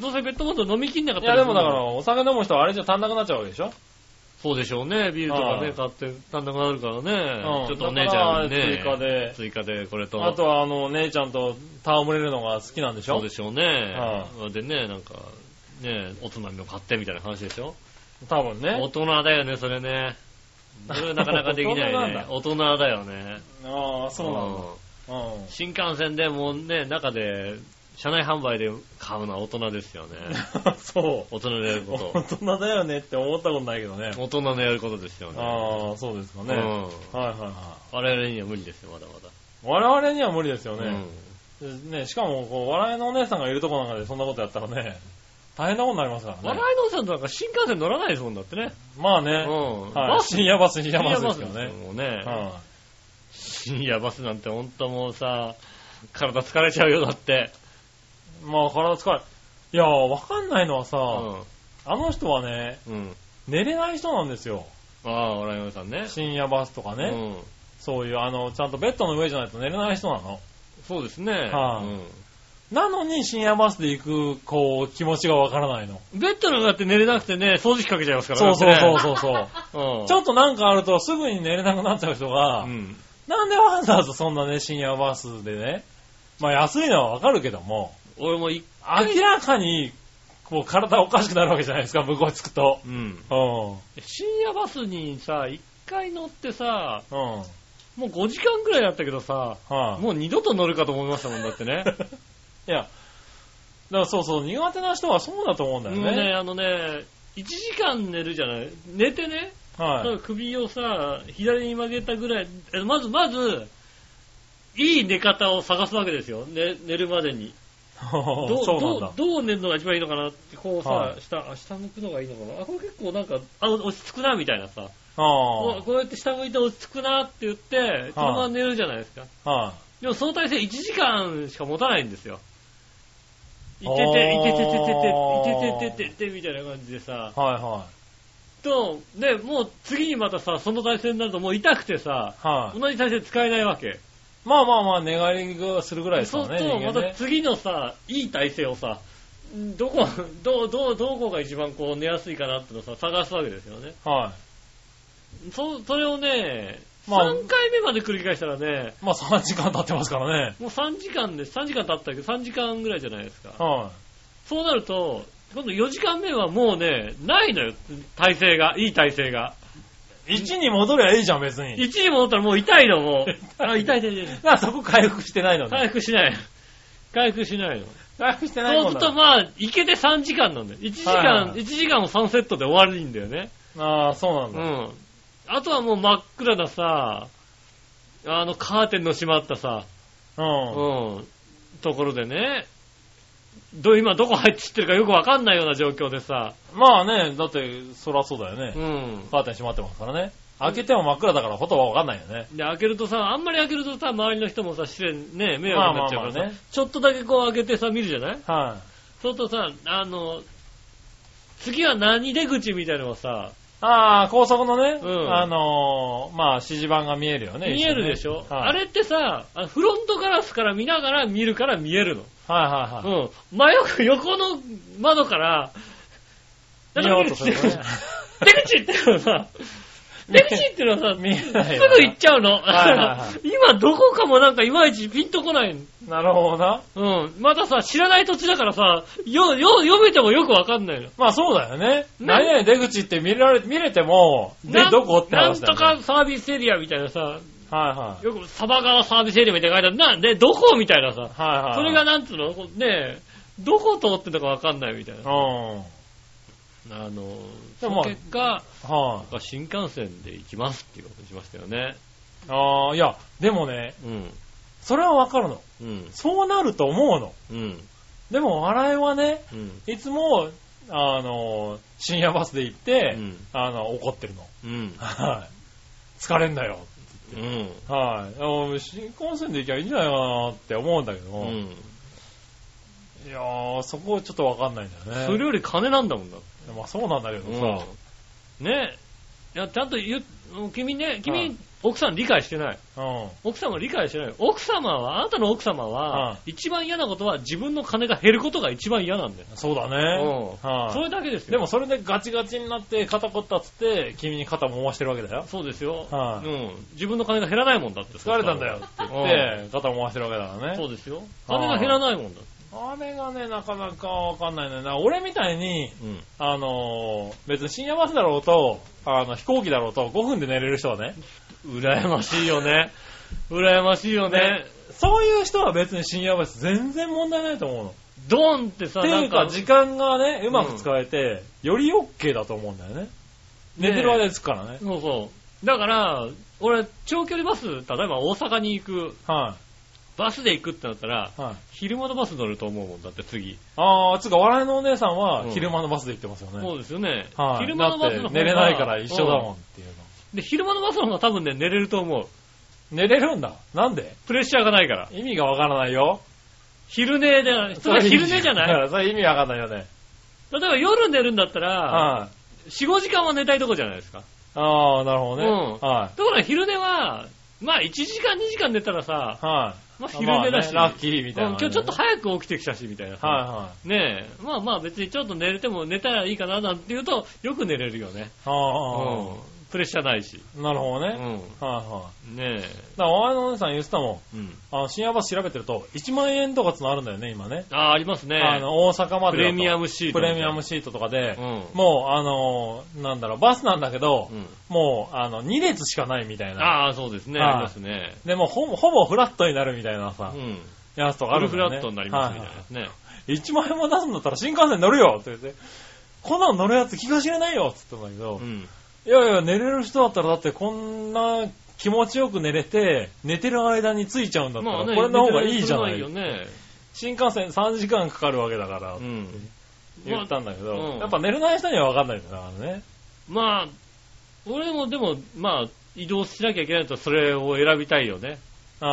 [SPEAKER 4] どうせペットボトル飲みきんなかっ
[SPEAKER 3] い
[SPEAKER 4] た
[SPEAKER 3] やで
[SPEAKER 4] り
[SPEAKER 3] すも
[SPEAKER 4] る
[SPEAKER 3] だから、。お酒飲む人はあれじゃ足んなくなっちゃうわけでしょ
[SPEAKER 4] そうでしょうね。ビールとか
[SPEAKER 3] は
[SPEAKER 4] ね、
[SPEAKER 3] い
[SPEAKER 4] 買って足んなくなるからね
[SPEAKER 3] う。ん
[SPEAKER 4] ちょっとお姉ちゃんにね。
[SPEAKER 3] だから追加で
[SPEAKER 4] 追加でこれと。
[SPEAKER 3] あとは、あの、姉ちゃんと戯れるのが好きなんでし
[SPEAKER 4] そ
[SPEAKER 3] ょ
[SPEAKER 4] うでしょうね
[SPEAKER 3] あ。
[SPEAKER 4] でね、なんか、ね、おつまみを買ってみたいな話でしょ。
[SPEAKER 3] 多分
[SPEAKER 4] 大
[SPEAKER 3] ね。
[SPEAKER 4] 人だよね、それね。それなかなかで
[SPEAKER 3] 大
[SPEAKER 4] きな
[SPEAKER 3] 人ないん
[SPEAKER 4] ね
[SPEAKER 3] だ。
[SPEAKER 4] 大人だよね。
[SPEAKER 3] ああ、
[SPEAKER 4] ん
[SPEAKER 3] そうなんだ。うん。
[SPEAKER 4] 新幹線でもうね、中で、車内販売で買うのは大人です よね。
[SPEAKER 3] そ
[SPEAKER 4] 大人のやる
[SPEAKER 3] う。
[SPEAKER 4] こ
[SPEAKER 3] 大
[SPEAKER 4] と。
[SPEAKER 3] 人だよねって思ったことないけどね。
[SPEAKER 4] 大人のやることですよね。
[SPEAKER 3] ああ、そうですかね。
[SPEAKER 4] う
[SPEAKER 3] はい
[SPEAKER 4] ん。
[SPEAKER 3] はいはい。
[SPEAKER 4] 我々には無理ですよ、まだま
[SPEAKER 3] 我々には無理ですよ
[SPEAKER 4] だ。
[SPEAKER 3] ね。ね、しかも、こう、笑いのお姉さんがいるとこなんかでそんなことやったらね、大変なことになりますか
[SPEAKER 4] うん。
[SPEAKER 3] らね
[SPEAKER 4] 笑。いのおじさんとなんか新幹線乗らないですもんだってね。
[SPEAKER 3] まあ
[SPEAKER 4] う
[SPEAKER 3] ね。
[SPEAKER 4] ん。
[SPEAKER 3] はい。深夜バス、深夜バスですけど
[SPEAKER 4] 深夜バ
[SPEAKER 3] ね
[SPEAKER 4] ス。もうね。
[SPEAKER 3] は
[SPEAKER 4] 深夜バスなんて本当もうさ、体疲れちゃうよ、だって。
[SPEAKER 3] い。まあ、体疲れ。いやー、わかんないのはさ、
[SPEAKER 4] う
[SPEAKER 3] あの人はね、
[SPEAKER 4] ん。うん。
[SPEAKER 3] 寝れない人なんですよ。
[SPEAKER 4] ああ、笑いのおじさんね。
[SPEAKER 3] 深夜バスとかね。
[SPEAKER 4] うん。
[SPEAKER 3] そういう、あの、ちゃんとベッドの上じゃないと寝れない人なの。
[SPEAKER 4] そうですね。
[SPEAKER 3] はあ
[SPEAKER 4] う
[SPEAKER 3] なのに深夜バスで行く、こう、気持ちがわからないの。
[SPEAKER 4] ん。ベッドの中って寝れなくてね、掃除機かけちゃいますから
[SPEAKER 3] そう
[SPEAKER 4] ね。
[SPEAKER 3] そうそう
[SPEAKER 4] う
[SPEAKER 3] そうそう。
[SPEAKER 4] そう。うん。
[SPEAKER 3] ちょっとなんかあるとすぐに寝れなくなっちゃう人が、
[SPEAKER 4] うん。
[SPEAKER 3] なんでわざわざそんなね、深夜バスでね、まあ安いのはわかるけども、
[SPEAKER 4] 俺もい、
[SPEAKER 3] 明らかに、こう体おかしくなるわけじゃないですか、向こう着くと。
[SPEAKER 4] うん。
[SPEAKER 3] うん。
[SPEAKER 4] 深夜バスにさ、一回乗ってさ、
[SPEAKER 3] うん。
[SPEAKER 4] もう5時間くらいだったけどさ、
[SPEAKER 3] はい、
[SPEAKER 4] もう二度と乗るかと思いましたもんだっ てね。
[SPEAKER 3] いや、だからそうそう、苦手な人はそうだと思うんだよ
[SPEAKER 4] もうね、
[SPEAKER 3] ね。
[SPEAKER 4] あのね、1時間寝るじゃない寝てね、
[SPEAKER 3] はい。
[SPEAKER 4] 首をさ、左に曲げたぐらい、えまずまず、いい寝方を探すわけですよ。ね、寝るまでに。どう
[SPEAKER 3] そうなん
[SPEAKER 4] ど
[SPEAKER 3] だ
[SPEAKER 4] う。どう寝るのが一番いいのかなって、こうさ、
[SPEAKER 3] はい
[SPEAKER 4] 下、あ下向くのがいいのかな。あ、これ結構なんか、あ、落ち着くな、みたいなさ。
[SPEAKER 3] あ
[SPEAKER 4] こうこうやって下向いて落ち着くなって言って、そのまま寝るじゃないですか。
[SPEAKER 3] あ。はい。
[SPEAKER 4] でもその体勢1時間しか持たないんですよ。いて
[SPEAKER 3] あー
[SPEAKER 4] て、いてててててて、いてててててみたいな感じでさ、
[SPEAKER 3] はいは
[SPEAKER 4] と、で、もう次にまたさ、その体勢になるともう痛くてさ、
[SPEAKER 3] い。はい。
[SPEAKER 4] 同じ体勢使えないわけ。
[SPEAKER 3] まあまあまあ、寝返りがするぐらいです
[SPEAKER 4] そ
[SPEAKER 3] か
[SPEAKER 4] うす
[SPEAKER 3] ら
[SPEAKER 4] る
[SPEAKER 3] ね、人
[SPEAKER 4] と、ま
[SPEAKER 3] 間
[SPEAKER 4] た
[SPEAKER 3] ね。
[SPEAKER 4] 次のさ、いい体勢をさ、どこ、 どう、どう、どこが一番こう寝やすいかなってのをさ、探すわけですよね。
[SPEAKER 3] は
[SPEAKER 4] そ、それをね、
[SPEAKER 3] まあ
[SPEAKER 4] 3回目まで繰り返したらね、
[SPEAKER 3] い。まあ3時間経ってますからね。
[SPEAKER 4] もう3時間で、3時間経ったけど、3時間ぐらいじゃないですか。
[SPEAKER 3] は
[SPEAKER 4] そうなると、今度4時間目はもうね、ないのよ、体勢が、いい体勢が。
[SPEAKER 3] い。1に戻りゃいいじゃん、別に。
[SPEAKER 4] 1に戻ったらもう痛いの、もう。あ、 痛い痛い痛い。
[SPEAKER 3] だからそこ回復してないの
[SPEAKER 4] 回
[SPEAKER 3] ね。
[SPEAKER 4] 復しない。回復しないの。
[SPEAKER 3] 回復してない
[SPEAKER 4] そう
[SPEAKER 3] も
[SPEAKER 4] す
[SPEAKER 3] ん
[SPEAKER 4] る
[SPEAKER 3] だ。
[SPEAKER 4] とまあ、いけて3時間なんだよ。1時
[SPEAKER 3] はい
[SPEAKER 4] 間、
[SPEAKER 3] はい
[SPEAKER 4] 1時間を3セットで終わりんだよね。
[SPEAKER 3] ああ、そうなん
[SPEAKER 4] う
[SPEAKER 3] だ。
[SPEAKER 4] ん。あとはもう真っ暗なさ、あの、カーテンの閉まったさ、
[SPEAKER 3] うん。
[SPEAKER 4] うん、ところでね、ど、今どこ入ってってるかよくわかんないような状況でさ、
[SPEAKER 3] まあね、だって、そらそうだよね。
[SPEAKER 4] うん。
[SPEAKER 3] カーテン閉まってますからね。開けても真っ暗だからほとんどわかんないよね。
[SPEAKER 4] で、開けるとさ、あんまり開けるとさ、周りの人もさ、失礼、ね、迷惑になっちゃう
[SPEAKER 3] まあ
[SPEAKER 4] からさ、
[SPEAKER 3] まあまあね
[SPEAKER 4] ちょっとだけこう開けてさ、見るじゃない
[SPEAKER 3] はい。
[SPEAKER 4] そうするとさ、あの、次は何出口みたいなのをさ、
[SPEAKER 3] ああ、高速のね、
[SPEAKER 4] うん
[SPEAKER 3] あのー、まあ、指示板が見えるよね。
[SPEAKER 4] 見えるでし
[SPEAKER 3] 一緒
[SPEAKER 4] ょ、
[SPEAKER 3] にねはい、
[SPEAKER 4] あれってさ、あフロントガラスから見ながら見るから見えるの。
[SPEAKER 3] はいはいはい。
[SPEAKER 4] うん。真横横の窓から、
[SPEAKER 3] 見ようとする
[SPEAKER 4] 出
[SPEAKER 3] と
[SPEAKER 4] 口
[SPEAKER 3] ね。
[SPEAKER 4] 出口っていうのは さ、出口っていうのはさ、
[SPEAKER 3] 見えない
[SPEAKER 4] す
[SPEAKER 3] よな
[SPEAKER 4] ぐ行っちゃうの。
[SPEAKER 3] はいはいは
[SPEAKER 4] 今どこかもなんかいまいちピンとこないの
[SPEAKER 3] なるほどな。
[SPEAKER 4] うん。またさ、知らない土地だからさ、よ、よ、読めてもよくわかんないの。
[SPEAKER 3] まあそうだよね。
[SPEAKER 4] な
[SPEAKER 3] 何々出口って見られ、見れても、で
[SPEAKER 4] な、ん
[SPEAKER 3] どこって
[SPEAKER 4] なん
[SPEAKER 3] 話だ
[SPEAKER 4] と
[SPEAKER 3] よ、ね。
[SPEAKER 4] かサービスエリアみたいなさ、
[SPEAKER 3] とか。はいはい。
[SPEAKER 4] よく、サバ川サービスエリアみたいな書いてある。なんで、どこみたいなさ。
[SPEAKER 3] はいはい。
[SPEAKER 4] それが、なんつうのこうねどこ通ってんのかわかんないみたいな。
[SPEAKER 3] うん。
[SPEAKER 4] あの、
[SPEAKER 3] で
[SPEAKER 4] そ
[SPEAKER 3] も
[SPEAKER 4] の結果、
[SPEAKER 3] はい、
[SPEAKER 4] 僕は新幹線で行きますっていうことにしましたよね。
[SPEAKER 3] ああ、いや、でもね、
[SPEAKER 4] うん。
[SPEAKER 3] それはわかるの。
[SPEAKER 4] うん。
[SPEAKER 3] そうなると思うの。
[SPEAKER 4] うん。
[SPEAKER 3] でも笑いはね、
[SPEAKER 4] うん。
[SPEAKER 3] いつも、あの、深夜バスで行って、
[SPEAKER 4] うん
[SPEAKER 3] あの、怒ってるの。
[SPEAKER 4] うん。
[SPEAKER 3] はい。疲れんだよ。
[SPEAKER 4] うん。
[SPEAKER 3] はい。あの新幹線で行きゃいいんじゃないかなって思うんだけど
[SPEAKER 4] う
[SPEAKER 3] も、い
[SPEAKER 4] ん。
[SPEAKER 3] やー、そこちょっとわかんないんだよね。
[SPEAKER 4] それより金なんだもんだって
[SPEAKER 3] まあそうなんだけどさ、
[SPEAKER 4] うん。ねえ。いや、ちゃんと言う、君ね、君、
[SPEAKER 3] はい
[SPEAKER 4] 奥さん理解してない。
[SPEAKER 3] うん。
[SPEAKER 4] 奥様理解してない。奥様は、あなたの奥様は、
[SPEAKER 3] は
[SPEAKER 4] 一番嫌なことは自分の金が減ることが一番嫌なんだよ。
[SPEAKER 3] そうだね。
[SPEAKER 4] うん
[SPEAKER 3] はい
[SPEAKER 4] それだけですよ。
[SPEAKER 3] でも、それでガチガチになって肩こったっつって、君に肩も回してるわけだよ。
[SPEAKER 4] そうですよ、
[SPEAKER 3] はい
[SPEAKER 4] うん。自分の金が減らないもんだって。
[SPEAKER 3] 疲れたんだよって言っ
[SPEAKER 4] う
[SPEAKER 3] て、肩も回してるわけだから
[SPEAKER 4] ん。そ
[SPEAKER 3] ね。
[SPEAKER 4] うですよ。金が減らないもんだって。
[SPEAKER 3] あれがね、なかなかわかんないんだよな。俺みたいに、
[SPEAKER 4] うん。
[SPEAKER 3] あのー別に深夜バスだろうと、あの、飛行機だろうと5分で寝れる人はね、
[SPEAKER 4] 羨ましいよね。羨ましいよね
[SPEAKER 3] ね。そういう人は別に深夜バス全然問題ないと思うの。
[SPEAKER 4] ドンってさ、
[SPEAKER 3] って
[SPEAKER 4] ないん
[SPEAKER 3] うか
[SPEAKER 4] か、
[SPEAKER 3] 時間がね、うまく使えて、より OK だと思うんだよね。寝てる間に着くからね。
[SPEAKER 4] そうそう。だから、俺、長距離バス、例えば大阪に行く、
[SPEAKER 3] は
[SPEAKER 4] バスで行くってなったら、
[SPEAKER 3] い。はい。
[SPEAKER 4] 昼間のバス乗ると思うもんだって、次。
[SPEAKER 3] あー、つうか、笑いのお姉さん
[SPEAKER 4] う
[SPEAKER 3] は
[SPEAKER 4] ん
[SPEAKER 3] 昼間のバスで行ってますよね。
[SPEAKER 4] そうですよね。
[SPEAKER 3] はい。
[SPEAKER 4] 昼間のバスの方
[SPEAKER 3] だ
[SPEAKER 4] が
[SPEAKER 3] って寝れないから一緒だもん
[SPEAKER 4] う
[SPEAKER 3] っていうの。
[SPEAKER 4] で、昼間のバスの方が多分ね、寝れると思う。
[SPEAKER 3] 寝れるんだ。なんで
[SPEAKER 4] プレッシャーがないから。
[SPEAKER 3] 意味がわからないよ。
[SPEAKER 4] 昼寝で、普通は昼寝じゃない
[SPEAKER 3] だ からそれ意味わかんないよね。
[SPEAKER 4] 例えば夜寝るんだったら、
[SPEAKER 3] はい。
[SPEAKER 4] 4、5時間は寝たいとこじゃないですか。
[SPEAKER 3] あー、なるほどね。
[SPEAKER 4] う
[SPEAKER 3] は
[SPEAKER 4] ところが昼寝は、まあ1時間2時間寝たらさ
[SPEAKER 3] い。、はい。
[SPEAKER 4] まあ昼寝だし、
[SPEAKER 3] まあねラッキーみたいな
[SPEAKER 4] うん
[SPEAKER 3] ね。
[SPEAKER 4] 今日ちょっと早く起きてきたし、みたいな。。
[SPEAKER 3] はい
[SPEAKER 4] ねえ、まあまあ別にちょっと寝れても寝たらいいかななんて言うと、よく寝れるよ
[SPEAKER 3] い
[SPEAKER 4] ね。
[SPEAKER 3] はい。あー。
[SPEAKER 4] うんプレッシャーないし。
[SPEAKER 3] なるほどね。
[SPEAKER 4] う
[SPEAKER 3] はい、
[SPEAKER 4] ん。
[SPEAKER 3] はい、
[SPEAKER 4] ねえ。
[SPEAKER 3] だから、お前のお姉さん言ってたもん。
[SPEAKER 4] うん。
[SPEAKER 3] あの、深夜バス調べてると、1万円とかつのあるんだよね、今ね。
[SPEAKER 4] ああ、ありますね。
[SPEAKER 3] あの、大阪までだと。
[SPEAKER 4] プレミアムシート
[SPEAKER 3] プ
[SPEAKER 4] みたいな。
[SPEAKER 3] レミアムシートとかで、
[SPEAKER 4] うん
[SPEAKER 3] もう、あのー、なんだろう、バスなんだけど、
[SPEAKER 4] うん。
[SPEAKER 3] もう、あの、2列しかないみたいな。
[SPEAKER 4] ああ、そうですね。
[SPEAKER 3] はい
[SPEAKER 4] ありますね。
[SPEAKER 3] でもほぼ、ほぼフラットになるみたいなさ、
[SPEAKER 4] うん。
[SPEAKER 3] やつとか
[SPEAKER 4] ア
[SPEAKER 3] あ
[SPEAKER 4] ル
[SPEAKER 3] る
[SPEAKER 4] フ
[SPEAKER 3] んだ
[SPEAKER 4] ラ
[SPEAKER 3] よね。
[SPEAKER 4] ットになりますみ
[SPEAKER 3] は
[SPEAKER 4] た
[SPEAKER 3] い
[SPEAKER 4] い
[SPEAKER 3] は
[SPEAKER 4] ですね。
[SPEAKER 3] い1万円も出すんだったら新幹線乗るよって言って、こんなの乗るやつ気が知れないよって言ったんだけど、
[SPEAKER 4] うん。
[SPEAKER 3] いやいや、寝れる人だったらだってこんな気持ちよく寝れて、寝てる間についちゃうんだったら、これの方がいいじゃない
[SPEAKER 4] 寝てるよね。
[SPEAKER 3] 新幹線3時間かかるわけだから、
[SPEAKER 4] うん。
[SPEAKER 3] 言ったんだけど、
[SPEAKER 4] まあうん
[SPEAKER 3] やっぱ寝れない人には分かんないんだからね。
[SPEAKER 4] まあ、俺もでも、まあ、移動しなきゃいけないとそれを選びたいよね。
[SPEAKER 3] あ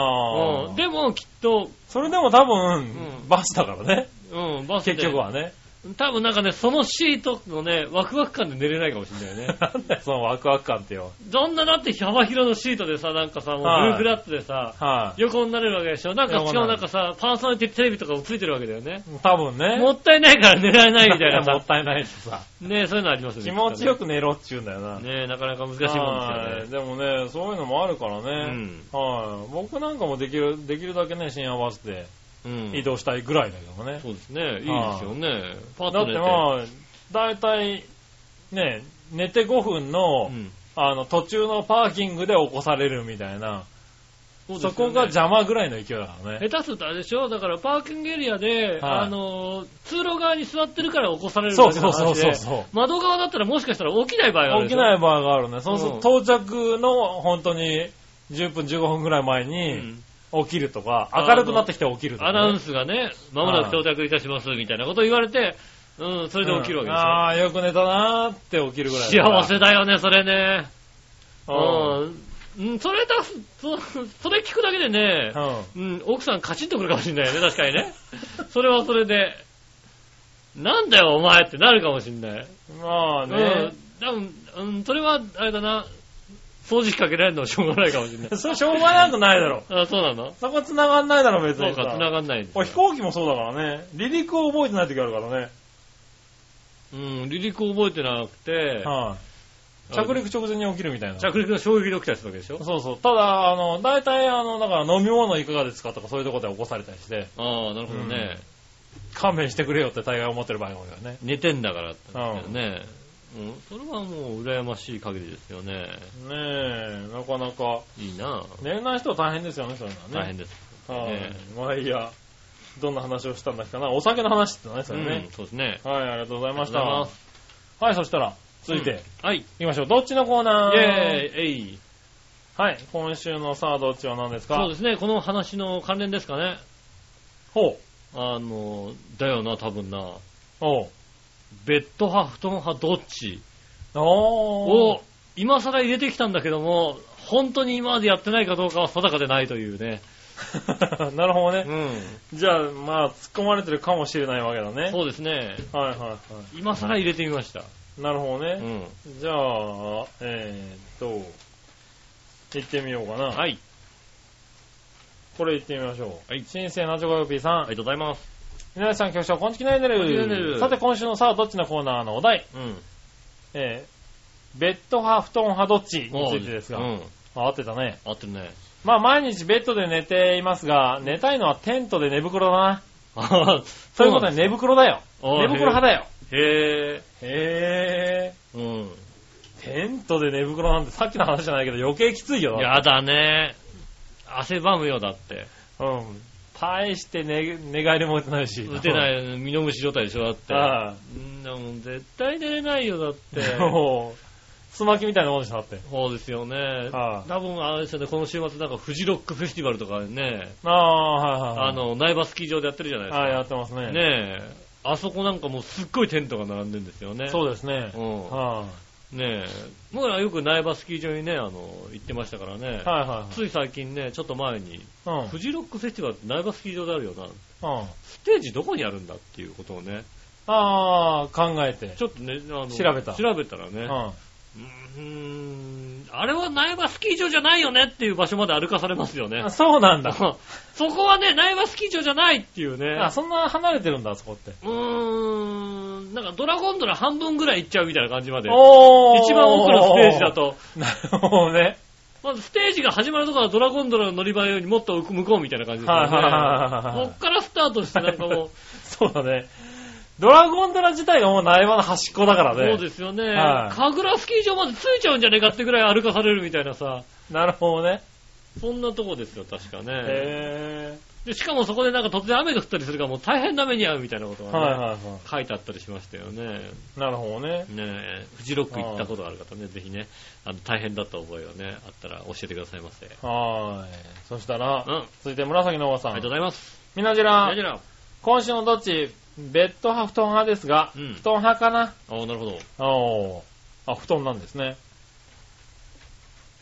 [SPEAKER 3] あ、
[SPEAKER 4] うん。でもきっと、
[SPEAKER 3] それでも多分、
[SPEAKER 4] ん
[SPEAKER 3] バスだから ね、
[SPEAKER 4] うん、バスで
[SPEAKER 3] 結局。はね。。
[SPEAKER 4] 多分なんかね、そのシートのね、ワクワク感で寝れないかもしれ ないよね
[SPEAKER 3] なんだよ、そのワクワク感ってよ。
[SPEAKER 4] どんなだって幅広のシートでさ、なんかさ、もう
[SPEAKER 3] はい
[SPEAKER 4] ブルーフラットでさ、
[SPEAKER 3] はい、
[SPEAKER 4] 横になれるわけでしょ。なんかし
[SPEAKER 3] 横に
[SPEAKER 4] か
[SPEAKER 3] なる
[SPEAKER 4] もなんかさ、パーソナリティテレビとかもついてるわけだよね。
[SPEAKER 3] 多分ね。
[SPEAKER 4] もったいないから寝られないみたい な
[SPEAKER 3] も
[SPEAKER 4] さ
[SPEAKER 3] っ。たいないってさ。
[SPEAKER 4] ねそういうのありますよね。
[SPEAKER 3] 気持ちよ
[SPEAKER 4] き
[SPEAKER 3] く寝ろっちゅうんだよな。
[SPEAKER 4] っとね。ねなかなか難しいもん
[SPEAKER 3] はい
[SPEAKER 4] ですよね。
[SPEAKER 3] でもね、そういうのもあるからね。はい、僕なんかもできる、できるだけね、深夜バスで
[SPEAKER 4] うん。うん
[SPEAKER 3] 移。動したいぐらいだけどね。
[SPEAKER 4] そうですね。いいですよね。パッ
[SPEAKER 3] だ
[SPEAKER 4] と
[SPEAKER 3] って
[SPEAKER 4] 寝て。
[SPEAKER 3] まあ、だいたい、ね、寝て5分の、
[SPEAKER 4] うん
[SPEAKER 3] あの、途中のパーキングで起こされるみたいな、
[SPEAKER 4] そう
[SPEAKER 3] そ
[SPEAKER 4] ですよ
[SPEAKER 3] こ
[SPEAKER 4] ね
[SPEAKER 3] が邪魔ぐらいの勢いだからね。
[SPEAKER 4] 下手するとあれでしょだからパーキングエリア
[SPEAKER 3] は
[SPEAKER 4] で、
[SPEAKER 3] い
[SPEAKER 4] あの、通路側に座ってるから起こされる
[SPEAKER 3] そう
[SPEAKER 4] だけ
[SPEAKER 3] そ
[SPEAKER 4] の
[SPEAKER 3] うそう
[SPEAKER 4] 話
[SPEAKER 3] そう
[SPEAKER 4] で、
[SPEAKER 3] そ
[SPEAKER 4] 窓側だったらもしかしたら起きない場合があ
[SPEAKER 3] う。
[SPEAKER 4] る
[SPEAKER 3] 起
[SPEAKER 4] で
[SPEAKER 3] き
[SPEAKER 4] しょ
[SPEAKER 3] ない場合があるね。そうすると、
[SPEAKER 4] う
[SPEAKER 3] 到着の本当に10分15分ぐらい前に起きるとか、
[SPEAKER 4] うん
[SPEAKER 3] 明るくなってきて起きる
[SPEAKER 4] う
[SPEAKER 3] と
[SPEAKER 4] ん
[SPEAKER 3] かね、
[SPEAKER 4] アナウンスがね、まもなく到着いたしますみたいなことを言われて、うん、それで起きる
[SPEAKER 3] う
[SPEAKER 4] わけ
[SPEAKER 3] ん
[SPEAKER 4] で
[SPEAKER 3] ああ、よく寝たなーって起きるぐらい
[SPEAKER 4] す
[SPEAKER 3] だ
[SPEAKER 4] よ。
[SPEAKER 3] から。
[SPEAKER 4] 幸せだよね、それね。
[SPEAKER 3] うん。
[SPEAKER 4] うんうん。それだ、そそれ聞くだけでね、
[SPEAKER 3] うん。
[SPEAKER 4] うん、奥さんカチンとくるかもしれないよね、確かにね。 それはそれで、なんだよ、お前ってなるかもしれない。
[SPEAKER 3] まあ
[SPEAKER 4] う
[SPEAKER 3] ね。
[SPEAKER 4] ん。、多分、うん、それは、あれだな、掃除機かけられるのはしょうがないかもしれない
[SPEAKER 3] それしょうがなくないだろ。
[SPEAKER 4] あ、そうなの
[SPEAKER 3] そこ繋がんないだろ、別
[SPEAKER 4] そ
[SPEAKER 3] に
[SPEAKER 4] う
[SPEAKER 3] さ。
[SPEAKER 4] か、繋がんないです
[SPEAKER 3] こ
[SPEAKER 4] ね
[SPEAKER 3] れ飛行機もそうだからね。離陸を覚えてない時あるからね。
[SPEAKER 4] うん、離陸を覚えてなくて、
[SPEAKER 3] はい、着陸直前に起きるみたいな。
[SPEAKER 4] 着陸の衝撃で起きたりするわけでしょ
[SPEAKER 3] そうそう。ただ、あの、大体、あの、だから飲み物いかがですかとかそういうとこで起こされたりして、
[SPEAKER 4] ああ、なるほどね。
[SPEAKER 3] 勘弁してくれよって大概思ってる場合が多いよね。
[SPEAKER 4] 寝てんだからってなってね。うん、それはもう羨ましい限りですよね。
[SPEAKER 3] ねえ、なかなか。
[SPEAKER 4] いいな、
[SPEAKER 3] 寝れない人は大変ですよね、そういうのはね。
[SPEAKER 4] 大変です。
[SPEAKER 3] はい、
[SPEAKER 4] ね
[SPEAKER 3] まあいいや。どんな話をしたんだっけかな。お酒の話ってね、それ
[SPEAKER 4] うん
[SPEAKER 3] ね、、
[SPEAKER 4] そうですね。
[SPEAKER 3] はい、ありがとうございまし
[SPEAKER 4] ありがとうござい
[SPEAKER 3] た
[SPEAKER 4] ま。
[SPEAKER 3] はい、そしたら、続いて、
[SPEAKER 4] うん
[SPEAKER 3] 行
[SPEAKER 4] はい。イ
[SPEAKER 3] きましょう。どっちのコー
[SPEAKER 4] ェ
[SPEAKER 3] ナ
[SPEAKER 4] ー
[SPEAKER 3] ー
[SPEAKER 4] イ、えい。
[SPEAKER 3] はい、今週のさあ、どっちは何ですか
[SPEAKER 4] そうですね、この話の関連ですかね。
[SPEAKER 3] ほう。
[SPEAKER 4] あの、だよな、多分な。
[SPEAKER 3] おう。
[SPEAKER 4] ベッド派、布団派、どっち
[SPEAKER 3] お
[SPEAKER 4] を今更入れてきたんだけども、本当に今までやってないかどうかは定かでないというね。
[SPEAKER 3] ー なるほどね。じゃあ、まあ、突っ込まれてるかもしれないわけだね。
[SPEAKER 4] そうですね。
[SPEAKER 3] はいはいは
[SPEAKER 4] 今更入れてみました。
[SPEAKER 3] い。なるほど
[SPEAKER 4] う
[SPEAKER 3] ね。
[SPEAKER 4] ん。
[SPEAKER 3] じゃあ、えー、っと、行ってみようかな。
[SPEAKER 4] はい。あり
[SPEAKER 3] これ行ってみましょう。
[SPEAKER 4] はい
[SPEAKER 3] 新生ナチョコヨピーさん。
[SPEAKER 4] がとうございます。
[SPEAKER 3] 皆さん、局長、こんちきないね
[SPEAKER 4] こんちきないね
[SPEAKER 3] る。
[SPEAKER 4] る
[SPEAKER 3] さて、今週のさあ、どっちのコーナーのお題。
[SPEAKER 4] うん。
[SPEAKER 3] えー、ベッド派、布団派、どっちについてですが。
[SPEAKER 4] うん。
[SPEAKER 3] あ合ってたね。
[SPEAKER 4] 合ってるね。
[SPEAKER 3] まあ、毎日ベッドで寝ていますが、寝たいのはテントで寝袋だな。
[SPEAKER 4] ああ、
[SPEAKER 3] ということで、寝袋だよ。
[SPEAKER 4] あー
[SPEAKER 3] 寝袋派だよ。
[SPEAKER 4] へえ。
[SPEAKER 3] へー。
[SPEAKER 4] うん。
[SPEAKER 3] テントで寝袋なんてさっきの話じゃないけど余計きついよ。
[SPEAKER 4] やだね。汗ばむよ、だって。
[SPEAKER 3] うん。大して寝、寝返りも打てないし。
[SPEAKER 4] 打てないよね、身の虫状態でしょ、だ って。
[SPEAKER 3] ああ
[SPEAKER 4] うん、でも絶対寝れないよ、だ って。
[SPEAKER 3] もう、つまきみたいなもんでしょ、だって。
[SPEAKER 4] そうですよね。
[SPEAKER 3] ああ
[SPEAKER 4] 多分あれですよね、この週末なんかフジロックフェスティバルとかでね、
[SPEAKER 3] ああ、はいはいはい。
[SPEAKER 4] あ、の、苗場スキー場でやってるじゃないですか。
[SPEAKER 3] はい、やってますね。。
[SPEAKER 4] ねえ。あそこなんかもうすっごいテントが並んでるんですよね。
[SPEAKER 3] そうですね。
[SPEAKER 4] うん
[SPEAKER 3] は
[SPEAKER 4] ねえ。もうよく苗場スキー場にね、あの、行ってましたからね。
[SPEAKER 3] いはいはい
[SPEAKER 4] つい最近ね、ちょっと前に、
[SPEAKER 3] はい。
[SPEAKER 4] フジロックフェスティバルって苗場スキー場であるよな。
[SPEAKER 3] うん。うん。
[SPEAKER 4] ステージどこにあるんだっていうことをね、
[SPEAKER 3] ああ、考えて。
[SPEAKER 4] ちょっとね、あの、
[SPEAKER 3] 調べた
[SPEAKER 4] 調べたら
[SPEAKER 3] う
[SPEAKER 4] ね、
[SPEAKER 3] ん。
[SPEAKER 4] うーん、あれは苗場スキー場じゃないよねっていう場所まで歩かされますよね
[SPEAKER 3] あ。そうなんだ。
[SPEAKER 4] そこはね、苗場スキー場じゃないっていうね。
[SPEAKER 3] あ、そんな離れてるんだ、あそこって。
[SPEAKER 4] うーん、なんかドラゴンドラ半分ぐらい行っちゃうみたいな感じまで。
[SPEAKER 3] お
[SPEAKER 4] 一番奥のステージだ。と、
[SPEAKER 3] なるほどね。
[SPEAKER 4] まずステージが始まるところはドラゴンドラの乗り場よりもっと向こうみたいな感じです
[SPEAKER 3] は
[SPEAKER 4] よ
[SPEAKER 3] いはいはい
[SPEAKER 4] ね。
[SPEAKER 3] はい
[SPEAKER 4] こ
[SPEAKER 3] はい
[SPEAKER 4] っ。からスタートしてなんかもう、
[SPEAKER 3] そうだね。ドラゴンドラ自体がもう苗場の端っこだからね。
[SPEAKER 4] そうですよね。
[SPEAKER 3] はい
[SPEAKER 4] 神楽スキー場まで着いちゃうんじゃねえかってぐらい歩かされるみたいなさ、
[SPEAKER 3] なるほどね。
[SPEAKER 4] そんなとこですよ、確かね。
[SPEAKER 3] へ
[SPEAKER 4] でしかもそこでなんか突然雨が降ったりするからもう大変な目に遭うみたいなこと
[SPEAKER 3] ぇ
[SPEAKER 4] が
[SPEAKER 3] ー。
[SPEAKER 4] ね、
[SPEAKER 3] はいはいは
[SPEAKER 4] 書いてあったりしましたよね。
[SPEAKER 3] い。なるほどね。
[SPEAKER 4] ねえ、フジロック行ったことがある方ね、ぜひね、あの大変だった覚えをね、あったら教えてくださいませ。
[SPEAKER 3] はーい。そした
[SPEAKER 4] うん、
[SPEAKER 3] ら、
[SPEAKER 4] あ
[SPEAKER 3] 続いて紫のおばさ。
[SPEAKER 4] りがとうんございます。
[SPEAKER 3] みなじ
[SPEAKER 4] あ
[SPEAKER 3] ら
[SPEAKER 4] り、がと
[SPEAKER 3] 今週のどっちベッド派、布団派ですが、
[SPEAKER 4] うん
[SPEAKER 3] 布団派かな
[SPEAKER 4] うございます。あなるほど。
[SPEAKER 3] おー。あ、布団なんですね。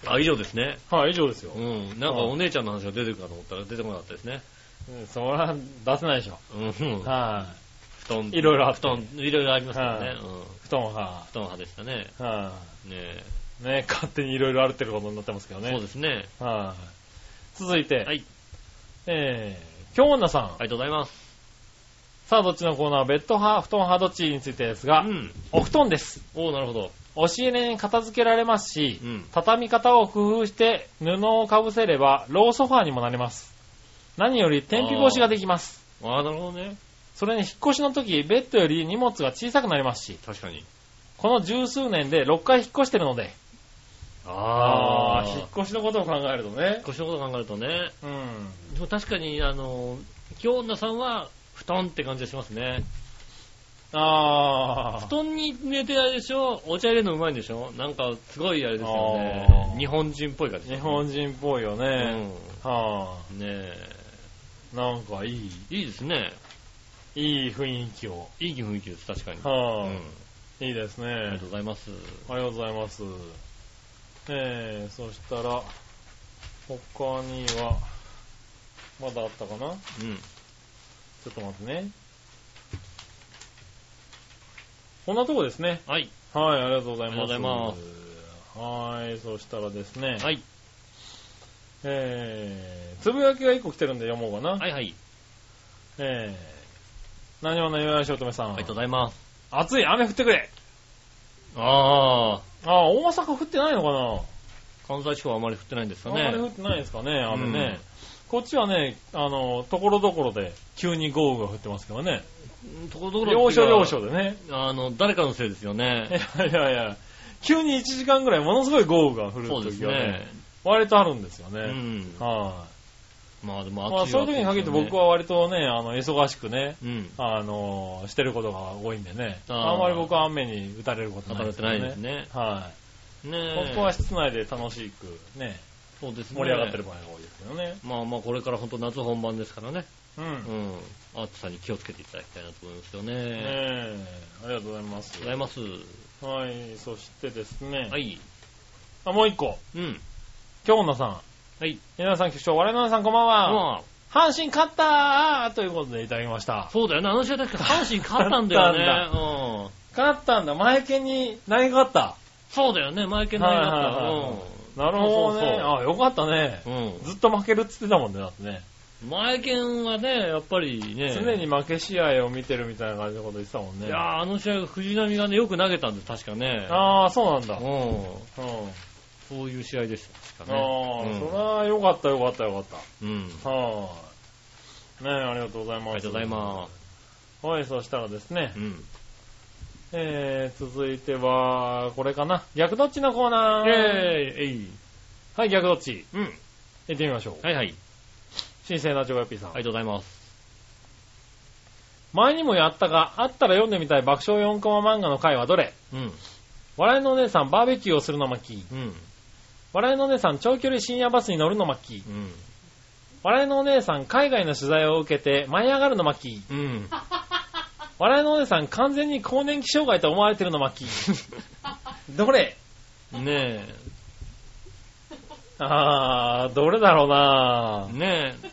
[SPEAKER 4] あ、以上ですね。
[SPEAKER 3] はい、以上ですよ
[SPEAKER 4] う。ん、なんかお姉ちゃんの話が出てるかと思ったら出てこなかったですね。
[SPEAKER 3] うんそりゃ出せないでしょ。
[SPEAKER 4] うん、布
[SPEAKER 3] は
[SPEAKER 4] 団。
[SPEAKER 3] い。いろいろあっ
[SPEAKER 4] 布
[SPEAKER 3] て。
[SPEAKER 4] 団、いろいろありますよね。
[SPEAKER 3] はい
[SPEAKER 4] うん、
[SPEAKER 3] 布団派。
[SPEAKER 4] 布団派でしたね。
[SPEAKER 3] は
[SPEAKER 4] ねえ。
[SPEAKER 3] い。ね、勝手にいろいろあるってことになってますけどね。
[SPEAKER 4] そうですね。
[SPEAKER 3] はい。続いて。
[SPEAKER 4] はい。
[SPEAKER 3] えー、京女さん。
[SPEAKER 4] ありがとうございます。
[SPEAKER 3] さあ、どっちのコーナーはベッド派、布団派、どっちについてですが、
[SPEAKER 4] うん。
[SPEAKER 3] お布団です。
[SPEAKER 4] おーなるほど。
[SPEAKER 3] 押し入れに片付けられますし、
[SPEAKER 4] うん
[SPEAKER 3] 畳み方を工夫して布をかぶせれば、ローソファーにもなれます。何より天日干しができます。
[SPEAKER 4] ああ、なるほどね。
[SPEAKER 3] それに引っ越しの時、ベッドより荷物が小さくなりますし、
[SPEAKER 4] 確かに。
[SPEAKER 3] この十数年で6回引っ越してるので、
[SPEAKER 4] ああ、引
[SPEAKER 3] 引
[SPEAKER 4] っ
[SPEAKER 3] っ越しのことを考えるとね。
[SPEAKER 4] 越しのことを考えるとね。
[SPEAKER 3] うん。
[SPEAKER 4] でも確かに、あの、京女さんは、布団って感じがしますね。
[SPEAKER 3] ああ
[SPEAKER 4] 布。団に寝てあれでしょお茶入れるのうまいんでしょなんか、すごいあれですよね
[SPEAKER 3] あ。ー
[SPEAKER 4] 日本人っぽい感じ、
[SPEAKER 3] 日本人っぽいよね。は
[SPEAKER 4] うん。ね
[SPEAKER 3] あ。なんかいい、
[SPEAKER 4] え。いいですね。
[SPEAKER 3] いい雰囲気を。
[SPEAKER 4] いい雰囲気です、確かに。
[SPEAKER 3] はあ。
[SPEAKER 4] うん。
[SPEAKER 3] いいですね。
[SPEAKER 4] ありがとうございます。
[SPEAKER 3] ありがとうございます。えー、そしたら、他には、まだあったかな
[SPEAKER 4] うん。
[SPEAKER 3] ちょっと待ってね。こんなとこですね。
[SPEAKER 4] はい。
[SPEAKER 3] はい、ありがとうございます。
[SPEAKER 4] ありがとうござい
[SPEAKER 3] ます。はい、そしたらですね。
[SPEAKER 4] はい。
[SPEAKER 3] えー、つぶやきが1個来てるんで読もうかな。
[SPEAKER 4] はいはい。
[SPEAKER 3] えー、何をの岩井しおとめさ
[SPEAKER 4] あ
[SPEAKER 3] ん
[SPEAKER 4] りが。とうございます。
[SPEAKER 3] 暑い、雨降ってくれ。
[SPEAKER 4] ああ。
[SPEAKER 3] あー、大阪降ってないのかな
[SPEAKER 4] 関西地方はあまり降ってないんですか
[SPEAKER 3] あんまり降
[SPEAKER 4] ね
[SPEAKER 3] っ。てないですかね、あれ
[SPEAKER 4] うん
[SPEAKER 3] ね。こっちはね、あの、ところどころで急に豪雨が降ってますけどね。
[SPEAKER 4] ところどころ
[SPEAKER 3] 要所要所
[SPEAKER 4] で。
[SPEAKER 3] でね。
[SPEAKER 4] あの、誰かのせいですよ ね。
[SPEAKER 3] いやいやいや、急に1時間ぐらいものすごい豪雨が降る
[SPEAKER 4] そうです
[SPEAKER 3] 時はね、
[SPEAKER 4] ね。
[SPEAKER 3] 割とあるんですよ
[SPEAKER 4] う
[SPEAKER 3] ね。
[SPEAKER 4] ん。
[SPEAKER 3] は
[SPEAKER 4] まあで
[SPEAKER 3] い。
[SPEAKER 4] も
[SPEAKER 3] まあ
[SPEAKER 4] 暑い
[SPEAKER 3] そうい
[SPEAKER 4] わ
[SPEAKER 3] う時
[SPEAKER 4] ですよね
[SPEAKER 3] に限って僕。は割とね、あの、忙しくね、
[SPEAKER 4] うん。
[SPEAKER 3] あの、してることが多いんでね。
[SPEAKER 4] あー
[SPEAKER 3] あんまり僕は雨に打たれることない
[SPEAKER 4] 働
[SPEAKER 3] で
[SPEAKER 4] い
[SPEAKER 3] すよ
[SPEAKER 4] てな
[SPEAKER 3] ね。
[SPEAKER 4] いですね。
[SPEAKER 3] はい。
[SPEAKER 4] ねえ
[SPEAKER 3] 僕は室内で楽しくね、
[SPEAKER 4] そうですね。
[SPEAKER 3] 盛り上がってる場合が多いですけどね。
[SPEAKER 4] まあまあこれから本当夏本番ですからね。
[SPEAKER 3] う。
[SPEAKER 4] うん
[SPEAKER 3] ね
[SPEAKER 4] ん。暑さに気をつけていただきたいなと思いますよね。
[SPEAKER 3] えありがとうございま
[SPEAKER 4] あ
[SPEAKER 3] す
[SPEAKER 4] り。がとうござい
[SPEAKER 3] はい、そしてです
[SPEAKER 4] ま
[SPEAKER 3] ね。
[SPEAKER 4] す。はい。
[SPEAKER 3] あ、もう一個。
[SPEAKER 4] うん。
[SPEAKER 3] 京女さん。
[SPEAKER 4] はい。
[SPEAKER 3] 皆さん、局長、我々の皆さん、こんばんは。
[SPEAKER 4] ま
[SPEAKER 3] 阪神勝ったーということでいただきました
[SPEAKER 4] あ、。そうだよね。あの試合確か阪神勝ったんだよ
[SPEAKER 3] 勝
[SPEAKER 4] ね。うん。
[SPEAKER 3] 勝ったんだ。前家に投げ勝った。
[SPEAKER 4] そうだよね。マイケル・ナイだった
[SPEAKER 3] はいはい
[SPEAKER 4] ら
[SPEAKER 3] はいなるほど
[SPEAKER 4] そうそう
[SPEAKER 3] ね。
[SPEAKER 4] そう
[SPEAKER 3] あ、よかったね。
[SPEAKER 4] うん。うん。
[SPEAKER 3] ずっと負けるっつってたもんね、だってね。
[SPEAKER 4] 前剣はね、やっぱりね、
[SPEAKER 3] 常に負け試合を見てるみたいな感じのこと言ってたもんね。
[SPEAKER 4] いやーあの試合、藤波がね、よく投げたんです、確かね。
[SPEAKER 3] ああ、そうなんだ。
[SPEAKER 4] う
[SPEAKER 3] うん。
[SPEAKER 4] ん。
[SPEAKER 3] あ
[SPEAKER 4] そういう試合でした、確か
[SPEAKER 3] あ、
[SPEAKER 4] ね。うん
[SPEAKER 3] そりゃよかったよかったよかっ
[SPEAKER 4] うん。
[SPEAKER 3] た。はーい。ねえ、ありがとうございます。。
[SPEAKER 4] ありがとうございます
[SPEAKER 3] はい、そしたらですね。
[SPEAKER 4] す。うん。
[SPEAKER 3] えー、続いては、これかな。逆どっちのコーナー。
[SPEAKER 4] イェーイえい
[SPEAKER 3] はい、逆どっち。
[SPEAKER 4] うん。
[SPEAKER 3] 行ってみましょう。
[SPEAKER 4] はいはい。
[SPEAKER 3] 新鮮なチョコヨッピーさん。
[SPEAKER 4] ありがとうございます。
[SPEAKER 3] 前にもやったが、あったら読んでみたい爆笑4コマ漫画の回はどれ
[SPEAKER 4] うん。
[SPEAKER 3] 笑いのお姉さんバーベキューをするの巻。
[SPEAKER 4] うん。
[SPEAKER 3] 笑いのお姉さん長距離深夜バスに乗るの巻。
[SPEAKER 4] うん。
[SPEAKER 3] 笑いのお姉さん海外の取材を受けて舞い上がるの巻。
[SPEAKER 4] うん。
[SPEAKER 3] 笑いのお姉さん完全に更年期障害と思われてるの 巻。どれ
[SPEAKER 4] ね
[SPEAKER 3] あー、どれだろうな
[SPEAKER 4] え。ねえ。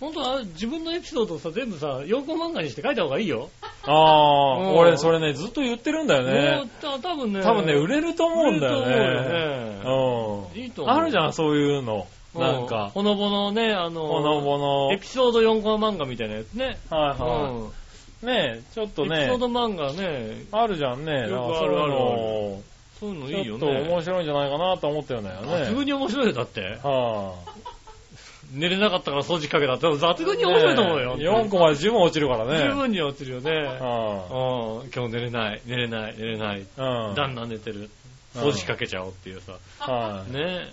[SPEAKER 4] 本当は自分のエピソードをさ、全部さ、洋行漫画にして書いた方がいいよ。
[SPEAKER 3] あ
[SPEAKER 4] う
[SPEAKER 3] ー、
[SPEAKER 4] ん
[SPEAKER 3] 俺それね、ずっと言ってるんだよ
[SPEAKER 4] もう
[SPEAKER 3] ね。
[SPEAKER 4] た多分ね。
[SPEAKER 3] 多分ね、売れると思うんだ
[SPEAKER 4] 売れる
[SPEAKER 3] よ
[SPEAKER 4] と思うよね。
[SPEAKER 3] ね。
[SPEAKER 4] いいと
[SPEAKER 3] うん。
[SPEAKER 4] 思う。
[SPEAKER 3] あるじゃん、そういうの。
[SPEAKER 4] う
[SPEAKER 3] なんか、
[SPEAKER 4] ほのぼのね、あの、
[SPEAKER 3] ほのぼの。は
[SPEAKER 4] エ
[SPEAKER 3] い
[SPEAKER 4] ピソード4コマ漫画みたいなやつね。
[SPEAKER 3] は
[SPEAKER 4] うん
[SPEAKER 3] い。ねえ、ちょっと
[SPEAKER 4] エピ
[SPEAKER 3] ね
[SPEAKER 4] ソー、ド漫画ね、
[SPEAKER 3] あるじゃんね。
[SPEAKER 4] よくあ
[SPEAKER 3] そ
[SPEAKER 4] る
[SPEAKER 3] ういうのを
[SPEAKER 4] そういうのいい
[SPEAKER 3] ちょ
[SPEAKER 4] よ
[SPEAKER 3] っと面
[SPEAKER 4] ね。
[SPEAKER 3] 白いんじゃないかなと思ってるんだよね。
[SPEAKER 4] 抜群に面白いよ、だって。
[SPEAKER 3] は
[SPEAKER 4] 寝れなかったから掃除かけたって、抜
[SPEAKER 3] あ。
[SPEAKER 4] 群に面白いと思うよ。
[SPEAKER 3] ねえ4個まで10も落ちるからね。
[SPEAKER 4] 十分に落ちるよね。
[SPEAKER 3] は
[SPEAKER 4] うん今日寝れない、寝れない、寝れない。
[SPEAKER 3] あ。うん。
[SPEAKER 4] 旦那寝てる。掃除かけちゃおうっていうさ。
[SPEAKER 3] はい。
[SPEAKER 4] ね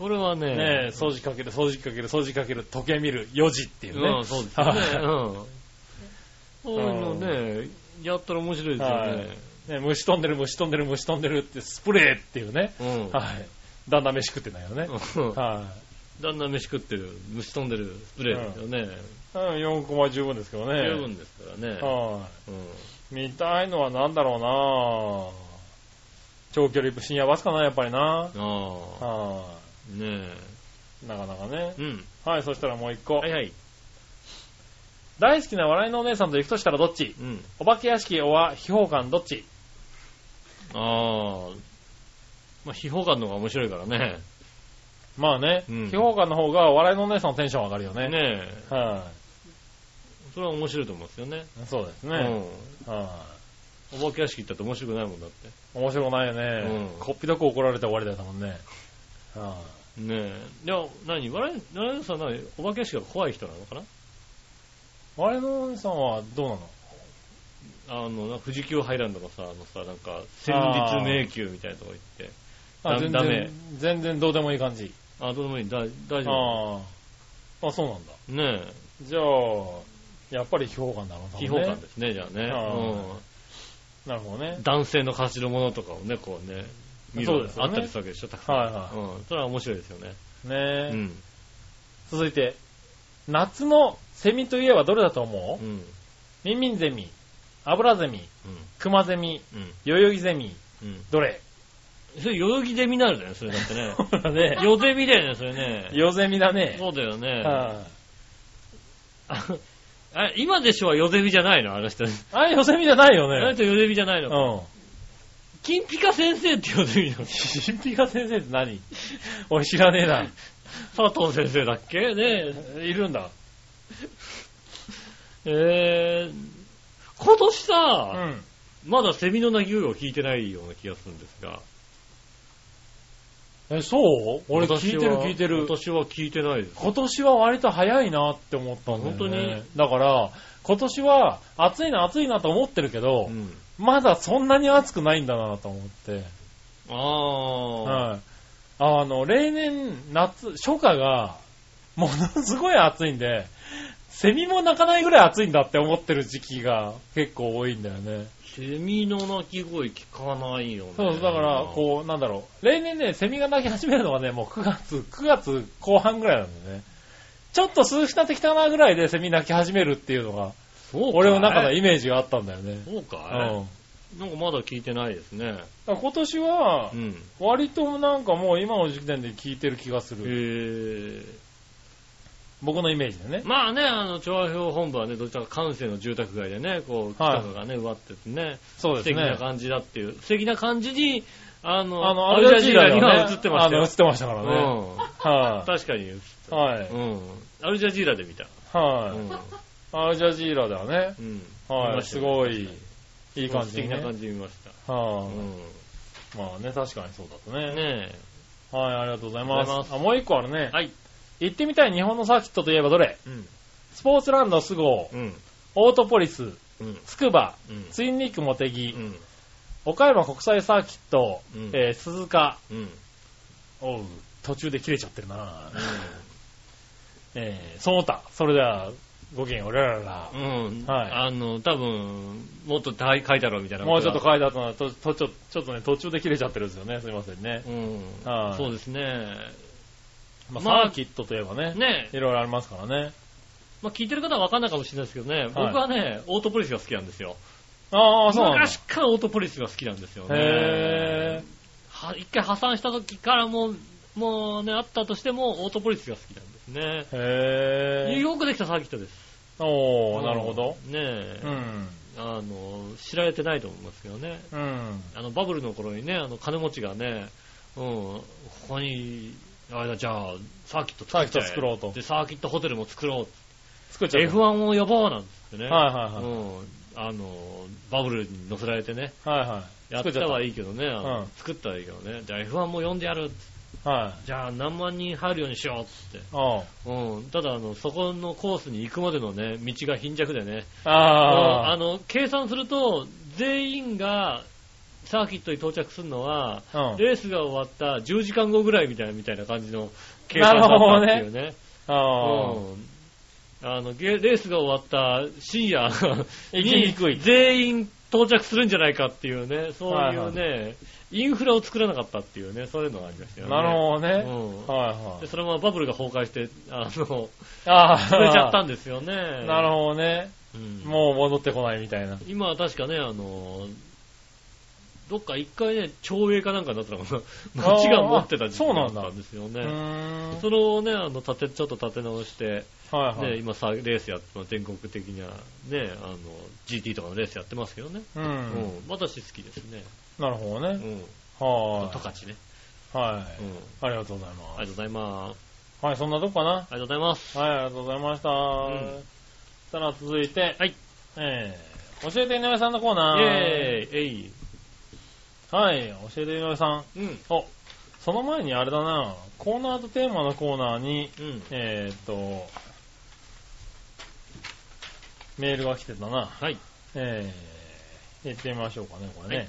[SPEAKER 4] これはね、
[SPEAKER 3] ねえ、掃除かける、掃除かける、掃除かける、時計見る、4時っていうね。
[SPEAKER 4] うん、そうですね。うん。そういうのね、やったら面白いですよね。
[SPEAKER 3] ね虫飛んでる、虫飛んでる、虫飛んでるって、スプレーっていうね。
[SPEAKER 4] うん。
[SPEAKER 3] はい。だんだん飯食ってないよね。
[SPEAKER 4] うん
[SPEAKER 3] は
[SPEAKER 4] だんだん飯食ってる、虫飛んでるスプレーですよね。
[SPEAKER 3] い。うん、4コマ十分ですけどね。
[SPEAKER 4] 十分ですからね。
[SPEAKER 3] は
[SPEAKER 4] うん
[SPEAKER 3] い。見たいのは何だろうな長距離深夜バスかな、やっぱりな。
[SPEAKER 4] ああ、
[SPEAKER 3] は
[SPEAKER 4] ね
[SPEAKER 3] い。なかなかね
[SPEAKER 4] え。。うん。
[SPEAKER 3] はい、そしたらもう一個。
[SPEAKER 4] はいはい。
[SPEAKER 3] 大好きな笑いのお姉さんと行くとしたらどっち
[SPEAKER 4] うん。
[SPEAKER 3] お化け屋敷、おは、秘宝館、どっち
[SPEAKER 4] ああ、まあ、秘宝館の方が面白いからね。
[SPEAKER 3] まあね、
[SPEAKER 4] うん
[SPEAKER 3] 秘宝館の方が笑いのお姉さんのテンション上がるよね。
[SPEAKER 4] ねえ。
[SPEAKER 3] は
[SPEAKER 4] それは面白いと思うんですよね。
[SPEAKER 3] い、そうですね。は
[SPEAKER 4] うん。お化け屋敷行ったって面白くないもんだって。
[SPEAKER 3] い、面白くないよね。
[SPEAKER 4] うん
[SPEAKER 3] こっぴどく怒られて終わりだったもんね。は、
[SPEAKER 4] ねえ。いや、何笑い、笑いさんは何お化け屋敷が怖い人なのかない
[SPEAKER 3] あれのお姉さんはどうなの
[SPEAKER 4] あの、なんか富士急ハイランドのさ、あのさ、なんか、戦慄迷宮みたいなとこ行って。だ
[SPEAKER 3] 全
[SPEAKER 4] ダメ
[SPEAKER 3] 然、全然どうでもいい感じ。
[SPEAKER 4] あ、どうでもいい、だ大丈夫。
[SPEAKER 3] ああ。あ、そうなんだ。
[SPEAKER 4] ね
[SPEAKER 3] じゃあ、やっぱり秘宝館だろう
[SPEAKER 4] え。
[SPEAKER 3] な。
[SPEAKER 4] 秘宝館ですね、じゃあね。
[SPEAKER 3] あー
[SPEAKER 4] う
[SPEAKER 3] なるほどね
[SPEAKER 4] ん。。男性の形のものとかをね、こうね、見る
[SPEAKER 3] そうですよ
[SPEAKER 4] あ
[SPEAKER 3] ね
[SPEAKER 4] ったりするわけでしょ、たくさん。
[SPEAKER 3] はいは
[SPEAKER 4] うん。それは面白いですよね。
[SPEAKER 3] い。
[SPEAKER 4] う
[SPEAKER 3] ねえ、
[SPEAKER 4] ん。
[SPEAKER 3] 続いて、夏のセミといえばどれだと思
[SPEAKER 4] う。
[SPEAKER 3] うん
[SPEAKER 4] うん。
[SPEAKER 3] ミンミンゼミ、アブラゼミ、クマゼミ、
[SPEAKER 4] うん。
[SPEAKER 3] 代々木ゼミ、
[SPEAKER 4] うん。
[SPEAKER 3] どれ
[SPEAKER 4] それ、代々木ゼミになるだよ、それだってね。
[SPEAKER 3] そうだ ね。
[SPEAKER 4] ヨ ゼミだよね、それね。
[SPEAKER 3] ヨゼミだね。
[SPEAKER 4] そうだよね。
[SPEAKER 3] はい
[SPEAKER 4] ああ今でしょはヨゼミじゃないのあの人。
[SPEAKER 3] あれ、ヨセミじゃないよ
[SPEAKER 4] あの
[SPEAKER 3] ね。
[SPEAKER 4] 人ヨゼミじゃないの。
[SPEAKER 3] うん。
[SPEAKER 4] 金ピカ先生ってヨゼミなの。
[SPEAKER 3] 金ピカ先生って何 俺知らねえな。
[SPEAKER 4] 佐藤先生だっけね
[SPEAKER 3] いるんだ。
[SPEAKER 4] え。えー、今年
[SPEAKER 3] う
[SPEAKER 4] さ、
[SPEAKER 3] ん。
[SPEAKER 4] まだセミの鳴き声を聞いてないような気がするんですが。
[SPEAKER 3] え、そう俺聞いてる
[SPEAKER 4] 私は
[SPEAKER 3] 聞いてる。
[SPEAKER 4] 私は聞いてないです。
[SPEAKER 3] 今年は割と早いなって思ったんだよ、ね。
[SPEAKER 4] 本当に。
[SPEAKER 3] だから、今年は暑いな暑いなと思ってるけど、
[SPEAKER 4] うん。
[SPEAKER 3] まだそんなに暑くないんだなと思って。
[SPEAKER 4] ああ、
[SPEAKER 3] はい。あの、例年、夏、初夏が、ものすごい暑いんで、セミも鳴かないぐらい暑いんだって思ってる時期が結構多いんだよね。
[SPEAKER 4] セミの鳴き声聞かないよね。
[SPEAKER 3] そう、だから、こう、なんだろう。例年ね、セミが鳴き始めるのはね、もう9月、9月後半ぐらいなんだよね。ちょっと涼しくなってきたなぐらいでセミ鳴き始めるっていうのが、
[SPEAKER 4] そうかい
[SPEAKER 3] 俺の中のイメージがあったんだよね。
[SPEAKER 4] そう
[SPEAKER 3] う
[SPEAKER 4] か
[SPEAKER 3] ん。
[SPEAKER 4] い、なんかまだ聞いてないですね。
[SPEAKER 3] だから今年は
[SPEAKER 4] う、ん。
[SPEAKER 3] 割となんかもう今の時点で聞いてる気がす
[SPEAKER 4] え
[SPEAKER 3] る。
[SPEAKER 4] ー、
[SPEAKER 3] 僕のイメージでね。
[SPEAKER 4] まあね、あの、調和表本部はね、どちらか関西の住宅街でね、こう、
[SPEAKER 3] はい
[SPEAKER 4] 北がね、奪っててね、
[SPEAKER 3] そうです
[SPEAKER 4] 素敵
[SPEAKER 3] ね。
[SPEAKER 4] な感じだっていう、素敵な感じに、あの、
[SPEAKER 3] あの、
[SPEAKER 4] ア
[SPEAKER 3] ア
[SPEAKER 4] ル
[SPEAKER 3] ル
[SPEAKER 4] ジャ
[SPEAKER 3] ジャジー
[SPEAKER 4] ジーラ
[SPEAKER 3] ラ
[SPEAKER 4] に
[SPEAKER 3] に
[SPEAKER 4] は
[SPEAKER 3] は
[SPEAKER 4] 映
[SPEAKER 3] 映
[SPEAKER 4] っ
[SPEAKER 3] ってて
[SPEAKER 4] ま
[SPEAKER 3] ました
[SPEAKER 4] し
[SPEAKER 3] た
[SPEAKER 4] よ。
[SPEAKER 3] よ。映ってましたからね。
[SPEAKER 4] う
[SPEAKER 3] は
[SPEAKER 4] ん。確かに、
[SPEAKER 3] い。は
[SPEAKER 4] う
[SPEAKER 3] い。
[SPEAKER 4] ん。アルジャジーラで見た。う
[SPEAKER 3] は
[SPEAKER 4] ん。
[SPEAKER 3] い。アルジャジーラではね、
[SPEAKER 4] うん。見
[SPEAKER 3] は
[SPEAKER 4] ま
[SPEAKER 3] い。
[SPEAKER 4] した
[SPEAKER 3] す
[SPEAKER 4] よ
[SPEAKER 3] ごい、い
[SPEAKER 4] い
[SPEAKER 3] い感じ
[SPEAKER 4] 素敵
[SPEAKER 3] に
[SPEAKER 4] な
[SPEAKER 3] ね。
[SPEAKER 4] 感じで見ました。う
[SPEAKER 3] は
[SPEAKER 4] ん。
[SPEAKER 3] い。まあね、確かにそうだったね。
[SPEAKER 4] ね
[SPEAKER 3] はい、ありがとうございま
[SPEAKER 4] ありがとうございます
[SPEAKER 3] す。あ、もう一個ある
[SPEAKER 4] え。
[SPEAKER 3] ね。
[SPEAKER 4] はい。
[SPEAKER 3] 行ってみたい日本のサーキットといえばどれ
[SPEAKER 4] うん。
[SPEAKER 3] スポーツランドスゴー、
[SPEAKER 4] うん。
[SPEAKER 3] オートポリス、
[SPEAKER 4] うん。
[SPEAKER 3] つくば、
[SPEAKER 4] うん。
[SPEAKER 3] ツインリークモテギ
[SPEAKER 4] う、ん。
[SPEAKER 3] 岡山国際サーキット、
[SPEAKER 4] うん
[SPEAKER 3] えー鈴鹿、
[SPEAKER 4] うん。
[SPEAKER 3] おう途中で切れちゃってるな えー、その他、それでは、ごきげんよう、ララララ。
[SPEAKER 4] うん。
[SPEAKER 3] はい
[SPEAKER 4] あの、多分、もっと書いてあろうみたいな。
[SPEAKER 3] もうちょっと書いてあったのは、ととちょちょっとね、途中で切れちゃってるんですよね。すいませんね。
[SPEAKER 4] うん。
[SPEAKER 3] はい
[SPEAKER 4] そうですね。
[SPEAKER 3] まあ、
[SPEAKER 4] まあ
[SPEAKER 3] サーキットといえばね、
[SPEAKER 4] ね
[SPEAKER 3] いろいろありますからね。
[SPEAKER 4] まあ、聞いてる方は分かんないかもしれないですけどね、僕はね、オートポリスが好きなんですよ。
[SPEAKER 3] ああ、そうなんだ。
[SPEAKER 4] 昔からオートポリスが好きなんですよね
[SPEAKER 3] へ。
[SPEAKER 4] は一回破産した時からもう、もうね、あったとしても、オートポリスが好きなんですね。
[SPEAKER 3] へ
[SPEAKER 4] ニュー
[SPEAKER 3] え。
[SPEAKER 4] ヨークできたサーキットです。
[SPEAKER 3] おー、なるほど。
[SPEAKER 4] ねえ
[SPEAKER 3] う。ん。
[SPEAKER 4] あの、知られてないと思いますけどね。
[SPEAKER 3] うん。
[SPEAKER 4] あの、バブルの頃にね、あの、金持ちがね、うん、ここに、あれだ、じゃあ、サーキット作っちゃ
[SPEAKER 3] サ
[SPEAKER 4] え
[SPEAKER 3] ーキット作ろうと
[SPEAKER 4] で、サーキットホテルも作ろう。
[SPEAKER 3] 作っちゃった。
[SPEAKER 4] F1 を呼ぼうなんつってね。
[SPEAKER 3] はいはいはい
[SPEAKER 4] うん。あの、バブルに乗せられてね、
[SPEAKER 3] はいは
[SPEAKER 4] やったはいいけどね、あ
[SPEAKER 3] う
[SPEAKER 4] の
[SPEAKER 3] ん
[SPEAKER 4] 作ったはいいけどね。じゃあ F1 も呼んでやる。
[SPEAKER 3] い。はい。
[SPEAKER 4] じゃあ何万人入るようにしようっつって。
[SPEAKER 3] うん。
[SPEAKER 4] うん。ただ、あの、そこのコースに行くまでのね、道が貧弱でね。あ
[SPEAKER 3] あ
[SPEAKER 4] の、計算すると、全員がサーキットに到着するのは、
[SPEAKER 3] あ。うん。
[SPEAKER 4] レースが終わった10時間後ぐらいみたいなみたいな感じの計算だったっていうね。
[SPEAKER 3] ああ。
[SPEAKER 4] うんあの、ゲレースが終わった深夜
[SPEAKER 3] 行きにくい
[SPEAKER 4] に全員到着するんじゃないかっていうね、そういうね、インフラを作らなかったっていうね、そういうのがありましたよね。
[SPEAKER 3] なるほどね。
[SPEAKER 4] うん
[SPEAKER 3] はいは
[SPEAKER 4] で
[SPEAKER 3] い。
[SPEAKER 4] そのままバブルが崩壊して、あ の、
[SPEAKER 3] ああ。
[SPEAKER 4] 潰れちゃったんですよね。
[SPEAKER 3] なるほどね。
[SPEAKER 4] うん
[SPEAKER 3] もう戻ってこないみたいな。
[SPEAKER 4] 今は確かね、あの、どっか一回ね、町営かなんかになったのかな。
[SPEAKER 3] あー
[SPEAKER 4] 町が持ってた時期
[SPEAKER 3] そう
[SPEAKER 4] だ
[SPEAKER 3] な
[SPEAKER 4] っ
[SPEAKER 3] んだ
[SPEAKER 4] たんです
[SPEAKER 3] う
[SPEAKER 4] よ
[SPEAKER 3] ー
[SPEAKER 4] ね。
[SPEAKER 3] ん。はい
[SPEAKER 4] それをね、あの、立て、ちょっと立て直して、
[SPEAKER 3] は
[SPEAKER 4] ね、
[SPEAKER 3] い。
[SPEAKER 4] 今さ、レースやってます、全国的には、ね、あの、GT とかのレースやってますけどね。
[SPEAKER 3] う。
[SPEAKER 4] うんん。私好きですね。
[SPEAKER 3] なるほど
[SPEAKER 4] う
[SPEAKER 3] ね。
[SPEAKER 4] ん。
[SPEAKER 3] は
[SPEAKER 4] トカチね。
[SPEAKER 3] い。は
[SPEAKER 4] う
[SPEAKER 3] い
[SPEAKER 4] ん。。
[SPEAKER 3] ありがとうござい
[SPEAKER 4] あ
[SPEAKER 3] ま
[SPEAKER 4] りがとうございます。
[SPEAKER 3] す。はい、そんなとこかな。
[SPEAKER 4] ありがとうございます。
[SPEAKER 3] はい、ありがとうございました。
[SPEAKER 4] ん
[SPEAKER 3] そしたら続いて、
[SPEAKER 4] はい。
[SPEAKER 3] えー、教えて井上さんのコー
[SPEAKER 4] イェ
[SPEAKER 3] ナー。
[SPEAKER 4] ーイえい。
[SPEAKER 3] はい、教えて井上さん。
[SPEAKER 4] うん。
[SPEAKER 3] お、その前にあれだな、コーナーとテーマのコーナーに、
[SPEAKER 4] うん。
[SPEAKER 3] えー、っと、メールが来てたな。
[SPEAKER 4] はい。
[SPEAKER 3] えー、行ってみましょうかね、これね。
[SPEAKER 4] はい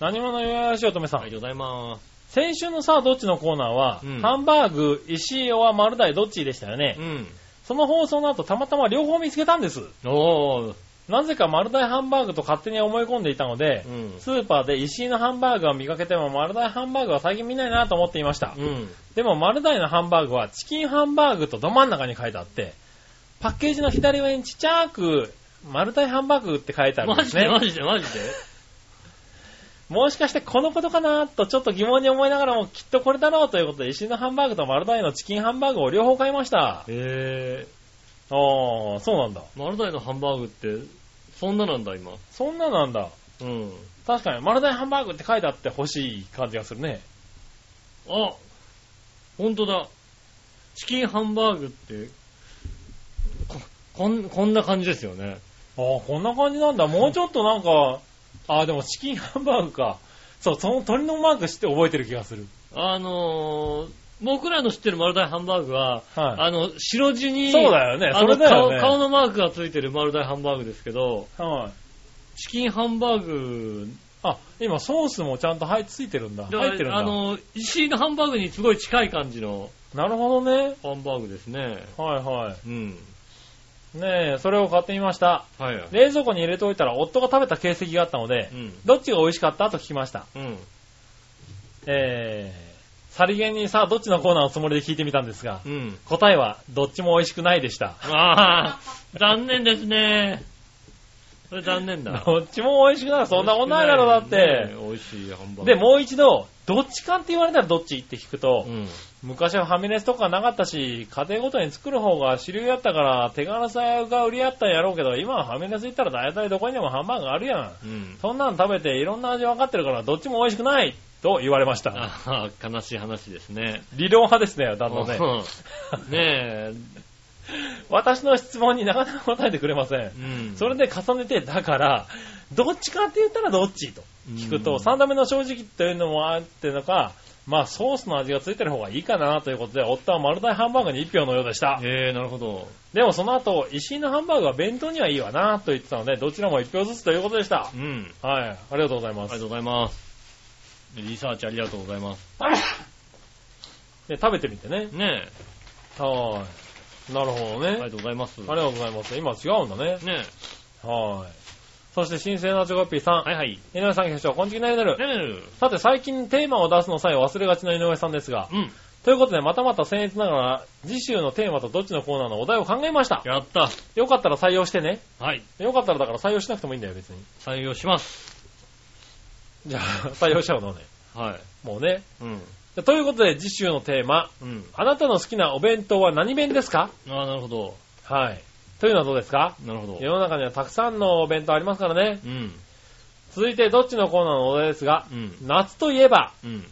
[SPEAKER 3] 何者よやしおとめさん。
[SPEAKER 4] ありがとうございます。
[SPEAKER 3] 先週のさあ、どっちのコーナーは、
[SPEAKER 4] うん
[SPEAKER 3] ハンバーグ、石井は丸大どっちでしたよね。
[SPEAKER 4] うん。
[SPEAKER 3] その放送の後、たまたま両方見つけたんです。
[SPEAKER 4] おー。
[SPEAKER 3] なぜか丸大ハンバーグと勝手に思い込んでいたので
[SPEAKER 4] う、ん。
[SPEAKER 3] スーパーで石井のハンバーグは見かけても丸大ハンバーグは最近見ないなと思っていました。
[SPEAKER 4] うん。
[SPEAKER 3] でも丸大のハンバーグはチキンハンバーグとど真ん中に書いてあって、パッケージの左上にちっちゃく丸大ハンバーグって書いてあるん
[SPEAKER 4] マ
[SPEAKER 3] で
[SPEAKER 4] ジ
[SPEAKER 3] す
[SPEAKER 4] で
[SPEAKER 3] ね。
[SPEAKER 4] マジでマジ で
[SPEAKER 3] もしかしてこのことかなとちょっと疑問に思いながらもきっとこれだろうということで石井のハンバーグと丸大のチキンハンバーグを両方買いました。
[SPEAKER 4] へ
[SPEAKER 3] あー、そうなんだ。
[SPEAKER 4] ぇー。丸大のハンバーグって、そんななんだ、今。
[SPEAKER 3] そんななんだ。
[SPEAKER 4] うん。
[SPEAKER 3] 確かに丸大ハンバーグって書いてあって欲しい感じがするね。
[SPEAKER 4] あほんとだ。チキンハンバーグって、こ、こん、こんな感じですよね。
[SPEAKER 3] ああ、こんな感じなんだ。もうちょっとなんか、ああ、でもチキンハンバーグか。そう、その鳥のマーク知って覚えてる気がする。
[SPEAKER 4] あのー、僕らの知ってる丸大ハンバーグは、
[SPEAKER 3] は
[SPEAKER 4] あの、白地
[SPEAKER 3] い。
[SPEAKER 4] に、
[SPEAKER 3] そうだよね。
[SPEAKER 4] あ
[SPEAKER 3] そ
[SPEAKER 4] の
[SPEAKER 3] れだよね。
[SPEAKER 4] 顔、顔のマークがついてる丸大ハンバーグですけど、
[SPEAKER 3] はい。
[SPEAKER 4] チキンハンバーグ、
[SPEAKER 3] あ、今ソースもちゃんと入ついてるんだ。入ってるんだ。
[SPEAKER 4] あの、石井のハンバーグにすごい近い感じの
[SPEAKER 3] なるほどね。
[SPEAKER 4] ハンバーグですね。
[SPEAKER 3] はいは
[SPEAKER 4] うん。
[SPEAKER 3] い。ねえ、それを買ってみました。
[SPEAKER 4] はいはい。
[SPEAKER 3] 冷蔵庫に入れておいたら夫が食べた形跡があったので
[SPEAKER 4] う、ん。
[SPEAKER 3] どっちが美味しかったと聞きました。
[SPEAKER 4] うん。
[SPEAKER 3] えー、さりげにさ、どっちのコーナーのつもりで聞いてみたんですが、
[SPEAKER 4] うん。
[SPEAKER 3] 答えは、どっちも美味しくないでした。
[SPEAKER 4] ああ、残念ですね。それ残念だ。
[SPEAKER 3] どっちも美味しくない。 そんなことないだろ、だっ
[SPEAKER 4] ね
[SPEAKER 3] て。
[SPEAKER 4] 美味しいハンバーグ。
[SPEAKER 3] で、、もう一度、どっちかって言われたらどっちって聞くと
[SPEAKER 4] う、ん。
[SPEAKER 3] 昔はファミレスとかなかったし、家庭ごとに作る方が主流やったから、手軽さが売り合ったんやろうけど、今はファミレス行ったら大体どこにでもハンバーグあるやん。
[SPEAKER 4] うん。
[SPEAKER 3] そんなの食べていろんな味わかってるから、どっちも美味しくないと言われました。
[SPEAKER 4] ああ、悲しい話ですね。
[SPEAKER 3] 理論派ですね、だんだんね。
[SPEAKER 4] うんねえ、
[SPEAKER 3] 私の質問になかなか答えてくれません
[SPEAKER 4] う。ん。
[SPEAKER 3] それで重ねて、だから、どっちかって言ったらどっちと聞く
[SPEAKER 4] う
[SPEAKER 3] と、
[SPEAKER 4] ん
[SPEAKER 3] 3度目の正直というのもあってのか、まあソースの味がついてる方がいいかなということで、夫は丸大ハンバーグに1票のようでした。
[SPEAKER 4] ええ、なるほど。
[SPEAKER 3] でもその後、石井のハンバーグは弁当にはいいわなと言ってたので、どちらも1票ずつということでした
[SPEAKER 4] う。ん。
[SPEAKER 3] はい、ありがとうござい
[SPEAKER 4] あ
[SPEAKER 3] ま
[SPEAKER 4] りが
[SPEAKER 3] す。
[SPEAKER 4] とうございます。リサーチありがとうございます。
[SPEAKER 3] で、食べてみてね。
[SPEAKER 4] ね
[SPEAKER 3] はい。なるほど
[SPEAKER 4] え、ありが
[SPEAKER 3] ね。
[SPEAKER 4] とうございます。
[SPEAKER 3] ありがとうございます。今違うんだね。
[SPEAKER 4] ね
[SPEAKER 3] はい。そして、新生なチョコピーさん。
[SPEAKER 4] え、はいはい。ね
[SPEAKER 3] 井上さん、局長、こんにちきなりなる。
[SPEAKER 4] え、
[SPEAKER 3] さて、最近テーマを出すの際忘れがちな井上さんですが、
[SPEAKER 4] うん。
[SPEAKER 3] ということで、またまた僭越ながら、次週のテーマとどっちのコーナーのお題を考えました。
[SPEAKER 4] やった。
[SPEAKER 3] よかったら採用してね。
[SPEAKER 4] はい。
[SPEAKER 3] よかったらだから採用しなくてもいいんだよ、別に。
[SPEAKER 4] 採用します。
[SPEAKER 3] じゃあ、 採用しちゃうのね。
[SPEAKER 4] はい。
[SPEAKER 3] もうね。
[SPEAKER 4] うん。
[SPEAKER 3] じゃということで、次週のテーマ、
[SPEAKER 4] うん。
[SPEAKER 3] あなたの好きなお弁当は何弁ですか
[SPEAKER 4] ああ、なるほど。
[SPEAKER 3] はい。というのはどうですか
[SPEAKER 4] なるほど。
[SPEAKER 3] 世の中にはたくさんのお弁当ありますからね。
[SPEAKER 4] うん。
[SPEAKER 3] 続いて、どっちのコーナーのお題ですが、
[SPEAKER 4] うん。
[SPEAKER 3] 夏といえば、
[SPEAKER 4] うん。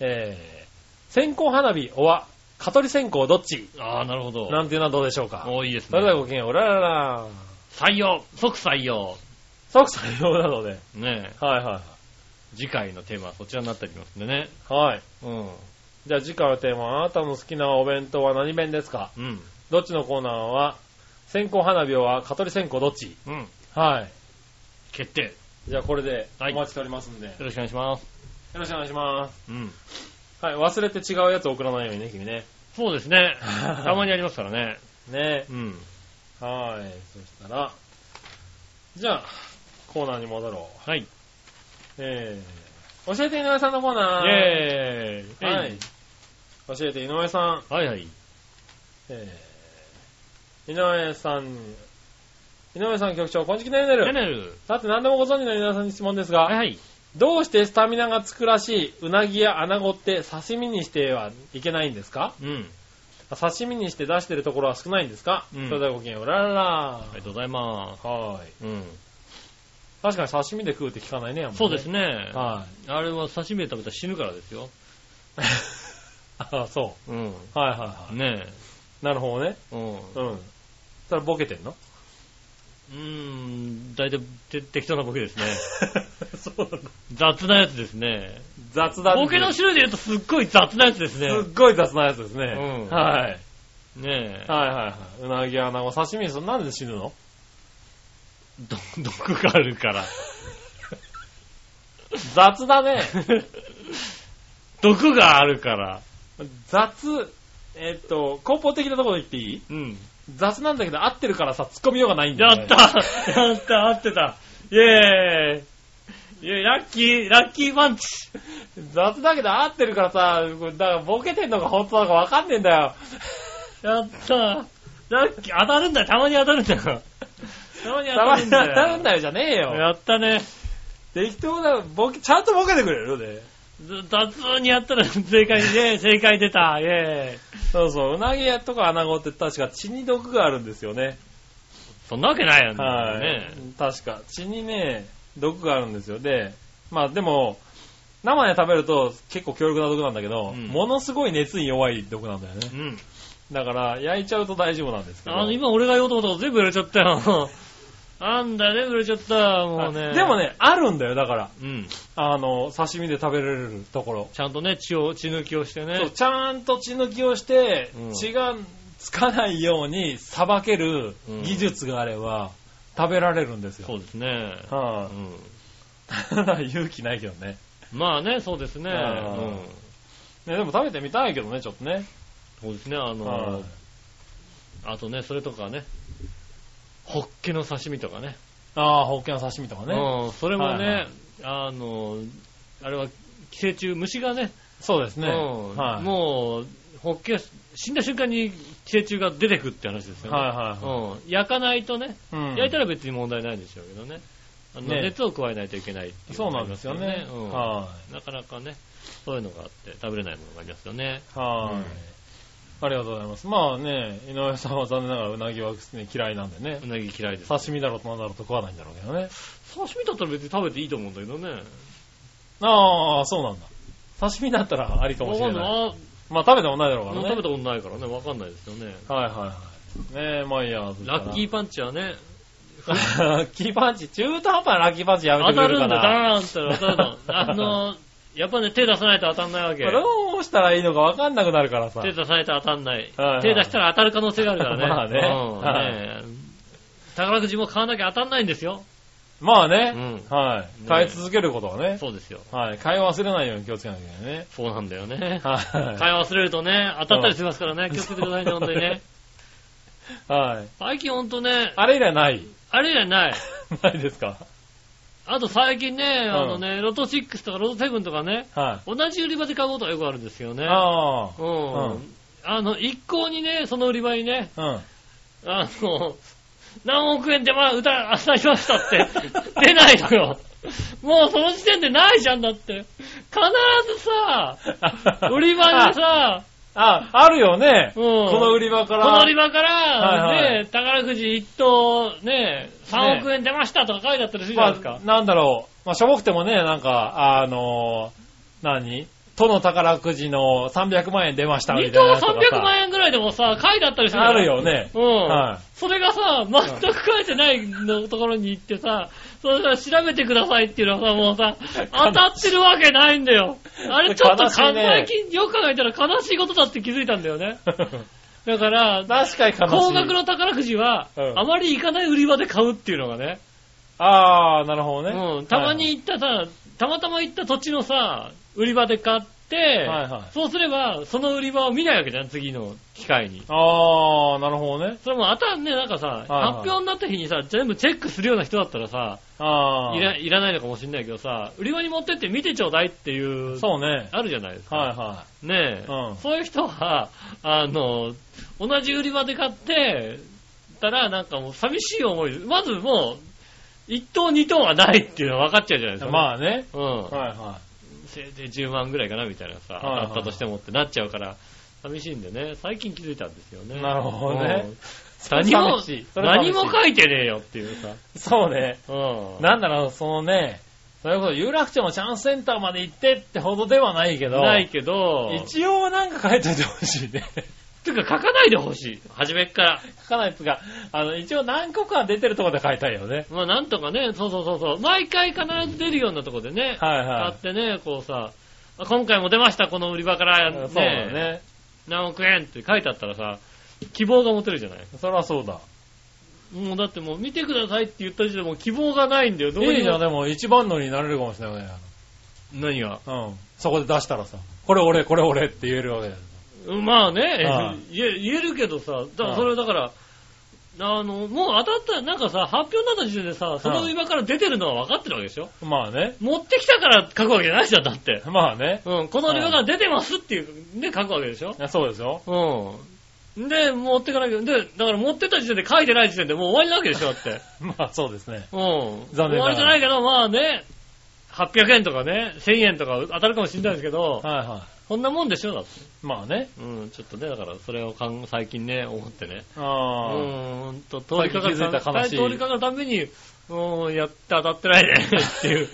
[SPEAKER 3] えー、線香花火、おわ、蚊取り線香どっち
[SPEAKER 4] ああ、なるほど。
[SPEAKER 3] なんていうのはどうでしょうか。
[SPEAKER 4] 多いいです
[SPEAKER 3] それでは
[SPEAKER 4] ね。
[SPEAKER 3] ごきげんよう、おららら。
[SPEAKER 4] 採用即採用
[SPEAKER 3] 即採用なので。
[SPEAKER 4] ね
[SPEAKER 3] はいは
[SPEAKER 4] え。次回のテーマはそちらになっておりますんでね。
[SPEAKER 3] い。はい。
[SPEAKER 4] うん。
[SPEAKER 3] じゃあ次回のテーマ、あなたの好きなお弁当は何弁ですか
[SPEAKER 4] うん。
[SPEAKER 3] どっちのコーナーは、線香花火は、蚊取り線香どっち
[SPEAKER 4] うん。
[SPEAKER 3] はい。
[SPEAKER 4] 決定。よ
[SPEAKER 3] じゃあこれでお
[SPEAKER 4] はい
[SPEAKER 3] 待ちしておりますんで、よ
[SPEAKER 4] ろしくお願いします。
[SPEAKER 3] ろしくお願いします。
[SPEAKER 4] うん。
[SPEAKER 3] はい、忘れて違うやつ送らないようにね、君 ね。
[SPEAKER 4] そうです ね。たまにありますからね。
[SPEAKER 3] ね
[SPEAKER 4] うん。
[SPEAKER 3] はい、そしたら、じゃあ、コーナーに戻ろう。
[SPEAKER 4] はい。イ
[SPEAKER 3] えー、教えて井上さんのコーナー。
[SPEAKER 4] ェーイ。
[SPEAKER 3] はい。教えて井上さん。
[SPEAKER 4] はいはい。
[SPEAKER 3] えー、井上さん、井上さん局長、こんにちは、ねる
[SPEAKER 4] チャン
[SPEAKER 3] ねる。
[SPEAKER 4] ネル。
[SPEAKER 3] さて、何でもご存知の井上さんに質問ですが、
[SPEAKER 4] はいはい。
[SPEAKER 3] どうしてスタミナがつくらしいうなぎやアナゴって刺身にしてはいけないんですか
[SPEAKER 4] うん。
[SPEAKER 3] 刺身にして出してるところは少ないんですか、
[SPEAKER 4] うん
[SPEAKER 3] それではごきげんよう、ラララ
[SPEAKER 4] ありがとうございます。
[SPEAKER 3] はーい。
[SPEAKER 4] うん。
[SPEAKER 3] 確かに刺身で食うって聞かないね、あんまり
[SPEAKER 4] そうです。ね。
[SPEAKER 3] は
[SPEAKER 4] あれは刺身で食べたら死ぬからですよ。
[SPEAKER 3] い。あそ
[SPEAKER 4] うん。
[SPEAKER 3] う。 はいはいは
[SPEAKER 4] ね
[SPEAKER 3] い。なるほどね。
[SPEAKER 4] え。うん。
[SPEAKER 3] うん。それボケて んの
[SPEAKER 4] うーん、大体て適当なボケですね。
[SPEAKER 3] そうなんだ。
[SPEAKER 4] 雑なやつですね。
[SPEAKER 3] 雑談。
[SPEAKER 4] ボケの
[SPEAKER 3] す
[SPEAKER 4] 種類で言うとすっごい雑なやつですね。
[SPEAKER 3] っごい雑なやつですね。
[SPEAKER 4] うん
[SPEAKER 3] はい。
[SPEAKER 4] ねえ。
[SPEAKER 3] はいはいはい。うなぎ穴子刺身にするなんで死ぬの
[SPEAKER 4] ど毒があるから。
[SPEAKER 3] 雑だね。
[SPEAKER 4] 毒があるから。
[SPEAKER 3] 雑、えっと、根本的なところで言っていい
[SPEAKER 4] うん。
[SPEAKER 3] 雑なんだけど合ってるからさ、突っ込みようがないんだ
[SPEAKER 4] や
[SPEAKER 3] よ、
[SPEAKER 4] ったやった合ってたイェーイイェーイラッキー、ラッキーパンチ
[SPEAKER 3] 雑だけど合ってるからさ、だからボケてんのか本当なのか分かんねえんだよ。
[SPEAKER 4] やったラッキー、当たるんだよたまに当たるんだよたまに当
[SPEAKER 3] た
[SPEAKER 4] た
[SPEAKER 3] ま
[SPEAKER 4] る
[SPEAKER 3] に
[SPEAKER 4] ん
[SPEAKER 3] 当
[SPEAKER 4] だよ
[SPEAKER 3] たるんだよじゃねえよ。
[SPEAKER 4] やったね。
[SPEAKER 3] 適当な、ボケ、ちゃんとボケてくれるよね。
[SPEAKER 4] ず雑にやったら正解、イェ ーイ正解出たイェーイ
[SPEAKER 3] そうそう、うなぎやとかアナゴって確か血に毒があるんですよね。
[SPEAKER 4] そんなわけないよね。
[SPEAKER 3] はい。
[SPEAKER 4] ね
[SPEAKER 3] 確か。血にね、毒があるんですよ。で、まあでも、生で食べると結構強力な毒なんだけど、
[SPEAKER 4] うん
[SPEAKER 3] ものすごい熱に弱い毒なんだよね
[SPEAKER 4] う。ん。
[SPEAKER 3] だから、焼いちゃうと大丈夫なんですけど。
[SPEAKER 4] あの、今俺が言おうと思ったこと全部売れちゃったよ。あんだね、売れちゃった。もうね。
[SPEAKER 3] あでも。ね、あるんだよ、だから。
[SPEAKER 4] うん。
[SPEAKER 3] あの、刺身で食べられるところ。
[SPEAKER 4] ちゃんとね、血を、血抜きをしてね。
[SPEAKER 3] そうちゃんと血抜きをして、
[SPEAKER 4] うん
[SPEAKER 3] 血がつかないようにさばける技術があれば、食べられるんですよ。
[SPEAKER 4] そうですね。う
[SPEAKER 3] は
[SPEAKER 4] ん。
[SPEAKER 3] い だから勇気ないけどね
[SPEAKER 4] まあね、そうですね。う
[SPEAKER 3] あー
[SPEAKER 4] ん。
[SPEAKER 3] ね。でも食べてみたいけどね、ちょっとね。
[SPEAKER 4] そうですね、あ
[SPEAKER 3] は
[SPEAKER 4] の、あとね、それとかね、ホッケの刺身とかね。
[SPEAKER 3] ああ、ホッケの刺身とかね。
[SPEAKER 4] うん。それも
[SPEAKER 3] はいは
[SPEAKER 4] ね
[SPEAKER 3] い、
[SPEAKER 4] あの、あれは寄生虫、虫がね、
[SPEAKER 3] そうですね。
[SPEAKER 4] うん
[SPEAKER 3] はい。
[SPEAKER 4] もう、ホッケ、死んだ瞬間に寄生虫が出てくって話ですよね。
[SPEAKER 3] はいはいは
[SPEAKER 4] うん。焼かないとね、
[SPEAKER 3] い。うん
[SPEAKER 4] 焼いたら別に問題ないんでしょうけどね。あの
[SPEAKER 3] ね
[SPEAKER 4] 熱を加えないといけないってい
[SPEAKER 3] そうなんですよね。
[SPEAKER 4] うん
[SPEAKER 3] は
[SPEAKER 4] なかなかね、そういうのがあって食べれないものがありますよね。
[SPEAKER 3] い。はい、
[SPEAKER 4] うん
[SPEAKER 3] ありがとうございます。まあね、井上さんは残念ながらうなぎは、ね、嫌いなんでね
[SPEAKER 4] う。なぎ嫌いです。
[SPEAKER 3] 刺身だろうとなんだろうと食わないんだろうけどね。
[SPEAKER 4] 刺身だったら別に食べていいと思うんだけどね。
[SPEAKER 3] ああ、そうなんだ。刺身だったらありかも
[SPEAKER 4] わ
[SPEAKER 3] し
[SPEAKER 4] か
[SPEAKER 3] れ
[SPEAKER 4] ん
[SPEAKER 3] ない。
[SPEAKER 4] ない。
[SPEAKER 3] まあ食べてもないだろう
[SPEAKER 4] あ
[SPEAKER 3] か
[SPEAKER 4] 食べ
[SPEAKER 3] ら
[SPEAKER 4] た
[SPEAKER 3] ね。
[SPEAKER 4] ことないからね、わかんないですよね。
[SPEAKER 3] はいはいはい。ねえ、まあいいや。
[SPEAKER 4] ラッキー
[SPEAKER 3] ー。
[SPEAKER 4] パンチはね、
[SPEAKER 3] ラッキーパンチ、中途半端なラッキーパンチやめ
[SPEAKER 4] 当
[SPEAKER 3] てく
[SPEAKER 4] た
[SPEAKER 3] れる
[SPEAKER 4] る
[SPEAKER 3] か
[SPEAKER 4] んだ、
[SPEAKER 3] な。
[SPEAKER 4] ダーンって当たるの。あの、やっぱね、手出さないと当たんないわけ。
[SPEAKER 3] どうしたらいいのかわかんなくなるからさ。
[SPEAKER 4] 手出さないと当たんない
[SPEAKER 3] はいは。い
[SPEAKER 4] 手出したら当たる可能性があるからね。
[SPEAKER 3] まあね
[SPEAKER 4] うんね宝くじも買わなきゃ当たんないんですよ。
[SPEAKER 3] まあ
[SPEAKER 4] う
[SPEAKER 3] ね。
[SPEAKER 4] ん。
[SPEAKER 3] はい。買い続けることはね。
[SPEAKER 4] そうですよ。
[SPEAKER 3] はい。買い忘れないように気をつけなきゃいけないね。
[SPEAKER 4] そうなんだよね。
[SPEAKER 3] は
[SPEAKER 4] 買い忘れるとね、当たったりしますからね、気をつけてくださいね、
[SPEAKER 3] そう
[SPEAKER 4] 本当にね。
[SPEAKER 3] い。はい。
[SPEAKER 4] 最近本当ね、
[SPEAKER 3] あれ以来ない
[SPEAKER 4] あれじゃない。
[SPEAKER 3] ないですか
[SPEAKER 4] あと最近ね、あのね、ロト6とかロト7とかね、
[SPEAKER 3] は
[SPEAKER 4] 同じ売り場で買うことがよくあるんですよ
[SPEAKER 3] い。
[SPEAKER 4] ね。
[SPEAKER 3] あ
[SPEAKER 4] う
[SPEAKER 3] うんん。
[SPEAKER 4] あの、一向にね、その売り場にね、
[SPEAKER 3] あ。うん。
[SPEAKER 4] あの、何億円でまあ、歌、当たりましたって、 出ないのよ。もうその 時 点でないじゃんだって。必ずさ、売り場で
[SPEAKER 3] あ
[SPEAKER 4] さ、
[SPEAKER 3] あ、あるよね。
[SPEAKER 4] うん
[SPEAKER 3] この売り場から。
[SPEAKER 4] この売り場から、
[SPEAKER 3] はいはい
[SPEAKER 4] ね、宝くじ1等、ね、3億円出ましたとか書いてあったりするじゃないです
[SPEAKER 3] ま
[SPEAKER 4] か
[SPEAKER 3] あ。なんだろう。まあ、しょぼくてもね、なんか、あのー、何都の宝くじの300万円出ましたみ
[SPEAKER 4] 2
[SPEAKER 3] たい
[SPEAKER 4] 等
[SPEAKER 3] なやつとかさ。
[SPEAKER 4] 300万円ぐらいでもさ、書いてあったりするじゃ
[SPEAKER 3] あ
[SPEAKER 4] ん
[SPEAKER 3] る。よね。
[SPEAKER 4] うん。
[SPEAKER 3] はい
[SPEAKER 4] それがさ、全く書いてないのところに行ってさ、それさ、調べてくださいっていうのはさ、もうさ、当たってるわけないんだよ。あれちょっと
[SPEAKER 3] 悲
[SPEAKER 4] 考
[SPEAKER 3] しいね
[SPEAKER 4] えき、よく考えたら悲しいことだって気づいたんだよね。だから、
[SPEAKER 3] 確かに悲しい。
[SPEAKER 4] 高額の宝くじは、
[SPEAKER 3] うん
[SPEAKER 4] あまり行かない売り場で買うっていうのがね、
[SPEAKER 3] ああ、なるほどね。
[SPEAKER 4] うん、たまに行ったさ、たまたま行った土地のさ、売り場で買って、
[SPEAKER 3] はいはい
[SPEAKER 4] そうすれば、その売り場を見ないわけじゃん、次の機会に。
[SPEAKER 3] ああ、なるほどね。
[SPEAKER 4] それも、あたね、なんかさ、
[SPEAKER 3] いはい
[SPEAKER 4] 発表になった日にさ、全部チェックするような人だったらさ、
[SPEAKER 3] ああ。
[SPEAKER 4] いらいらないのかもしれないけどさ、売り場に持ってって見てちょうだいっていう、
[SPEAKER 3] そうね。
[SPEAKER 4] あるじゃないですか。
[SPEAKER 3] はいは
[SPEAKER 4] ねえ、
[SPEAKER 3] うん
[SPEAKER 4] そういう人は、あの、同じ売り場で買って、たら、なんかもう寂しい思い、まずもう、1等2等はないっていうのは分かっちゃうじゃないです
[SPEAKER 3] い。
[SPEAKER 4] か。
[SPEAKER 3] まあね。
[SPEAKER 4] うん。
[SPEAKER 3] はいは
[SPEAKER 4] せいぜい10万ぐらいかなみたいなさ、
[SPEAKER 3] はいはい
[SPEAKER 4] 当たったとしてもってなっちゃうから、寂しいんでね、最近気づいたんですよね。
[SPEAKER 3] なるほどね
[SPEAKER 4] うん。何も
[SPEAKER 3] 寂しい、それ寂し
[SPEAKER 4] 何
[SPEAKER 3] い
[SPEAKER 4] も書いてねえよっていうさ。
[SPEAKER 3] い。そうね。
[SPEAKER 4] うん。
[SPEAKER 3] なんだろう、そのね、それこそ有楽町のチャンスセンターまで行ってってほどではないけど、
[SPEAKER 4] ないけど、
[SPEAKER 3] 一応なんか書いといてほしい ね。
[SPEAKER 4] てか書かないでほしい。初めっから。
[SPEAKER 3] 書かないっつうか、あの、一応何個か出てるとこで書いたいよね。
[SPEAKER 4] まあなんとかね、そうそうそうそう。毎回必ず出るようなとこでね、
[SPEAKER 3] はいは
[SPEAKER 4] あってね、こうさ、あ今回も出ました、この売り場から、
[SPEAKER 3] い。そうだね。
[SPEAKER 4] 何億円って書いてあったらさ、希望が持てるじゃない。
[SPEAKER 3] そりゃそうだ。
[SPEAKER 4] もうだってもう見てくださいって言った時点でもう希望がないんだよ。どうにも
[SPEAKER 3] いいじゃん、でも一番乗りになれるかもしれないね。
[SPEAKER 4] 何が
[SPEAKER 3] うん。そこで出したらさ、これ俺、これ俺って言えるわけだよ。
[SPEAKER 4] うんまあ
[SPEAKER 3] は
[SPEAKER 4] ね
[SPEAKER 3] い、
[SPEAKER 4] 言え言えるけどさ、だ
[SPEAKER 3] はい
[SPEAKER 4] それはだから、あの、もう当たった、なんかさ、発表になった時点でさ、その売り場から出てるのは分かってるわけでしょ
[SPEAKER 3] まあね。
[SPEAKER 4] 持ってきたから書くわけじゃないじゃん、だって。
[SPEAKER 3] まあね。
[SPEAKER 4] うん、この売り場から出てますっていう、で書くわけでしょ
[SPEAKER 3] いやそうですよ。
[SPEAKER 4] うん。で、持ってかなきゃ、で、だから持ってった時点で書いてない時点でもう終わりなわけでしょ、だって。
[SPEAKER 3] まあそうですね。
[SPEAKER 4] うん。
[SPEAKER 3] 残
[SPEAKER 4] 終
[SPEAKER 3] 念ながら
[SPEAKER 4] わりじゃないけど、まあね、800円とかね、1000円とか当たるかもしれないですけど、
[SPEAKER 3] はいは
[SPEAKER 4] こんなもんでしょ、だって。
[SPEAKER 3] い。まあね。
[SPEAKER 4] うん、ちょっとね、だからそれをかん最近ね、思ってね。う
[SPEAKER 3] ああ。
[SPEAKER 4] ーんと、通りかかる
[SPEAKER 3] 最近気づいた悲しい
[SPEAKER 4] 通りかかるために、うん、やって当たってないねっていう。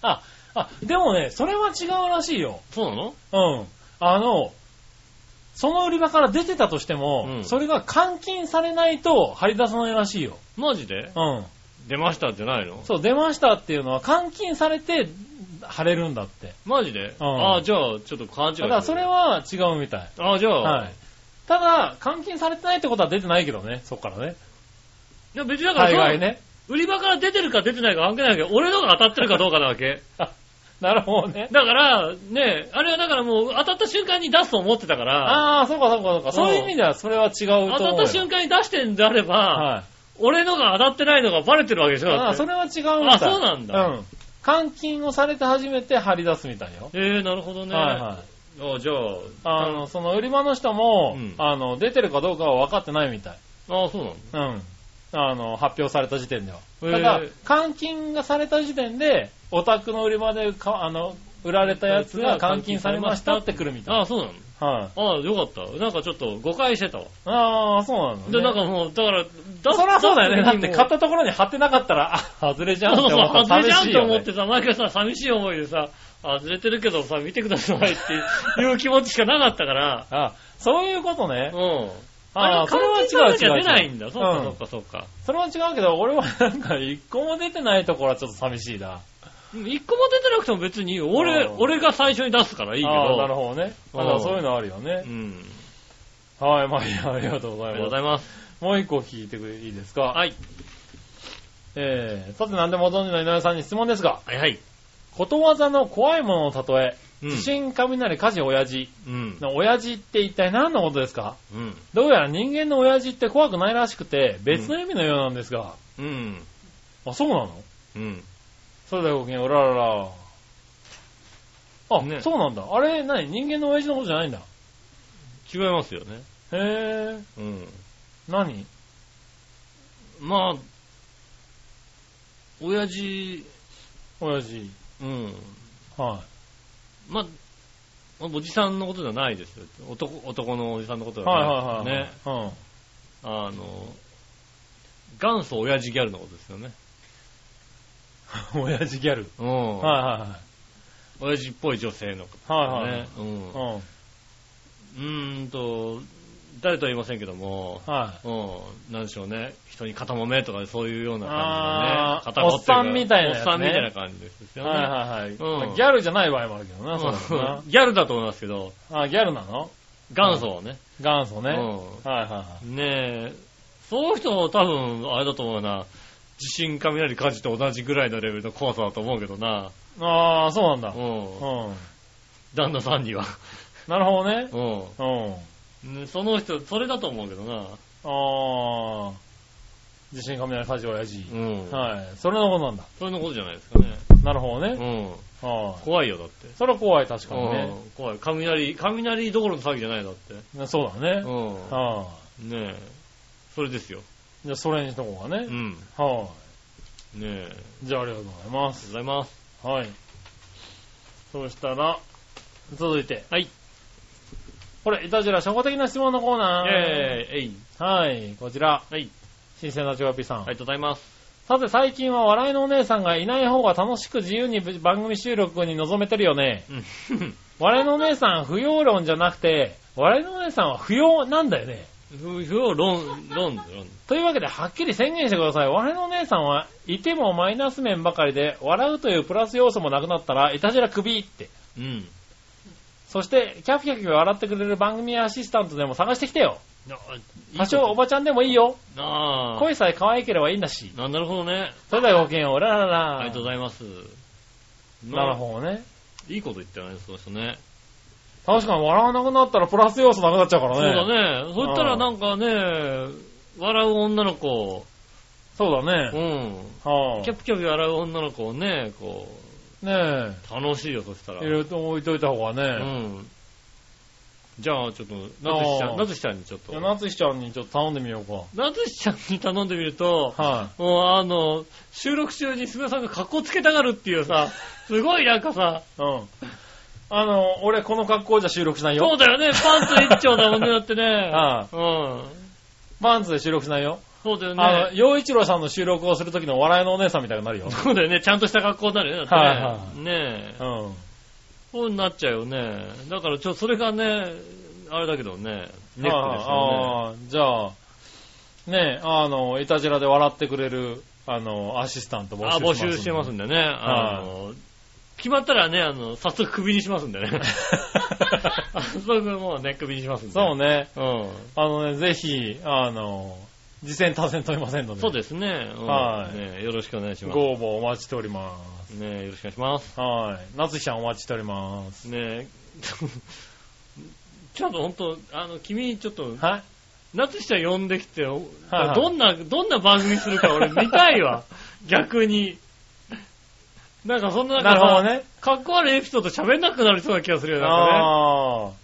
[SPEAKER 3] あ、あ、でもね、それは違うらしいよ。
[SPEAKER 4] そうなの
[SPEAKER 3] うん。あの、その売り場から出てたとしても、
[SPEAKER 4] うん
[SPEAKER 3] それが換金されないと張り出さないらしいよ。
[SPEAKER 4] マジで
[SPEAKER 3] うん。
[SPEAKER 4] 出ましたじゃないの
[SPEAKER 3] そう、出ましたっていうのは換金されて貼れるんだって。
[SPEAKER 4] マジで、ああ、じゃあ、ちょっと勘違いして
[SPEAKER 3] た
[SPEAKER 4] る。
[SPEAKER 3] だそれは違うみたい。
[SPEAKER 4] ああ、じゃあ、
[SPEAKER 3] はい。ただ、換金されてないってことは出てないけどね、そっからね。
[SPEAKER 4] いや別にだから
[SPEAKER 3] 海
[SPEAKER 4] その
[SPEAKER 3] 外ね。
[SPEAKER 4] 売り場から出てるか出てないか関係ないわけど、俺のが当たってるかどうかなわけ。
[SPEAKER 3] なるほどね。
[SPEAKER 4] だから、ね、あれはだからもう当たった瞬間に出すと思ってたから、
[SPEAKER 3] ああ、そうかそうかそうか。そういう意味ではそれは違うと思うよ。
[SPEAKER 4] 当たった瞬間に出してんであれば、
[SPEAKER 3] はい。
[SPEAKER 4] 俺のが当たってないのがバレてるわけでしょだ
[SPEAKER 3] あ
[SPEAKER 4] っ
[SPEAKER 3] あ、
[SPEAKER 4] て
[SPEAKER 3] それは違うみたい。
[SPEAKER 4] あそうなんだ
[SPEAKER 3] うん。換金をされて初めて張り出すみたいよ。
[SPEAKER 4] えー、なるほどね。
[SPEAKER 3] はいはい。
[SPEAKER 4] あじゃあ、
[SPEAKER 3] あの、その売り場の人も、
[SPEAKER 4] うん
[SPEAKER 3] あの、出てるかどうかは分かってないみたい。
[SPEAKER 4] あそうなの
[SPEAKER 3] うん。あの、発表された時点では。
[SPEAKER 4] へえ
[SPEAKER 3] ただ、換金がされた時点で、お宅の売り場でか、あの、売られたやつが換金されましたって来るみたい。
[SPEAKER 4] あそうなの
[SPEAKER 3] はい。
[SPEAKER 4] あよかった。なんかちょっと誤解してたわ。
[SPEAKER 3] ああ、そうなの、ね。
[SPEAKER 4] で、なんかもう、だから、出
[SPEAKER 3] そりゃそうだよね。だって
[SPEAKER 4] 出す時にも
[SPEAKER 3] 買ったところに貼ってなかったら、あ、外れじゃんっ
[SPEAKER 4] そう
[SPEAKER 3] て
[SPEAKER 4] そ
[SPEAKER 3] 思
[SPEAKER 4] う、
[SPEAKER 3] ったら
[SPEAKER 4] 外れじゃん
[SPEAKER 3] 寂しい
[SPEAKER 4] と
[SPEAKER 3] よ
[SPEAKER 4] 思
[SPEAKER 3] ね
[SPEAKER 4] ってさ、毎回さ、寂しい思いでさ、あ外れてるけどさ、見てくださいっていう気持ちしかなかったから、
[SPEAKER 3] あ、そういうことね。
[SPEAKER 4] うん。
[SPEAKER 3] あ
[SPEAKER 4] あ
[SPEAKER 3] あ、
[SPEAKER 4] れ、
[SPEAKER 3] それは違
[SPEAKER 4] 換金され
[SPEAKER 3] う
[SPEAKER 4] なきゃ
[SPEAKER 3] 違う違う。
[SPEAKER 4] 出ないんだ。そっ
[SPEAKER 3] う
[SPEAKER 4] か
[SPEAKER 3] ん
[SPEAKER 4] そっかそっか。
[SPEAKER 3] それは違うけど、俺はなんか一個も出てないところはちょっと寂しいな。
[SPEAKER 4] 一個も出てなくても別にいいよ。俺、
[SPEAKER 3] うん
[SPEAKER 4] 俺が最初に出すからいいけど。
[SPEAKER 3] ああなるほどね。あ
[SPEAKER 4] うん
[SPEAKER 3] そういうのあるよね
[SPEAKER 4] う。ん。
[SPEAKER 3] はい、まあいいや、ありがとうご
[SPEAKER 4] あ
[SPEAKER 3] ざ
[SPEAKER 4] りが
[SPEAKER 3] い
[SPEAKER 4] と
[SPEAKER 3] ま
[SPEAKER 4] うございます。
[SPEAKER 3] す。もう一個聞いてくれいいですか
[SPEAKER 4] はい。
[SPEAKER 3] えー、さて何でもご存知の井上さんに質問ですが、
[SPEAKER 4] はいはい。
[SPEAKER 3] ことわざの怖いものの例え、
[SPEAKER 4] うん
[SPEAKER 3] 地震、雷、火事、親父
[SPEAKER 4] うん。
[SPEAKER 3] の親父って一体何のことですか
[SPEAKER 4] うん。
[SPEAKER 3] どうやら人間の親父って怖くないらしくて、別の意味のようなんですが、
[SPEAKER 4] うん。
[SPEAKER 3] あ、そうなの
[SPEAKER 4] うん。
[SPEAKER 3] それではごきげんよう、うららら。あ、
[SPEAKER 4] ね
[SPEAKER 3] そうなんだ。あれ、何人間の親父のことじゃないんだ。
[SPEAKER 4] 違いますよね。
[SPEAKER 3] へぇ
[SPEAKER 4] うん。
[SPEAKER 3] ー。何
[SPEAKER 4] まあ、親父、
[SPEAKER 3] 親父。
[SPEAKER 4] うん。
[SPEAKER 3] は
[SPEAKER 4] まあ、おじさんのことじゃないですよ。男、男のおじさんのことじゃ
[SPEAKER 3] はい
[SPEAKER 4] な
[SPEAKER 3] はいいはい。
[SPEAKER 4] ですよね。
[SPEAKER 3] うん。
[SPEAKER 4] あの、元祖親父ギャルのことですよね。
[SPEAKER 3] 親父ギャル。
[SPEAKER 4] うん。
[SPEAKER 3] はいは
[SPEAKER 4] 親父っぽい女性のことで
[SPEAKER 3] い
[SPEAKER 4] す
[SPEAKER 3] はい。はいはい。
[SPEAKER 4] ね。うん。
[SPEAKER 3] う。
[SPEAKER 4] うんーんと、誰とは言いませんけども、
[SPEAKER 3] はい。
[SPEAKER 4] うん、なんでしょうね。人に肩揉めとかそういうような
[SPEAKER 3] あー
[SPEAKER 4] 感じでね。肩持ってるから
[SPEAKER 3] おっさんみたいなやつね
[SPEAKER 4] おっさんみたいな感じですよね。
[SPEAKER 3] はいはいはい。
[SPEAKER 4] うん
[SPEAKER 3] ギャルじゃない場合もあるけどな、そうだ
[SPEAKER 4] う
[SPEAKER 3] なん
[SPEAKER 4] ギャルだと思いますけど、。
[SPEAKER 3] あ、ギャルなの
[SPEAKER 4] 元祖はね。
[SPEAKER 3] 元祖ね。はい
[SPEAKER 4] うん
[SPEAKER 3] はいは
[SPEAKER 4] ねえ、そういう人も多分、あれだと思うな。地震、雷、火事と同じぐらいのレベルの怖さだと思うけどな。
[SPEAKER 3] い。ああ、そうなんだ。
[SPEAKER 4] う。
[SPEAKER 3] うんん。
[SPEAKER 4] 旦那さんには。
[SPEAKER 3] なるほどね。
[SPEAKER 4] う
[SPEAKER 3] うん。
[SPEAKER 4] ん。ねその人、それだと思うけどな。
[SPEAKER 3] ああ。地震雷火事親父。
[SPEAKER 4] うん。
[SPEAKER 3] はい。それのことなんだ。
[SPEAKER 4] そういうのことじゃないですかね。
[SPEAKER 3] なるほど
[SPEAKER 4] う
[SPEAKER 3] ね。
[SPEAKER 4] ん。
[SPEAKER 3] はい。
[SPEAKER 4] 怖いよ、だって。
[SPEAKER 3] それは怖い、確かにね。
[SPEAKER 4] うん怖い。雷、雷どころの騒ぎじゃないよだって。
[SPEAKER 3] そうだね。
[SPEAKER 4] う
[SPEAKER 3] は
[SPEAKER 4] ん。ねえ。それですよ。
[SPEAKER 3] い。じゃあ、それにしとこうか
[SPEAKER 4] う
[SPEAKER 3] ね。
[SPEAKER 4] ん。
[SPEAKER 3] は
[SPEAKER 4] ねえ。ありがと
[SPEAKER 3] い。じゃあ、ありがとうございます。
[SPEAKER 4] うございます。
[SPEAKER 3] はい。そしたら、続いて。
[SPEAKER 4] はい。
[SPEAKER 3] これ、いたじら初歩的な質問のコー
[SPEAKER 4] イェ
[SPEAKER 3] ナ
[SPEAKER 4] ー
[SPEAKER 3] ー。
[SPEAKER 4] イえい。
[SPEAKER 3] はい、こちら。
[SPEAKER 4] はい。
[SPEAKER 3] 新鮮なチョコピーさん。
[SPEAKER 4] ありがとうございます。
[SPEAKER 3] さて、最近は笑いのお姉さんがいない方が楽しく自由に番組収録に臨めてるよね。
[SPEAKER 4] うん。
[SPEAKER 3] 笑いのお姉さん不要論じゃなくて、笑いのお姉さんは不要なんだよね。
[SPEAKER 4] ふ、ふを、ロン、ロン、ロン。
[SPEAKER 3] というわけで、はっきり宣言してください。我のお姉さんは、いてもマイナス面ばかりで、笑うというプラス要素もなくなったら、いたじら首って。
[SPEAKER 4] うん。
[SPEAKER 3] そして、キャピキャピ笑ってくれる番組アシスタントでも探してきてよ。
[SPEAKER 4] な
[SPEAKER 3] 多少おばちゃんでもいいよ。
[SPEAKER 4] ああ。
[SPEAKER 3] 声さえ可愛ければいいんだし。
[SPEAKER 4] ななるほどね。
[SPEAKER 3] それではごきげんよう。ララララ。
[SPEAKER 4] ありがとうございます。
[SPEAKER 3] なるほどね。
[SPEAKER 4] いいこと言ったよね、その人ね。
[SPEAKER 3] 確かに笑わなくなったらプラス要素なくなっちゃうからね。
[SPEAKER 4] そうだね。そしたらなんかね、笑う女の子、
[SPEAKER 3] そうだね。
[SPEAKER 4] うん。
[SPEAKER 3] は
[SPEAKER 4] キャピキャピ笑う女の子をね、こ
[SPEAKER 3] あ、ね
[SPEAKER 4] う、楽しいよ、そしたら。
[SPEAKER 3] え。いろいろと置いといた方が
[SPEAKER 4] う
[SPEAKER 3] ね。
[SPEAKER 4] ん。じゃあ、ちょっと、なつしちゃ
[SPEAKER 3] あー
[SPEAKER 4] ん、なつしちゃんにちょっ
[SPEAKER 3] じゃ
[SPEAKER 4] と。
[SPEAKER 3] あ、夏日ちゃんにちょっと頼んでみようか。
[SPEAKER 4] なつしちゃんに頼んでみると、
[SPEAKER 3] は
[SPEAKER 4] もうあの、収録中にすみさんが格好つけたがるってい うさ、すごいなんかさ、
[SPEAKER 3] い。うん。あの、俺この格好じゃ収録しない
[SPEAKER 4] そ
[SPEAKER 3] よ
[SPEAKER 4] う。だよね、パンツ一丁だもんね、だってね。
[SPEAKER 3] ああ
[SPEAKER 4] うん。
[SPEAKER 3] パンツで収録しないよ。
[SPEAKER 4] そうだよ
[SPEAKER 3] あの、
[SPEAKER 4] ね。。
[SPEAKER 3] 洋一郎さんの収録をするときの笑いのお姉さんみたいになるよ
[SPEAKER 4] そうだよね、ちゃんとした格好になるよね、だってね。ねえ
[SPEAKER 3] う。ん。
[SPEAKER 4] そうなっちゃうよね。だからちょ、それがね、あれだけどね、ネックですよね。
[SPEAKER 3] ああ、じゃあ、ねえ、あの、いたじらで笑ってくれる、あの、アシスタント募集
[SPEAKER 4] あ、募集してます
[SPEAKER 3] ん
[SPEAKER 4] ん
[SPEAKER 3] で。
[SPEAKER 4] でね。あの、決まったらね、あの、早速クビにします んでね。早速もうね、クビにしますんで。
[SPEAKER 3] そうね。
[SPEAKER 4] うん。
[SPEAKER 3] あのね、ぜひ、あの、次戦多戦問いませんので。
[SPEAKER 4] そうですね。うん
[SPEAKER 3] はい
[SPEAKER 4] ねよろしくお願いします。
[SPEAKER 3] ご応募お待ちしておりま
[SPEAKER 4] ねよろしくお願いします。
[SPEAKER 3] す。はい。夏日ちゃんお待ちしております。
[SPEAKER 4] ね ちょっと本当あの、君、ちょっと、
[SPEAKER 3] はい
[SPEAKER 4] 夏下呼んできて、お
[SPEAKER 3] はいはい
[SPEAKER 4] どんな、どんな番組するか俺見たいわ。逆に。なんかそんな
[SPEAKER 3] な
[SPEAKER 4] 中
[SPEAKER 3] る
[SPEAKER 4] さ
[SPEAKER 3] ほどね。
[SPEAKER 4] かっこ悪いエピソード喋んなくなりそうな気がするよね。なんか
[SPEAKER 3] ああ。
[SPEAKER 4] ね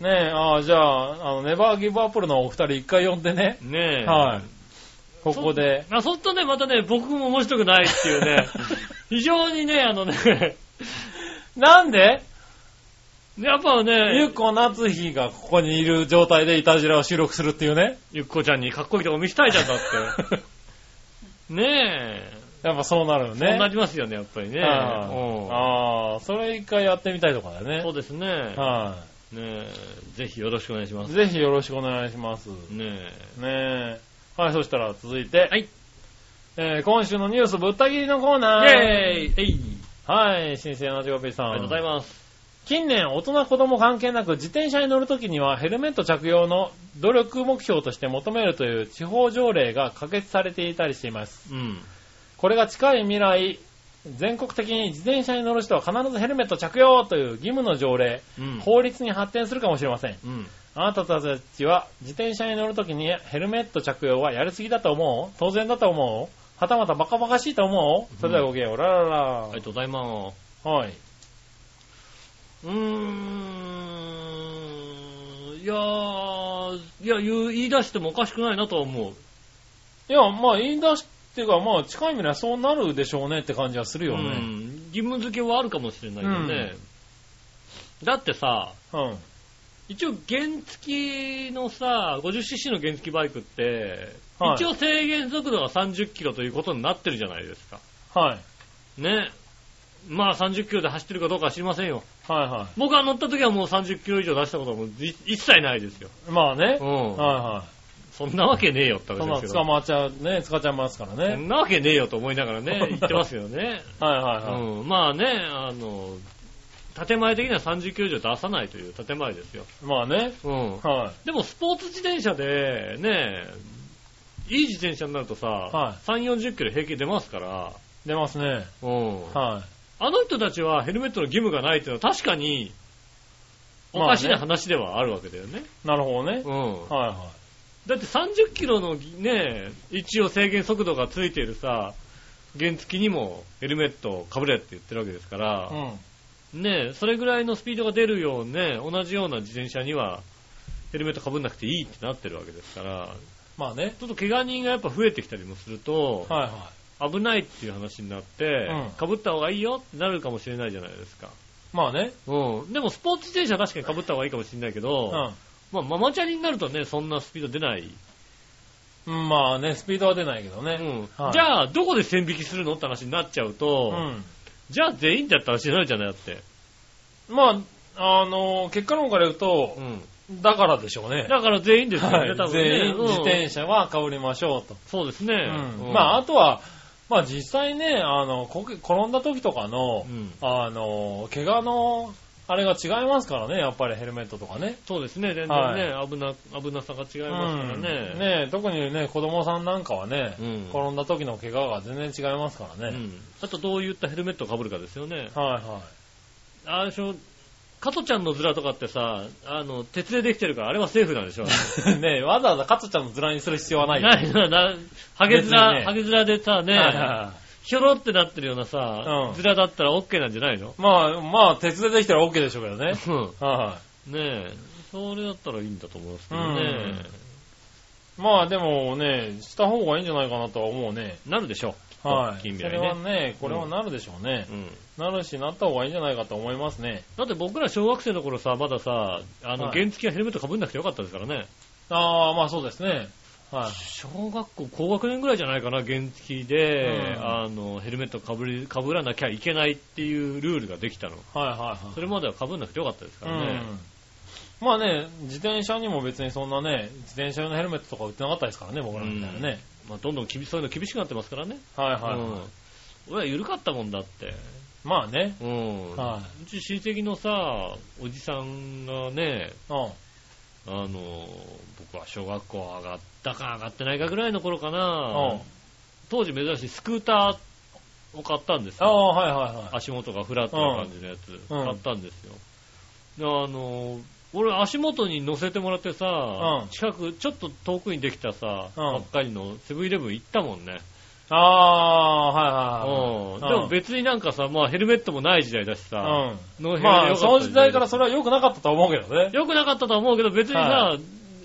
[SPEAKER 3] ねえ、ああ、じゃあ、あの、ネバーギブアップルのお二人一回呼んでね。
[SPEAKER 4] うん。ねえ。
[SPEAKER 3] はい。ここで。
[SPEAKER 4] あ、そっとね、またね、僕も面白くないっていう ね。非常にね、あのね、
[SPEAKER 3] なんで
[SPEAKER 4] やっぱね、
[SPEAKER 3] ゆうこ夏日がここにいる状態でいたじらを収録するっていうね。
[SPEAKER 4] ゆっこちゃんにかっこいいとこ見せたいじゃんだって。ねえ。
[SPEAKER 3] やっぱそうなるよね。
[SPEAKER 4] そうなりますよね、やっぱりね。
[SPEAKER 3] はい
[SPEAKER 4] うん
[SPEAKER 3] ああ、それ一回やってみたいとかだよね。
[SPEAKER 4] そうですね。
[SPEAKER 3] は
[SPEAKER 4] ねえ、ぜひよろしくお願いしま
[SPEAKER 3] い。
[SPEAKER 4] す。
[SPEAKER 3] ぜひよろしくお願いします。
[SPEAKER 4] ね
[SPEAKER 3] ねえ。はい、そしたら続いて。
[SPEAKER 4] はい。
[SPEAKER 3] えー今週のニュースぶった切りのコーナー。
[SPEAKER 4] え。イェーイえい
[SPEAKER 3] はい、新鮮なジゴピーさん。
[SPEAKER 4] ありがとうございます。
[SPEAKER 3] 近年、大人子供関係なく自転車に乗るときにはヘルメット着用の努力目標として求めるという地方条例が可決されていたりしています。
[SPEAKER 4] うん。
[SPEAKER 3] これが近い未来、全国的に自転車に乗る人は必ずヘルメット着用という義務の条例、
[SPEAKER 4] うん。
[SPEAKER 3] 法律に発展するかもしれません。
[SPEAKER 4] うん。
[SPEAKER 3] あなたたちは自転車に乗るときにヘルメット着用はやりすぎだと思う当然だと思うはたまたバカバカしいと思うそれではごきげんよう。ラララ
[SPEAKER 4] ありがとうございます。
[SPEAKER 3] はい。
[SPEAKER 4] うーん。いやー、いや、言う、言い出してもおかしくないなとは思う。
[SPEAKER 3] いや、まあ、言い出しっていうか、まあ、近い未来そうなるでしょうねって感じはする
[SPEAKER 4] う
[SPEAKER 3] よね。
[SPEAKER 4] ん。義務付けはあるかもしれないよね。だってさ、
[SPEAKER 3] うん。
[SPEAKER 4] 一応原付きのさ、50cc の原付きバイクって、
[SPEAKER 3] はい
[SPEAKER 4] 一応制限速度が30キロということになってるじゃないですか。
[SPEAKER 3] はい。
[SPEAKER 4] ね。まあ30キロで走ってるかどうかは知りませんよ。
[SPEAKER 3] はいは
[SPEAKER 4] 僕が乗った時はもう30キロ以上出したことはもうい一切ないですよ。
[SPEAKER 3] い。まあね。
[SPEAKER 4] うん。
[SPEAKER 3] は
[SPEAKER 4] そんなわけねえよって
[SPEAKER 3] いはい。そん
[SPEAKER 4] 話で
[SPEAKER 3] な
[SPEAKER 4] す
[SPEAKER 3] の捕
[SPEAKER 4] けど。
[SPEAKER 3] まっちゃう、ね、捕ちゃいますから
[SPEAKER 4] そ
[SPEAKER 3] ね。
[SPEAKER 4] んなわけねえよと思いながらね、言ってますよね。
[SPEAKER 3] はいはいはい。
[SPEAKER 4] うん、まあね、あの、建前的には30キロ以上出さないという建前ですよ。
[SPEAKER 3] まあね。
[SPEAKER 4] うん。
[SPEAKER 3] は
[SPEAKER 4] でもスポーツ自転車で、ね、いい自転車になるとさ、
[SPEAKER 3] は
[SPEAKER 4] 3、40キロ平気出ますから、
[SPEAKER 3] い。出ますね。
[SPEAKER 4] うん。
[SPEAKER 3] は
[SPEAKER 4] あの人たちはヘルメットの義務がないっていうのは確かに、おかしな話ではあるわけだよね。
[SPEAKER 3] い。なるほどね。
[SPEAKER 4] うん。
[SPEAKER 3] はいは
[SPEAKER 4] だって30キロのね、一応制限速度がついているさ、原付にもヘルメットをかぶれって言ってるわけですから、
[SPEAKER 3] い。うん。
[SPEAKER 4] ねえ、それぐらいのスピードが出るようね、同じような自転車には、ヘルメットかぶんなくていいってなってるわけですから、
[SPEAKER 3] まあね。
[SPEAKER 4] ちょっと怪我人がやっぱ増えてきたりもすると、
[SPEAKER 3] はいは
[SPEAKER 4] 危ないっていう話になって
[SPEAKER 3] うん、
[SPEAKER 4] かぶった方がいいよってなるかもしれないじゃないですか。
[SPEAKER 3] い。まあね。
[SPEAKER 4] うん。でもスポーツ自転車は確かにかぶった方がいいかもしれないけ
[SPEAKER 3] う
[SPEAKER 4] ど、
[SPEAKER 3] ん。
[SPEAKER 4] まあママチャリになるとね、そんなスピード出ない。
[SPEAKER 3] うんまあね、スピードは出ないけど
[SPEAKER 4] う
[SPEAKER 3] ね。
[SPEAKER 4] ん。
[SPEAKER 3] はい
[SPEAKER 4] じゃあ、どこで線引きするのって話になっちゃう
[SPEAKER 3] う
[SPEAKER 4] と、
[SPEAKER 3] ん。
[SPEAKER 4] じゃあ全員だって話になるじゃないだって。
[SPEAKER 3] まあ、あの、結果論から言うと
[SPEAKER 4] う、ん。
[SPEAKER 3] だからでしょうね。
[SPEAKER 4] だから全員ですよね、
[SPEAKER 3] はい
[SPEAKER 4] 多分ね。
[SPEAKER 3] 全員
[SPEAKER 4] うん
[SPEAKER 3] 自転車は被りましょうと。
[SPEAKER 4] そうですね。
[SPEAKER 3] うん
[SPEAKER 4] うん
[SPEAKER 3] まあ、あとは、まあ実際ね、あの、こけ転んだ時とかの
[SPEAKER 4] う、ん
[SPEAKER 3] あの、怪我の、あれが違いますからね、やっぱりヘルメットとかね。
[SPEAKER 4] そうですね、全然ね、危な、危なさが違いますから
[SPEAKER 3] うん
[SPEAKER 4] ね。
[SPEAKER 3] ね特にね、子供さんなんかはね、
[SPEAKER 4] うん
[SPEAKER 3] 転んだ時の怪我が全然違いますから
[SPEAKER 4] う
[SPEAKER 3] ね。
[SPEAKER 4] んあとどういったヘルメットをかぶるかですよね。
[SPEAKER 3] はいは
[SPEAKER 4] あれでしょ、加トちゃんのズラとかってさ、あの、鉄でできてるから、あれはセーフなんでしょ
[SPEAKER 3] い。 ねわざわざカツちゃんのズラにする必要はないよ。
[SPEAKER 4] ないな、な、ハゲズラ、
[SPEAKER 3] 別にね
[SPEAKER 4] ハゲズラでさ、
[SPEAKER 3] はい
[SPEAKER 4] ね、
[SPEAKER 3] はい
[SPEAKER 4] ひょろってなってるようなさ、
[SPEAKER 3] うん
[SPEAKER 4] ズラだったらオッケーなんじゃないの
[SPEAKER 3] まあ、まあ、鉄でできたら OK でしょうけどね。
[SPEAKER 4] うん
[SPEAKER 3] は
[SPEAKER 4] ねえ、それだったらいいんだと思いますけどね。
[SPEAKER 3] い。まあ、でもね、した方がいいんじゃないかなとは思うね。
[SPEAKER 4] なるでしょう。
[SPEAKER 3] はい。
[SPEAKER 4] 近
[SPEAKER 3] そ
[SPEAKER 4] 未
[SPEAKER 3] れ
[SPEAKER 4] 来
[SPEAKER 3] は
[SPEAKER 4] ね。
[SPEAKER 3] ね、これはなるでしょうね。
[SPEAKER 4] うん
[SPEAKER 3] なるし、なった方がいいんじゃないかと思いますね。
[SPEAKER 4] だって僕ら小学生の頃さ、まださ、あの、
[SPEAKER 3] はい
[SPEAKER 4] 原付きはヘルメットかぶんなくてよかったですからね。
[SPEAKER 3] ああ、まあそうですね。はい。
[SPEAKER 4] 小学校高学年ぐらいじゃないかな、原付
[SPEAKER 3] う
[SPEAKER 4] で、
[SPEAKER 3] ん
[SPEAKER 4] あの、ヘルメットかぶり、かぶらなきゃいけないっていうルールができたの。
[SPEAKER 3] はいはい
[SPEAKER 4] それまではかぶんなくてよかったですから
[SPEAKER 3] はい。
[SPEAKER 4] ね。
[SPEAKER 3] うん。まあね、自転車にも別にそんなね、自転車用のヘルメットとか売ってなかったですからね、僕らみたいなね。
[SPEAKER 4] まあ、どんどん厳しそういうの厳しくなってますからね。
[SPEAKER 3] はいはい。
[SPEAKER 4] うん。親緩かったもんだって。
[SPEAKER 3] まあね。
[SPEAKER 4] うん。
[SPEAKER 3] は
[SPEAKER 4] うち親戚のさ、おじさんがね、
[SPEAKER 3] うん。
[SPEAKER 4] あの、僕は小学校上がったか上がってないかぐらいの頃か
[SPEAKER 3] うん
[SPEAKER 4] な、。当時珍しいスクーターを買ったんです
[SPEAKER 3] あ
[SPEAKER 4] よ。
[SPEAKER 3] あ、はいはいはい。
[SPEAKER 4] 足元がフラットな感じのやつ、
[SPEAKER 3] うん
[SPEAKER 4] 買ったんですよ。であの、俺足元に乗せてもらってさ、
[SPEAKER 3] うん
[SPEAKER 4] 近く、ちょっと遠くにできたさ、
[SPEAKER 3] うん
[SPEAKER 4] ばっかりのセブンイレブン行ったもんね。
[SPEAKER 3] ああ、はい
[SPEAKER 4] うん。で
[SPEAKER 3] はいはい。
[SPEAKER 4] も別になんかさ、まあヘルメットもない時代だしさ、
[SPEAKER 3] うん。
[SPEAKER 4] ノーヘルで
[SPEAKER 3] まあ、
[SPEAKER 4] よかった
[SPEAKER 3] その時代からそ
[SPEAKER 4] れ
[SPEAKER 3] れは良くなかったと思うけど ね。
[SPEAKER 4] 良くなかったとは思うけど、別にさ、
[SPEAKER 3] は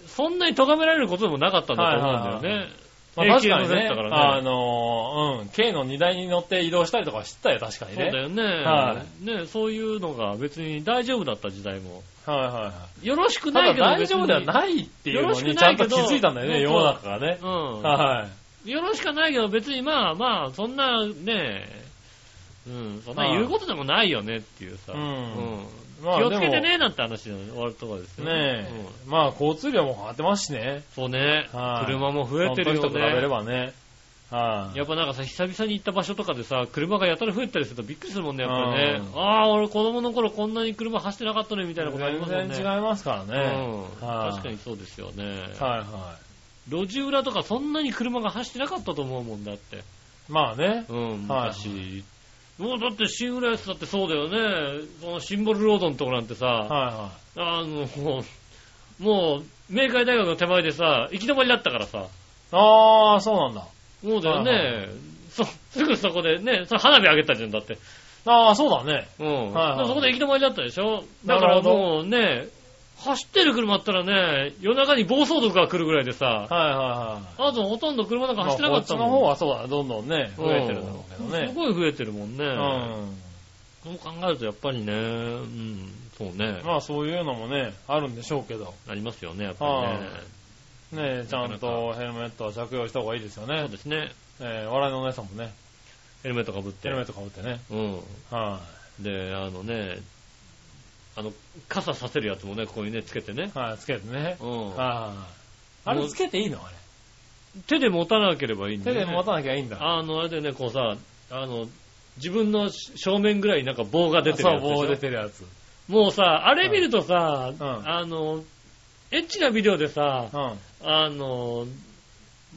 [SPEAKER 4] そんなに咎められることでもなかったんだと思うんだよね。
[SPEAKER 3] まあ、確か
[SPEAKER 4] 平
[SPEAKER 3] に
[SPEAKER 4] 気で乗せて
[SPEAKER 3] ね、
[SPEAKER 4] たからね
[SPEAKER 3] あのー、うん、軽の荷台に乗って移動したりとかは知ったよ、確かに
[SPEAKER 4] そうだ
[SPEAKER 3] ね。
[SPEAKER 4] よね。
[SPEAKER 3] は
[SPEAKER 4] ね、そういうのが別に大丈夫だった時代も。
[SPEAKER 3] はいはいはい。
[SPEAKER 4] よろしく
[SPEAKER 3] た
[SPEAKER 4] ない
[SPEAKER 3] だ
[SPEAKER 4] けど。
[SPEAKER 3] 大丈夫ではいないっていうの
[SPEAKER 4] よろし
[SPEAKER 3] に
[SPEAKER 4] く
[SPEAKER 3] ちゃ
[SPEAKER 4] ない
[SPEAKER 3] ん
[SPEAKER 4] け
[SPEAKER 3] と
[SPEAKER 4] ど
[SPEAKER 3] 気づいたんだよね、
[SPEAKER 4] うん
[SPEAKER 3] 世の中がね
[SPEAKER 4] う。ん。
[SPEAKER 3] はい。
[SPEAKER 4] よろしくないけど、別にまあまあ、そんなね、うん、そんな言うことでもないよねっていうさ、
[SPEAKER 3] うん
[SPEAKER 4] うん
[SPEAKER 3] まあ
[SPEAKER 4] 気をつけ
[SPEAKER 3] で
[SPEAKER 4] てねなんて話で終わるところですよ
[SPEAKER 3] もね
[SPEAKER 4] うん
[SPEAKER 3] え、まあ交通量も変わってますしね。
[SPEAKER 4] そうね、
[SPEAKER 3] はい
[SPEAKER 4] 車も増えてるよ
[SPEAKER 3] その時と比べれ
[SPEAKER 4] ね。
[SPEAKER 3] ばね。はい。
[SPEAKER 4] やっぱなんかさ、久々に行った場所とかでさ、車がやたら増えたりするとびっくりするもんね、やっぱりね。
[SPEAKER 3] う
[SPEAKER 4] ああ、俺子供の頃こんなに車走ってなかったね、みたいなことありますもん
[SPEAKER 3] 全
[SPEAKER 4] ね。
[SPEAKER 3] 然違いますからね。
[SPEAKER 4] うん
[SPEAKER 3] はい
[SPEAKER 4] 確かにそうですよね。
[SPEAKER 3] はいは
[SPEAKER 4] 路地裏とかそんなに車が走ってなかったと思うもんだって。
[SPEAKER 3] い。まあね。
[SPEAKER 4] うん、
[SPEAKER 3] はい
[SPEAKER 4] 昔。もうだって新浦安だってそうだよね。このシンボルロードのとこなんてさ、
[SPEAKER 3] は
[SPEAKER 4] あの、もう、もう、明海大学の手前でさ、行き止まりだったからさ、
[SPEAKER 3] いはい。ああ、そうなんだ。
[SPEAKER 4] そうだよね。
[SPEAKER 3] はい
[SPEAKER 4] そすぐそこでね、それ花火上げたじゃんだって。
[SPEAKER 3] ああ、そうだね。
[SPEAKER 4] うん。
[SPEAKER 3] はいはい
[SPEAKER 4] だからそこで行き止まりだったでしょだ
[SPEAKER 3] な
[SPEAKER 4] から
[SPEAKER 3] るほど
[SPEAKER 4] もうね、走ってる車だったらね、夜中に暴走族が来るぐらいでさ、
[SPEAKER 3] はいはいはい。
[SPEAKER 4] あとほとんど車なんか走ってな
[SPEAKER 3] ま
[SPEAKER 4] か
[SPEAKER 3] あこ
[SPEAKER 4] っ
[SPEAKER 3] っち
[SPEAKER 4] た
[SPEAKER 3] の
[SPEAKER 4] も
[SPEAKER 3] 方
[SPEAKER 4] ん。
[SPEAKER 3] はそうだ、どんどんね、増えてるだろうけど
[SPEAKER 4] す
[SPEAKER 3] ね。
[SPEAKER 4] ごい増えてるもん
[SPEAKER 3] う
[SPEAKER 4] ね。
[SPEAKER 3] ん。
[SPEAKER 4] そう考えるとやっぱりね、うん、そうね。
[SPEAKER 3] まあそういうのもね、あるんでしょうけど、
[SPEAKER 4] ありますよね、やっぱりね
[SPEAKER 3] は。ねえ、ちゃんとヘルメットは着用した方がいいですよ
[SPEAKER 4] そ
[SPEAKER 3] ね
[SPEAKER 4] う。ですね。
[SPEAKER 3] えー笑いのお姉さんもね、
[SPEAKER 4] ヘルメットかぶっ
[SPEAKER 3] ヘ
[SPEAKER 4] て。
[SPEAKER 3] ルメットかぶってね。
[SPEAKER 4] うん。
[SPEAKER 3] は
[SPEAKER 4] で、あのね、あの、傘させるやつもね、ここにね、つけてね。
[SPEAKER 3] い。はい、つけてね。
[SPEAKER 4] うん。
[SPEAKER 3] はい。あれつけていいのあれ。
[SPEAKER 4] 手で持たなければいいんだ
[SPEAKER 3] 手
[SPEAKER 4] よね。
[SPEAKER 3] で持たなきゃいいんだ。
[SPEAKER 4] あの、あれだよね、こうさ、あの、自分の正面ぐらいになんか棒が出てる
[SPEAKER 3] そ
[SPEAKER 4] や
[SPEAKER 3] う、
[SPEAKER 4] つでしょ。
[SPEAKER 3] 棒出てるやつ。
[SPEAKER 4] もうさ、あれ見るとさ、
[SPEAKER 3] うん
[SPEAKER 4] あの、エッチなビデオでさ
[SPEAKER 3] う、ん。
[SPEAKER 4] あの、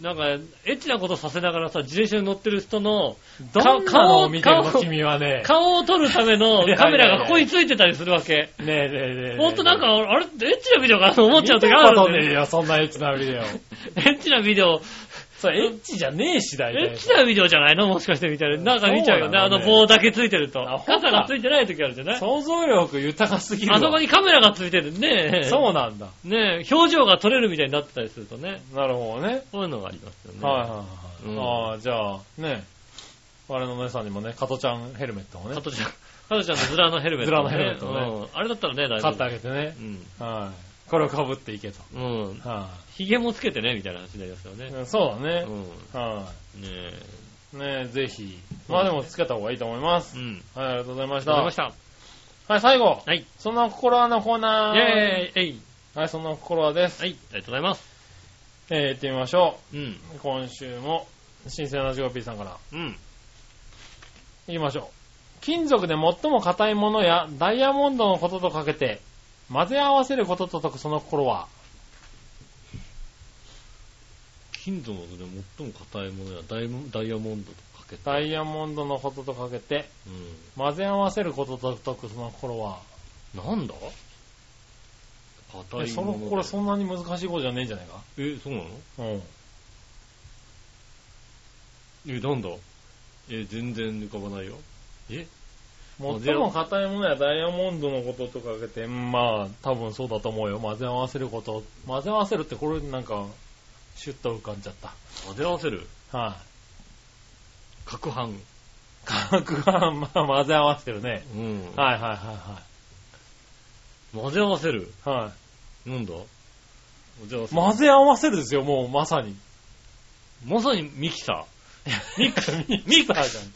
[SPEAKER 4] なんか、エッチなことさせながらさ、自転車に乗ってる人の
[SPEAKER 3] どんなの
[SPEAKER 4] 顔
[SPEAKER 3] を見てるの
[SPEAKER 4] 顔
[SPEAKER 3] 君はね。
[SPEAKER 4] 顔を撮るための
[SPEAKER 3] いや
[SPEAKER 4] カメラがここについてたりするわけ。
[SPEAKER 3] ねえねえねえねえ。
[SPEAKER 4] ほんとなんか、あれ、エッチなビデオかなと思っちゃう時あ
[SPEAKER 3] 見たこと
[SPEAKER 4] るん
[SPEAKER 3] ねえ
[SPEAKER 4] だよ。
[SPEAKER 3] よ、そんなエッチなビデオ。
[SPEAKER 4] エッチなビデオ、
[SPEAKER 3] それエッチじゃねえし、大体。
[SPEAKER 4] エッチなビデオじゃないのもしかしてみたいな。なんか見ちゃうよね。
[SPEAKER 3] そ
[SPEAKER 4] あ
[SPEAKER 3] うなの
[SPEAKER 4] の
[SPEAKER 3] ね
[SPEAKER 4] 棒だけついてると
[SPEAKER 3] あ。ほんと
[SPEAKER 4] 傘がついてない時あるじゃない
[SPEAKER 3] 想像力豊かすぎるわ。
[SPEAKER 4] あそこにカメラがついてるね。
[SPEAKER 3] そうなんだ。
[SPEAKER 4] ねえ、表情が撮れるみたいになってたりするとね、
[SPEAKER 3] なるほどね。
[SPEAKER 4] そういうのがありますよね。
[SPEAKER 3] はいはいはい。
[SPEAKER 4] うん
[SPEAKER 3] ああ、じゃあ、ね。我の姉さんにもね、加トちゃんヘルメットをね
[SPEAKER 4] 加、藤ちゃん、加藤ちゃんのズラのヘルメッ
[SPEAKER 3] ズ
[SPEAKER 4] ト、
[SPEAKER 3] ラのヘルメットね
[SPEAKER 4] うんあれだったらね、大丈
[SPEAKER 3] 買っ
[SPEAKER 4] 夫。
[SPEAKER 3] てあげてね。
[SPEAKER 4] うん。
[SPEAKER 3] はい。これを被っていけと。
[SPEAKER 4] うん。
[SPEAKER 3] は
[SPEAKER 4] 髭もつけてね、みたいな話になりますよね。
[SPEAKER 3] い。そうだね
[SPEAKER 4] う。ん。
[SPEAKER 3] は
[SPEAKER 4] ねえ。
[SPEAKER 3] い。ねぜひ。まあでもつけた方がいいと思います。
[SPEAKER 4] うん。
[SPEAKER 3] はい、ありがとうございまし
[SPEAKER 4] ありがとうございま
[SPEAKER 3] た
[SPEAKER 4] し。た。
[SPEAKER 3] はい、最後。
[SPEAKER 4] はい。イ
[SPEAKER 3] そんな心はのコー
[SPEAKER 4] ェ
[SPEAKER 3] ナー。
[SPEAKER 4] ーイえい
[SPEAKER 3] はい、そんな心はです。
[SPEAKER 4] はい、ありがとうございます。
[SPEAKER 3] えー、行ってみましょ
[SPEAKER 4] うん。
[SPEAKER 3] う。今週も、新鮮なジゴピーさんから。
[SPEAKER 4] うん。
[SPEAKER 3] 言いましょう。金属で最も硬いものやダイヤモンドのこととかけて、混ぜ合わせることと解くその心は、
[SPEAKER 4] 金属で最も硬いものやダイモダイヤモンドとかけた。
[SPEAKER 3] ダイヤモンドのこととかけて、
[SPEAKER 4] うん。
[SPEAKER 3] 混ぜ合わせることと解くその心は、
[SPEAKER 4] なんだ硬
[SPEAKER 3] え
[SPEAKER 4] い
[SPEAKER 3] そ
[SPEAKER 4] もの
[SPEAKER 3] の
[SPEAKER 4] で。
[SPEAKER 3] 心そんなに難しいことじゃねえんじゃないか
[SPEAKER 4] え、そうなの
[SPEAKER 3] うん。
[SPEAKER 4] え、なんだえ、全然浮かばないよ。え
[SPEAKER 3] 最も硬いものやダイヤモンドのこととかけて、うんまあ、多分そうだと思うよ。混ぜ合わせること。混ぜ合わせるってこれなんか、シュッと浮かんじゃった。
[SPEAKER 4] 混ぜ合わせる
[SPEAKER 3] はい、
[SPEAKER 4] 攪拌。
[SPEAKER 3] 化学が、まあ、混ぜ合わせてるね。
[SPEAKER 4] うん。
[SPEAKER 3] はいはいは
[SPEAKER 4] 混ぜ合わせる
[SPEAKER 3] いはい。はい。
[SPEAKER 4] なんだ混ぜ合わせる。
[SPEAKER 3] 混ぜ合わせるですよ、もうまさに。
[SPEAKER 4] まさにミキサー。ミックス。ミ
[SPEAKER 3] ミキサーじゃん。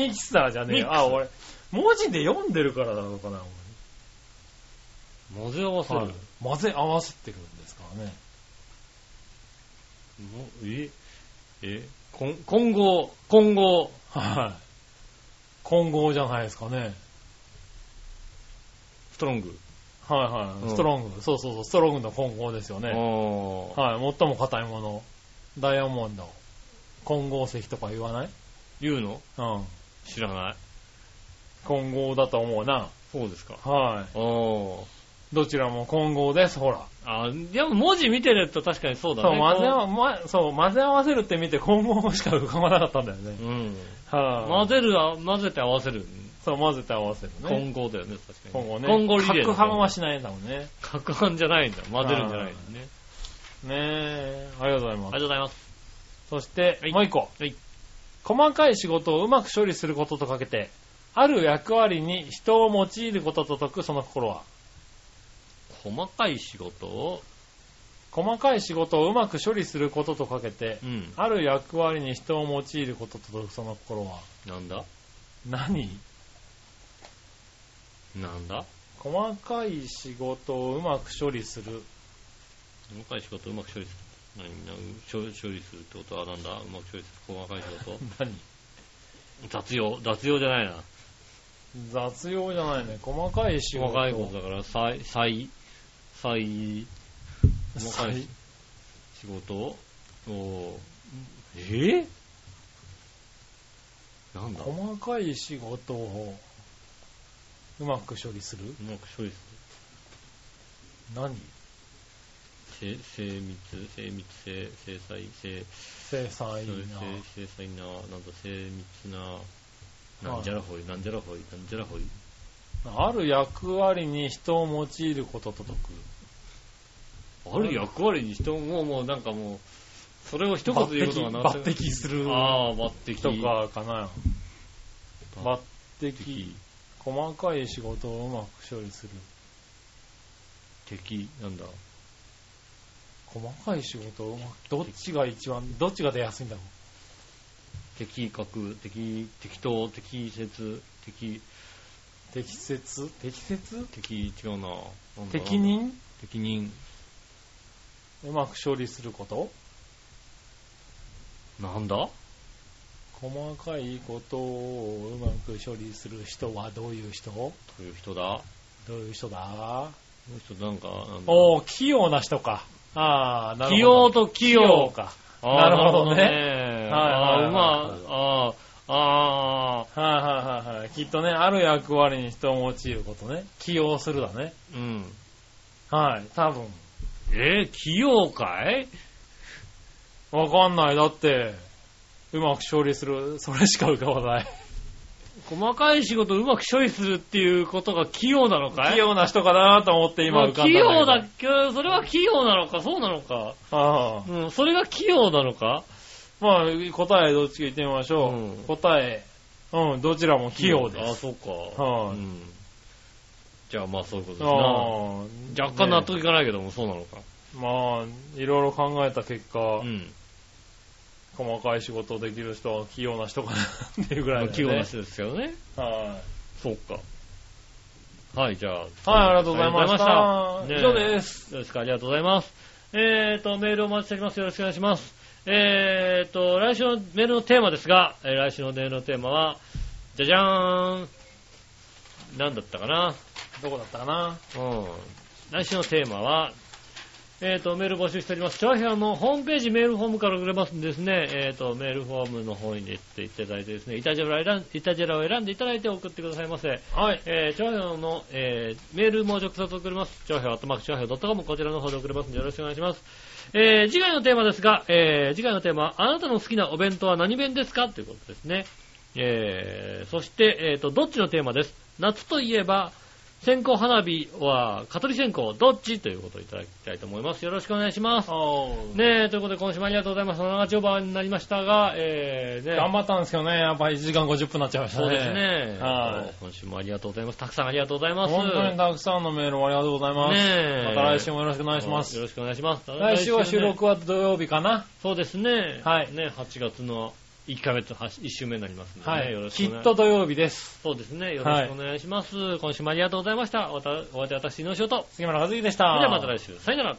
[SPEAKER 3] ミキサーじゃねえ
[SPEAKER 4] ミ
[SPEAKER 3] よ。
[SPEAKER 4] キサー
[SPEAKER 3] あ、俺、文字で読んでるからなのかな、
[SPEAKER 4] 混ぜ合わせ
[SPEAKER 3] 俺
[SPEAKER 4] る。
[SPEAKER 3] はい混ぜ合わせてるんですからね。
[SPEAKER 4] もええこん混合、混合。
[SPEAKER 3] はい。混合じゃないですかね。
[SPEAKER 4] ストロング。
[SPEAKER 3] はいはい。
[SPEAKER 4] うん
[SPEAKER 3] ストロング。そうそうそう、ストロングの混合ですよね。
[SPEAKER 4] ああ。
[SPEAKER 3] はい。最も硬いもの。ダイヤモンド。混合石とか言わない
[SPEAKER 4] 言うの
[SPEAKER 3] うん。
[SPEAKER 4] 知らない。
[SPEAKER 3] 混合だと思うな。
[SPEAKER 4] そうですか。
[SPEAKER 3] は
[SPEAKER 4] ああ。
[SPEAKER 3] い。どちらも混合です、ほら。
[SPEAKER 4] あでも文字見てると確かにそう
[SPEAKER 3] そ
[SPEAKER 4] だ
[SPEAKER 3] う
[SPEAKER 4] ね。
[SPEAKER 3] 混ぜ合わまそう、混ぜ合わせるって見て混合しか浮かばなかったんだよね。
[SPEAKER 4] うん。
[SPEAKER 3] はい、
[SPEAKER 4] 混ぜるは、混ぜて合わせる。
[SPEAKER 3] そう、混ぜて合わせるね。
[SPEAKER 4] 混合だよね、確かに。
[SPEAKER 3] 今後ね。
[SPEAKER 4] 混合リレー。
[SPEAKER 3] 攪拌はしないんだもんね。
[SPEAKER 4] 攪拌じゃないんだ。混ぜるんじゃないんだね。
[SPEAKER 3] ねえ。ありがとうござい
[SPEAKER 4] あ
[SPEAKER 3] ます
[SPEAKER 4] りが。とうございます。
[SPEAKER 3] そして、
[SPEAKER 4] はい
[SPEAKER 3] もう一個。
[SPEAKER 4] はい
[SPEAKER 3] 細かい仕事をうまく処理することとかけて、ある役割に人を用いることと解くその心は、
[SPEAKER 4] 細かい仕事を、
[SPEAKER 3] 細かい仕事をうまく処理することとかけて、
[SPEAKER 4] うん。
[SPEAKER 3] ある役割に人を用いることと解くその心は、
[SPEAKER 4] なんだ
[SPEAKER 3] 何
[SPEAKER 4] なんだ
[SPEAKER 3] 細かい仕事をうまく処理する。
[SPEAKER 4] 細かい仕事をうまく処理する。何何処処理するってことはなんだうまく処理する。細かい仕事
[SPEAKER 3] 何
[SPEAKER 4] 雑用。雑用じゃないな。
[SPEAKER 3] 雑用じゃないね。細かい仕事。
[SPEAKER 4] 細かいことだから、さい、さい、さい、細かい仕事を、おーえぇなんだう
[SPEAKER 3] 細かい仕事をうまく処理する
[SPEAKER 4] まく処理する。
[SPEAKER 3] 何
[SPEAKER 4] 精精密、精密、精、精細、精、
[SPEAKER 3] 制裁
[SPEAKER 4] そう
[SPEAKER 3] な。
[SPEAKER 4] 精精細な、なんだ、精密な、なんじゃらほい、なんじゃらほい、なんじゃらほい。
[SPEAKER 3] ある役割に人を用いることと解く。
[SPEAKER 4] ある役割に人も、もうなんかもう、それを一言で言うことがな
[SPEAKER 3] 抜擢する
[SPEAKER 4] ああ、抜擢。
[SPEAKER 3] とかかな。抜
[SPEAKER 4] 抜
[SPEAKER 3] 擢。
[SPEAKER 4] 擢。
[SPEAKER 3] 細かい仕事をうまく処理する。
[SPEAKER 4] 敵なんだ。
[SPEAKER 3] 細かい仕事をうまく、どっちが一番、どっちが出やすいんだろ
[SPEAKER 4] 敵格、敵、適当、適切、敵、
[SPEAKER 3] う。適切適切
[SPEAKER 4] 敵、違うな。なんだ
[SPEAKER 3] 適任
[SPEAKER 4] 適任。
[SPEAKER 3] うまく処理すること
[SPEAKER 4] なんだ
[SPEAKER 3] 細かいことをうまく処理する人はどういう人
[SPEAKER 4] という人だ。
[SPEAKER 3] どういう人だ
[SPEAKER 4] この人なんか、なんだ
[SPEAKER 3] おー、器用な人か。あー、なるほど。
[SPEAKER 4] 器用と器
[SPEAKER 3] 器用
[SPEAKER 4] 用。
[SPEAKER 3] か。
[SPEAKER 4] あー
[SPEAKER 3] なるほどねはいはいはい
[SPEAKER 4] あー、まあ、あー、あ
[SPEAKER 3] はいはいはいはい。きっとね、ある役割に人を用いることね。起用するだね。
[SPEAKER 4] ー、うん。
[SPEAKER 3] はい、多分。
[SPEAKER 4] えー、器用かい
[SPEAKER 3] わかんない。だって、うまく勝利する。それしか浮かばない。
[SPEAKER 4] 細かい仕事をうまく処理するっていうことが器用なのかい
[SPEAKER 3] 器用な人かなと思って今
[SPEAKER 4] まあ
[SPEAKER 3] 浮かん
[SPEAKER 4] 器
[SPEAKER 3] だん
[SPEAKER 4] 用だ
[SPEAKER 3] け
[SPEAKER 4] っけそれは器用なのかそうなのか
[SPEAKER 3] ど。ああ
[SPEAKER 4] うん、それが器用なのか
[SPEAKER 3] まあ、答えどっちか言ってみましょう。
[SPEAKER 4] うん
[SPEAKER 3] 答え、うん、どちらも器用で
[SPEAKER 4] あ、
[SPEAKER 3] す。
[SPEAKER 4] そうか。
[SPEAKER 3] はい
[SPEAKER 4] うんじゃあまあそういうことです
[SPEAKER 3] あ
[SPEAKER 4] な。
[SPEAKER 3] あ
[SPEAKER 4] 若干納
[SPEAKER 3] ね
[SPEAKER 4] 得いかないけども、そうなのか。
[SPEAKER 3] まあ、いろいろ考えた結果、
[SPEAKER 4] うん。
[SPEAKER 3] 細かい仕事をできる人は器用な人かなっていうぐ
[SPEAKER 4] ま
[SPEAKER 3] らい
[SPEAKER 4] あ
[SPEAKER 3] だよね。
[SPEAKER 4] 器用な人ですけどね。
[SPEAKER 3] はい。
[SPEAKER 4] そうか。はい、じゃあ。は
[SPEAKER 3] は
[SPEAKER 4] い、
[SPEAKER 3] い、ありがとうございました。
[SPEAKER 4] ね
[SPEAKER 3] 以上です。
[SPEAKER 4] よろしくお願いしますありがとうございます。えーと、メールをお待ちしております。よろしくお願いします。えーと、来週のメールのテーマですが、えー来週のメールのテーマは、じゃじゃーん。なんだったかな。
[SPEAKER 3] どこだったかな
[SPEAKER 4] うん。来週のテーマは、えーと、メール募集しております。チョアヘアのホームページメールフォームから送れますんでですね、えーと、メールフォームの方に行っていただいてですね、イタジェラを選んイタジェラを選んでいただいて送ってくださいませ。
[SPEAKER 3] はい。
[SPEAKER 4] えー、長編の、えー、メールも直接送れます。長編、アットマーク、長編 .com、こちらの方で送れますのでよろしくお願いします。えー、次回のテーマですが、えー、次回のテーマは、あなたの好きなお弁当は何弁ですかということですね。えー、そして、えーと、どっちのテーマです。夏といえば、線香花火は、蚊取り線香、どっちということをいただきたいと思います。よろしくお願いします。
[SPEAKER 3] おね、
[SPEAKER 4] ねえ、ということで今週もありがとうございます。長丁場になりましたが、えー、ね。
[SPEAKER 3] 頑張ったんですけどね、やっぱ1時間50分になっちゃいました
[SPEAKER 4] そ
[SPEAKER 3] ね。
[SPEAKER 4] うです。ね。
[SPEAKER 3] はい
[SPEAKER 4] 今週もありがとうございます。たくさんありがとうございます。
[SPEAKER 3] 本当にたくさんのメールをありがとうございます。
[SPEAKER 4] ねえ
[SPEAKER 3] また来週もよろしくお願いしま
[SPEAKER 4] よ
[SPEAKER 3] す。
[SPEAKER 4] ろしくお願いします。
[SPEAKER 3] 来週は収
[SPEAKER 4] ね。
[SPEAKER 3] 録は土曜日かな。
[SPEAKER 4] そうですね。
[SPEAKER 3] はい
[SPEAKER 4] ね、8月の1ヶ月、1週目になりますので、ね。
[SPEAKER 3] はい
[SPEAKER 4] よろ。し
[SPEAKER 3] き
[SPEAKER 4] くお願
[SPEAKER 3] っと土曜日です。
[SPEAKER 4] そうですね。よろしくお願いします。今週もありがとうございました。おわた、おわた私、井上翔と。
[SPEAKER 3] 杉村和樹でした。
[SPEAKER 4] それではまた来週。さよなら。